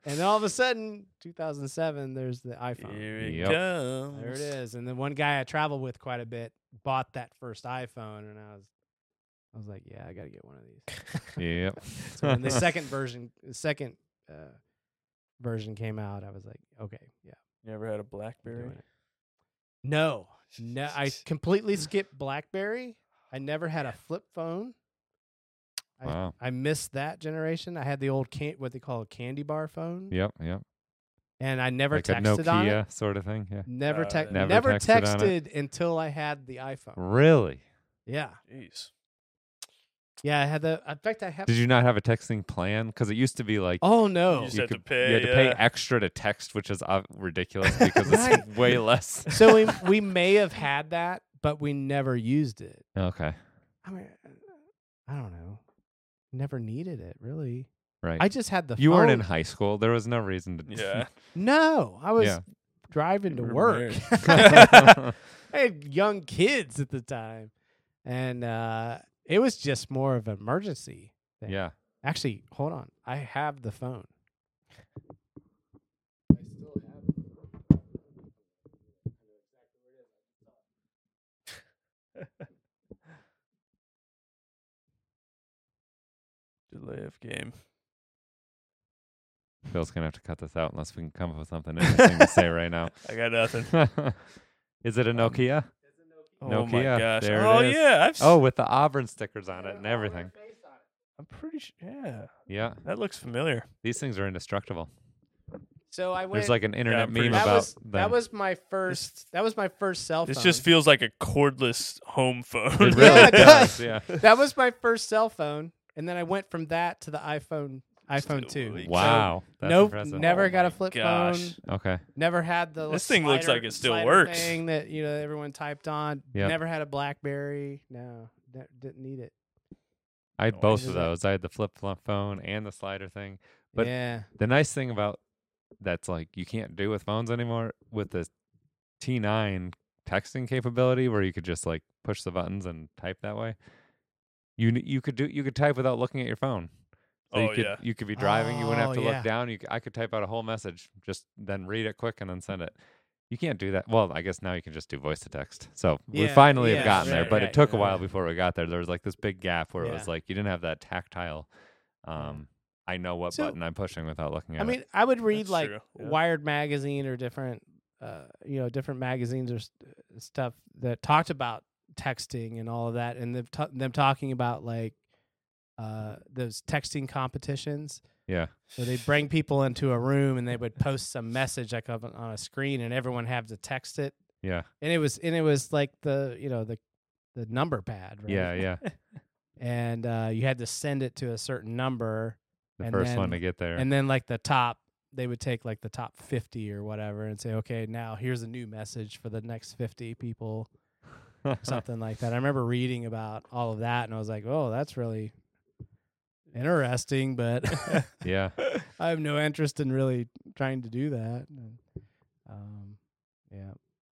S1: And then all of a sudden, 2007, there's the iPhone.
S3: here it
S2: Yep.
S3: comes.
S1: There it is. And then one guy I traveled with quite a bit bought that first iPhone, and I was, I was like, yeah, I got to get one of these.
S2: yep.
S1: so when the second version, the second uh, version came out, I was like, okay, yeah,
S3: You ever had a
S1: I'm
S3: BlackBerry?
S1: doing it. No, no, I completely skipped BlackBerry. I never had a flip phone. I,
S2: Wow.
S1: I missed that generation. I had the old can- what they call a candy bar phone,
S2: Yep, yep.
S1: and I never
S2: like a
S1: texted on it.
S2: Nokia sort of thing. Yeah.
S1: Never,
S3: Uh,
S1: tec- never,
S2: Never texted on it.
S1: texted until I had the iPhone.
S2: Really?
S1: Yeah.
S3: Jeez.
S1: Yeah, I had the. In fact, I have.
S2: Did you not have a texting plan? Because it used to be like
S1: oh
S3: You
S1: no!
S3: just had to
S2: could-
S3: pay.
S2: you had to pay
S3: yeah.
S2: extra to text, which is uh, ridiculous because
S1: Right.
S2: it's way less.
S1: so we we may have had that, but we never used it.
S2: Okay.
S1: I mean, I don't know. Never needed it really.
S2: Right.
S1: I just had the.
S2: you weren't in
S1: phone.
S2: high school. There was no reason to.
S3: Yeah.
S1: No, I was
S2: Yeah.
S1: driving to
S3: You were
S1: work. I
S2: yeah.
S1: had young kids at the time, and uh, it was just more of an emergency. Thing. Actually, hold on. I have the phone. I still have it.
S3: Delay of game.
S2: Phil's gonna have to cut this out unless we can come up with something interesting to say right now.
S3: I got nothing.
S2: is
S1: Um,
S2: it a Nokia?
S3: Oh my
S2: Nokia,
S3: gosh.
S2: there it
S3: oh
S2: is.
S3: yeah. I've s-
S2: Oh, with the Auburn stickers on it and everything.
S3: I'm pretty sure. Yeah.
S2: Yeah,
S3: That looks familiar.
S2: these things are indestructible.
S1: So I went.
S2: There's like an internet
S3: pretty
S2: meme
S3: sure.
S1: that
S2: about
S1: was that
S2: them.
S1: was my first. That was my first cell phone.
S3: This just feels like a cordless home phone.
S2: it really
S1: Yeah, it
S2: does.
S1: does.
S2: Yeah.
S1: that was my first cell phone, and then I went from that to the iPhone iPhone two.
S3: Holy
S2: Wow. That's
S1: nope,
S2: impressive.
S1: never
S3: Oh
S1: got a
S3: my
S1: flip
S3: gosh.
S1: phone.
S2: Okay.
S1: Never had the.
S3: This thing looks
S1: slider-
S3: like it still
S1: slider
S3: works.
S1: Thing that you know everyone typed on.
S2: Yep.
S1: Never had a BlackBerry. No, ne- didn't need it.
S2: I had
S3: Oh, I
S2: both
S1: see
S2: of
S1: that.
S2: those. I had the flip flop phone and the slider thing. But-
S1: yeah,
S2: The nice thing about that's like you can't do with phones anymore with the T9 texting capability where you could just like push the buttons and type that way. You n- you could do you could type without looking at your phone. So you
S3: Oh,
S2: could
S3: yeah.
S2: you could be driving, you wouldn't have
S1: Oh,
S2: to
S1: yeah.
S2: look down. You c- I could type out a whole message, just then read it quick and then send it. You can't do that. Well, I guess now you can just do voice to text. So we
S1: Yeah,
S2: finally have
S1: yeah,
S2: gotten there,
S3: right,
S2: but it
S1: right,
S2: took a
S1: yeah.
S2: while before we got there. There was like this big gap where it
S1: Yeah.
S2: was like you didn't have that tactile. Um, I know what
S1: So-
S2: button I'm pushing without looking at
S1: I
S2: it.
S1: mean, I would read
S3: That's
S1: like
S3: true, yeah.
S1: Wired magazine or different, uh, you know, different magazines or st- stuff that talked about texting and all of that, and them, t- them talking about like uh, those texting competitions.
S2: Yeah.
S1: where they'd bring people into a room and they would post some message like up on a screen, and everyone had to text it.
S2: Yeah.
S1: And it was and it was like the you know the the number pad, right?
S2: Yeah, yeah.
S1: And uh, you had to send it to a certain number.
S2: The
S1: And
S2: first one to
S1: then-
S2: get there.
S1: And then like the top, they would take like the top 50 or whatever and say, okay, now here's a new message for the next 50 people, something like that. I remember reading about all of that and I was like, oh, that's really interesting, but
S2: yeah.
S1: I have no interest in really trying to do that. And, um, yeah.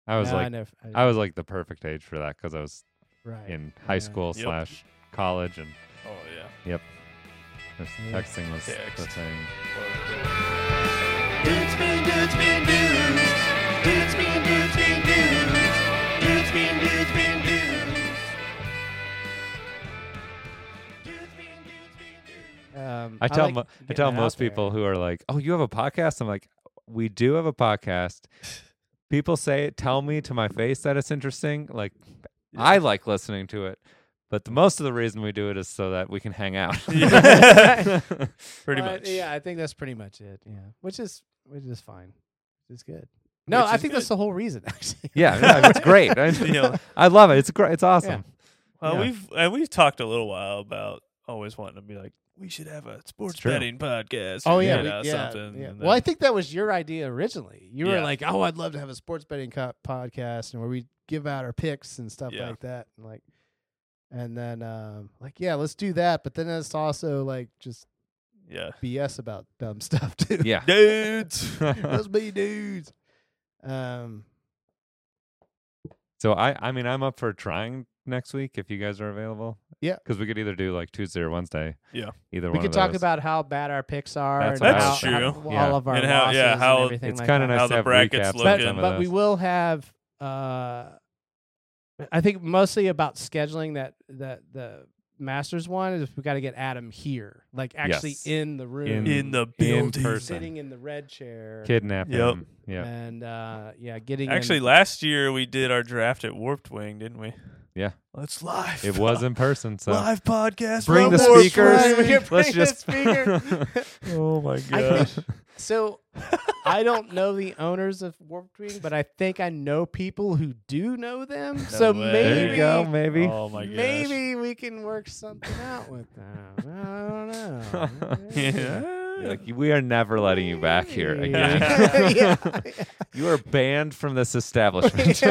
S2: I was
S1: Now
S2: like
S1: nev- I-
S2: I was like the perfect age for that cuz I was
S1: right.
S2: in high
S1: yeah.
S2: school
S3: Yep.
S2: slash college and
S3: Oh yeah.
S2: this
S1: Yeah.
S2: texting was the
S3: Text.
S2: thing.
S4: Dudes being dudes being dudes. Dudes being dudes being dudes. Dudes being dudes being dudes. Dudes being dudes being dudes.
S1: Um,
S2: I tell
S1: like
S2: mo- I
S1: getting
S2: tell
S1: it out
S2: most
S1: there.
S2: people who are like, "Oh, you have a podcast?" I'm like, "We do have a podcast." People say it, tell me to my face that it's interesting. Like, I like listening to it, but the most of the reason we do it is so that we can hang out.
S3: Yeah. Pretty
S1: But,
S3: much.
S1: Uh, Yeah, I think that's pretty much it. Yeah, which is which is fine. It's good. No,
S3: Which
S1: I
S3: is
S1: think that's
S3: good.
S1: the whole reason. Actually.
S2: yeah, no, it's great. I,
S3: You know,
S2: I love it. It's great. It's awesome.
S3: well,
S2: Yeah.
S3: we've and we've talked a little while about always wanting to be like we should have a sports
S2: true.
S3: betting podcast.
S1: Oh
S3: or,
S1: yeah,
S3: you
S1: we-
S3: know,
S1: yeah,
S3: something.
S1: yeah.
S3: and
S1: Well, I
S3: then-
S1: think that was your idea originally. You were
S3: Yeah.
S1: like, "Oh, I'd love to have a sports betting co- podcast, and where we give out our picks and stuff
S3: Yeah.
S1: like that." And like, and then um, like, yeah, let's do that. But then it's also like just
S3: yeah,
S1: BS about dumb stuff too.
S2: Yeah.
S3: dudes.
S1: let's be dudes. Um,
S2: So I, I mean, I'm up for trying next week if you guys are available.
S1: Yeah.
S2: because we could either do like Tuesday or Wednesday.
S3: Yeah.
S2: either
S1: we
S2: one.
S1: could
S2: of
S1: talk
S2: those.
S1: about how bad our picks are.
S2: That's
S1: and
S3: what I
S1: how,
S3: was thinking.
S1: how-
S2: Yeah.
S1: all of our
S3: And how-
S1: losses
S3: yeah, how-
S1: and everything
S2: It's
S1: like
S2: kind
S1: that.
S2: of nice
S3: How
S2: to
S3: the
S2: have
S3: brackets
S2: recaps of
S3: look
S1: but,
S2: some of
S1: but we
S2: those.
S1: will have uh i think mostly about scheduling that that the masters one is we got to get adam here like actually
S2: Yes.
S1: in the room
S2: In-
S3: in the
S2: in
S3: building.
S2: person.
S1: sitting in the red chair
S2: kidnap
S3: Yep.
S2: him. Yeah,
S1: and uh yeah getting in-
S3: Actually, last year we did our draft at Warped Wing, didn't we?
S2: Yeah.
S3: Let's live.
S2: it was in person. So
S3: live podcast.
S2: Bring
S3: from
S2: the
S3: Warped
S2: speakers.
S1: Right, we
S3: Wing.
S1: can bring
S2: Let's
S1: the
S2: just-
S1: speaker.
S3: Oh my
S1: I
S3: gosh.
S1: think, so I don't know the owners of Warped Wing, but I think I know people who do know them. so
S3: way.
S1: maybe
S2: there you go. Maybe.
S3: Oh my gosh.
S1: Maybe we can work something out with them. I don't know.
S3: Yeah.
S2: Like we are never letting you back here
S1: Yeah.
S2: again.
S1: Yeah.
S2: You are banned from this establishment.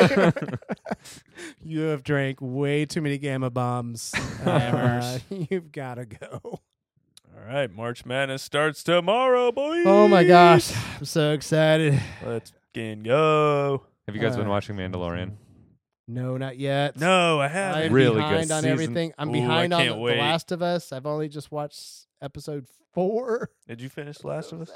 S1: you have drank way too many gamma bombs. Uh, you've got to go.
S3: All right, March Madness starts tomorrow, boys.
S1: Oh my gosh. I'm so excited.
S3: Let's fucking go.
S2: Have you guys been
S1: Alright.
S2: watching Mandalorian?
S1: No, not yet.
S3: No, I
S1: I'm
S3: haven't.
S2: Really good
S1: behind on
S2: season.
S1: everything. I'm
S3: Ooh, I
S1: behind on
S3: can't
S1: The
S3: wait.
S1: Last of Us. I've only just watched episode four.
S3: Did you finish The Last of Us?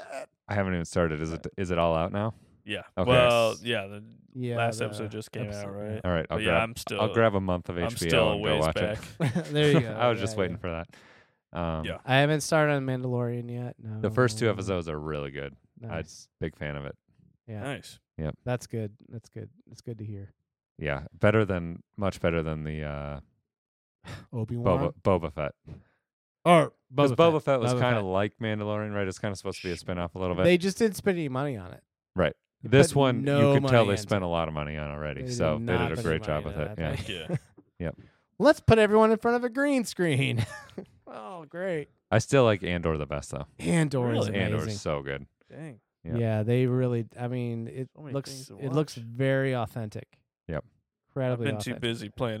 S2: I haven't even started. Is it is it all out now?
S3: Yeah.
S2: Okay.
S3: Well, yeah, the
S1: Yeah,
S3: last
S1: the
S3: episode just came out,
S1: episode, yeah.
S3: right?
S2: All right, I'll
S3: But yeah,
S2: grab
S3: I'm still
S2: I'll grab a month of HBO
S3: I'm still a
S2: and go
S3: ways
S2: watch
S3: back.
S2: it.
S1: there you go.
S2: I was
S1: Yeah,
S2: just
S1: yeah.
S2: waiting for that. Um,
S3: Yeah.
S1: I haven't started on Mandalorian yet. No.
S2: The first two episodes are really good.
S1: Nice.
S2: Big fan of it.
S1: yeah,
S3: Nice.
S1: that's good. That's good. That's good to hear.
S2: Yeah, better than much better than the uh,
S1: Obi Wan.
S2: Boba Boba Fett.
S1: Or
S2: Because
S1: Boba,
S2: Boba Fett, was
S1: Boba
S2: kind of
S1: Fett.
S2: like Mandalorian, right? It's kind of supposed to be a spin off a little bit.
S1: They just didn't spend any money on it.
S2: this
S1: put
S2: one,
S1: no
S2: you could tell
S1: money
S2: they
S1: into
S2: spent a lot of money on already.
S1: They did
S2: so they
S1: not
S2: did a
S1: put
S2: great
S1: any
S2: job
S1: money
S2: with
S1: into
S2: it. Yeah.
S1: that thing.
S3: Yeah.
S2: Yep.
S1: Let's put everyone in front of a green screen. oh, great.
S2: I still like Andor the best, though.
S1: Andor is
S3: Really?
S1: amazing.
S2: Andor's so good.
S3: Dang.
S2: Yeah.
S1: yeah. they really. I mean, it
S3: So many things
S1: looks
S3: to
S1: it looks
S3: watch.
S1: very authentic.
S2: Yep.
S3: I've
S1: Incredibly
S3: been too
S1: authentic.
S3: busy playing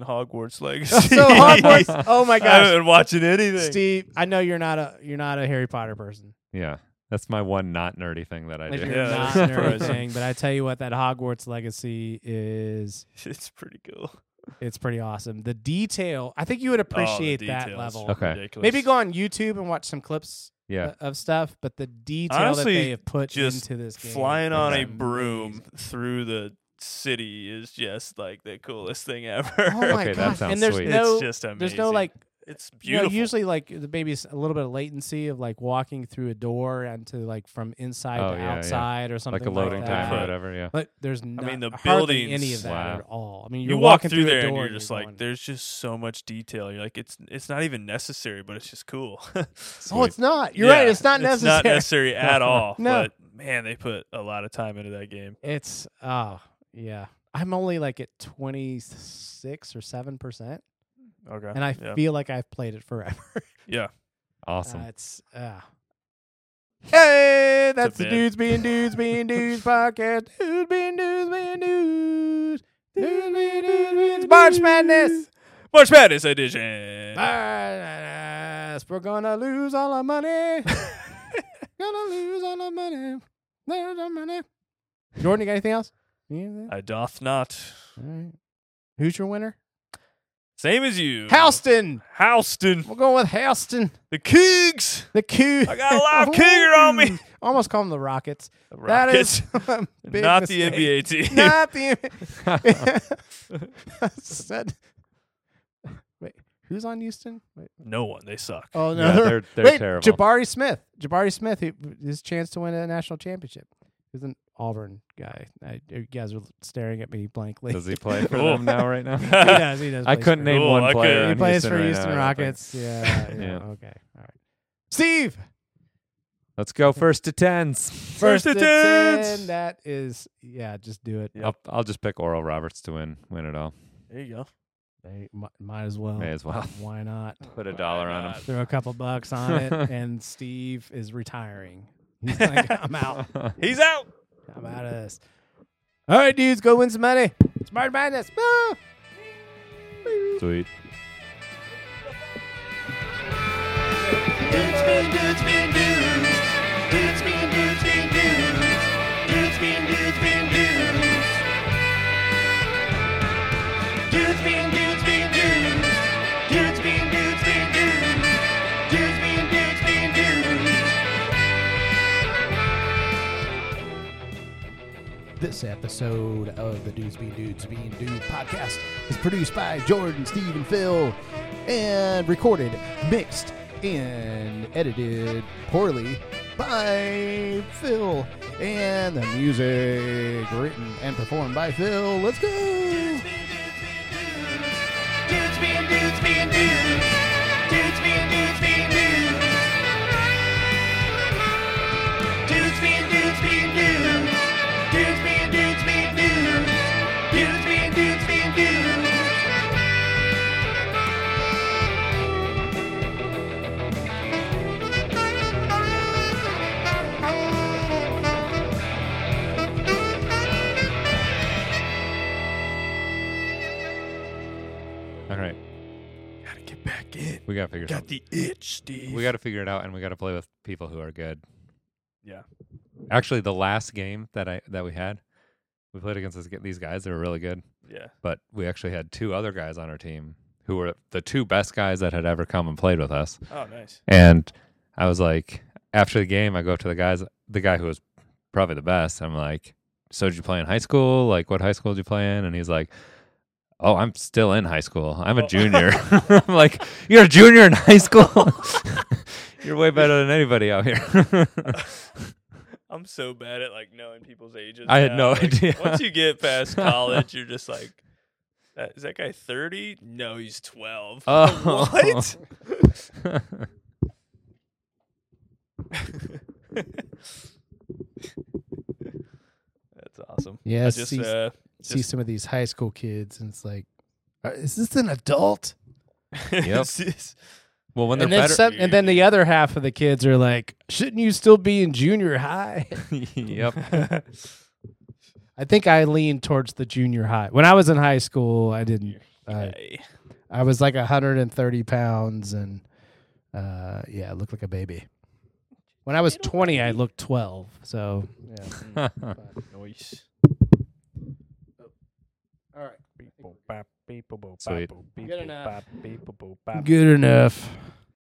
S3: Hogwarts
S1: so
S3: Legacy.
S1: Hogwarts. Oh my
S3: I
S1: gosh,
S3: haven't been watching anything.
S1: Steve. I know you're not a you're not a Harry Potter person.
S2: Yeah. That's my one not nerdy thing that I
S1: If
S2: do.
S1: you're
S3: Yeah,
S1: not
S3: that's
S1: an
S3: surprising.
S1: everything, but I tell you what, that Hogwarts Legacy is
S3: It's pretty cool.
S1: it's pretty awesome. The detail. I think you would
S3: Oh,
S1: appreciate that level.
S2: Okay.
S1: Maybe go on YouTube and watch some clips
S2: Yeah.
S1: uh, of stuff, but the detail
S3: Honestly,
S1: that they have put
S3: just
S1: into this game
S3: Flying on
S1: is
S3: a broom
S1: amazing.
S3: through the city is just like the coolest thing ever.
S1: Oh my
S2: Okay, that
S1: gosh!
S2: sounds
S1: and there's
S2: sweet.
S3: it's
S1: no
S3: just amazing.
S1: there's no like
S3: it's
S1: you know,
S3: beautiful.
S1: usually like the baby's a little bit of latency of like walking through a door and to like from inside
S2: Oh,
S1: to
S2: yeah, yeah.
S1: outside or something
S2: Like a loading
S1: that. Oh,
S2: time or
S3: Yeah.
S2: whatever. Yeah.
S1: But there's not,
S3: mean, the
S1: hardly any of
S3: buildings-
S1: that
S2: Wow.
S1: at all. I mean,
S3: you
S1: you're
S3: walk
S1: walking
S3: through
S1: the
S3: there and
S1: door
S3: you're just like,
S1: going,
S3: there's just so much detail. You're like, it's it's not even necessary, but it's just cool.
S1: oh, it's not. You're right.
S3: Yeah,
S1: It's not necessary.
S3: It's not necessary at all.
S1: No.
S3: But man, they put a lot of time into that game.
S1: It's oh yeah. I'm only like at 26 or 7 percent,
S3: Okay.
S1: and I
S3: yeah.
S1: feel like I've played it forever.
S3: yeah.
S2: Awesome.
S1: Uh, it's uh. Hey, that's the
S3: bit.
S1: dudes being dudes being dudes podcast. Dudes being dudes being dudes. Dudes being dudes being March Madness.
S3: March Madness edition.
S1: Madness. We're gonna lose all our money. gonna lose all our money. Lose our money. Jordan, you got anything else? Yeah.
S3: I doth not.
S1: All right. Who's your winner?
S3: Same as you.
S1: Houston.
S3: Houston.
S1: We're going with Houston.
S3: The Cougs.
S1: The Cougs.
S3: I got a live cougar on me.
S1: Almost call them the Rockets.
S3: The
S1: That is
S3: Rockets.
S1: a big
S3: not
S1: mistake.
S3: the NBA team.
S1: Not the NBA. I said, wait, who's on Houston? Wait,
S3: no one. They suck.
S1: oh no,
S2: Yeah, they're they're
S1: wait,
S2: terrible.
S1: Jabari Smith. Jabari Smith, who, his chance to win a national championship. He's an Auburn guy. I, you guys are staring at me blankly.
S2: Does he play for
S3: Cool.
S2: them now? Right now?
S1: he does. He does.
S2: I
S1: play
S2: couldn't
S1: for-
S2: name
S3: Cool,
S2: one
S3: I
S2: player.
S3: could-
S1: He
S2: on
S1: plays
S2: Houston
S1: for
S2: right
S1: Houston
S2: now, I don't think.
S1: Rockets. Yeah, yeah,
S2: Yeah.
S1: Okay. All right. Steve.
S2: Let's go first to tens.
S3: First
S1: to
S3: attempts.
S1: ten. That is, yeah, just do it.
S3: Yeah.
S2: I'll, I'll just pick Oral Roberts to win win it all.
S3: There you go.
S1: They mi- might as well.
S2: May as well.
S1: Why not?
S2: Put a dollar on him.
S1: Throw a couple bucks on it, and Steve is retiring. He's like, I'm out.
S3: He's out.
S1: I'm out of this. All right, dudes, go win some money. It's March Madness. "Ah." Woo!
S2: Sweet.
S4: Dudes being dudes being dudes. Dudes being dudes being dudes. Dudes being dudes being dudes. Dudes being dudes being dudes. Dudes being dudes being dudes. Dudes being dudes being dudes.
S1: This episode of the Dudes Being Dudes Being Dudes podcast is produced by Jordan, Steve, and Phil, and recorded, mixed, and edited poorly by Phil. And the music written and performed by Phil. Let's go!
S4: Dudes being dudes being dudes. Dudes being dudes being dudes. Dudes being dudes being dudes. Dudes being dudes being dudes. Dudes being dudes being dudes.
S2: All right,
S3: Gotta get back in.
S2: we gotta figure.
S3: Got
S2: Something.
S3: the itch, Steve.
S2: We gotta figure it out, and we gotta play with people who are good.
S3: Yeah.
S2: Actually, the last game that I that we had, we played against this, these guys. They were really good,
S3: Yeah.
S2: but we actually had two other guys on our team who were the two best guys that had ever come and played with us.
S3: Oh, nice.
S2: And I was like, after the game, I go up to the guys, the guy who was probably the best. I'm like, so did you play in high school? Like, what high school did you play in? And he's like, oh, I'm still in high school. I'm a
S3: Oh.
S2: junior. I'm like, you're a junior in high school. you're way better than anybody out here.
S3: I'm so bad at like knowing people's ages.
S2: I had
S3: now.
S2: no
S3: Like,
S2: idea.
S3: Once you get past college, you're just like, "That- is that guy 30? No, he's 12.
S2: Oh.
S3: What? That's awesome.
S1: Yeah,
S3: I
S1: I
S3: just
S1: see,
S3: uh,
S1: see some of these high school kids, and it's like, "Uh, is this an adult?
S2: Yep.
S3: just-
S2: Well, when they're
S1: And then,
S2: better,
S1: some, and then the other half of the kids are like, shouldn't you still be in junior high?
S2: yep.
S1: I think I leaned towards the junior high. When I was in high school, I didn't. I,
S3: Hey.
S1: I was like 130 pounds, and uh, yeah, I looked like a baby. When I was 20, I looked 12. So, yeah.
S3: Nice.
S1: All right.
S2: Sweet.
S1: Good enough.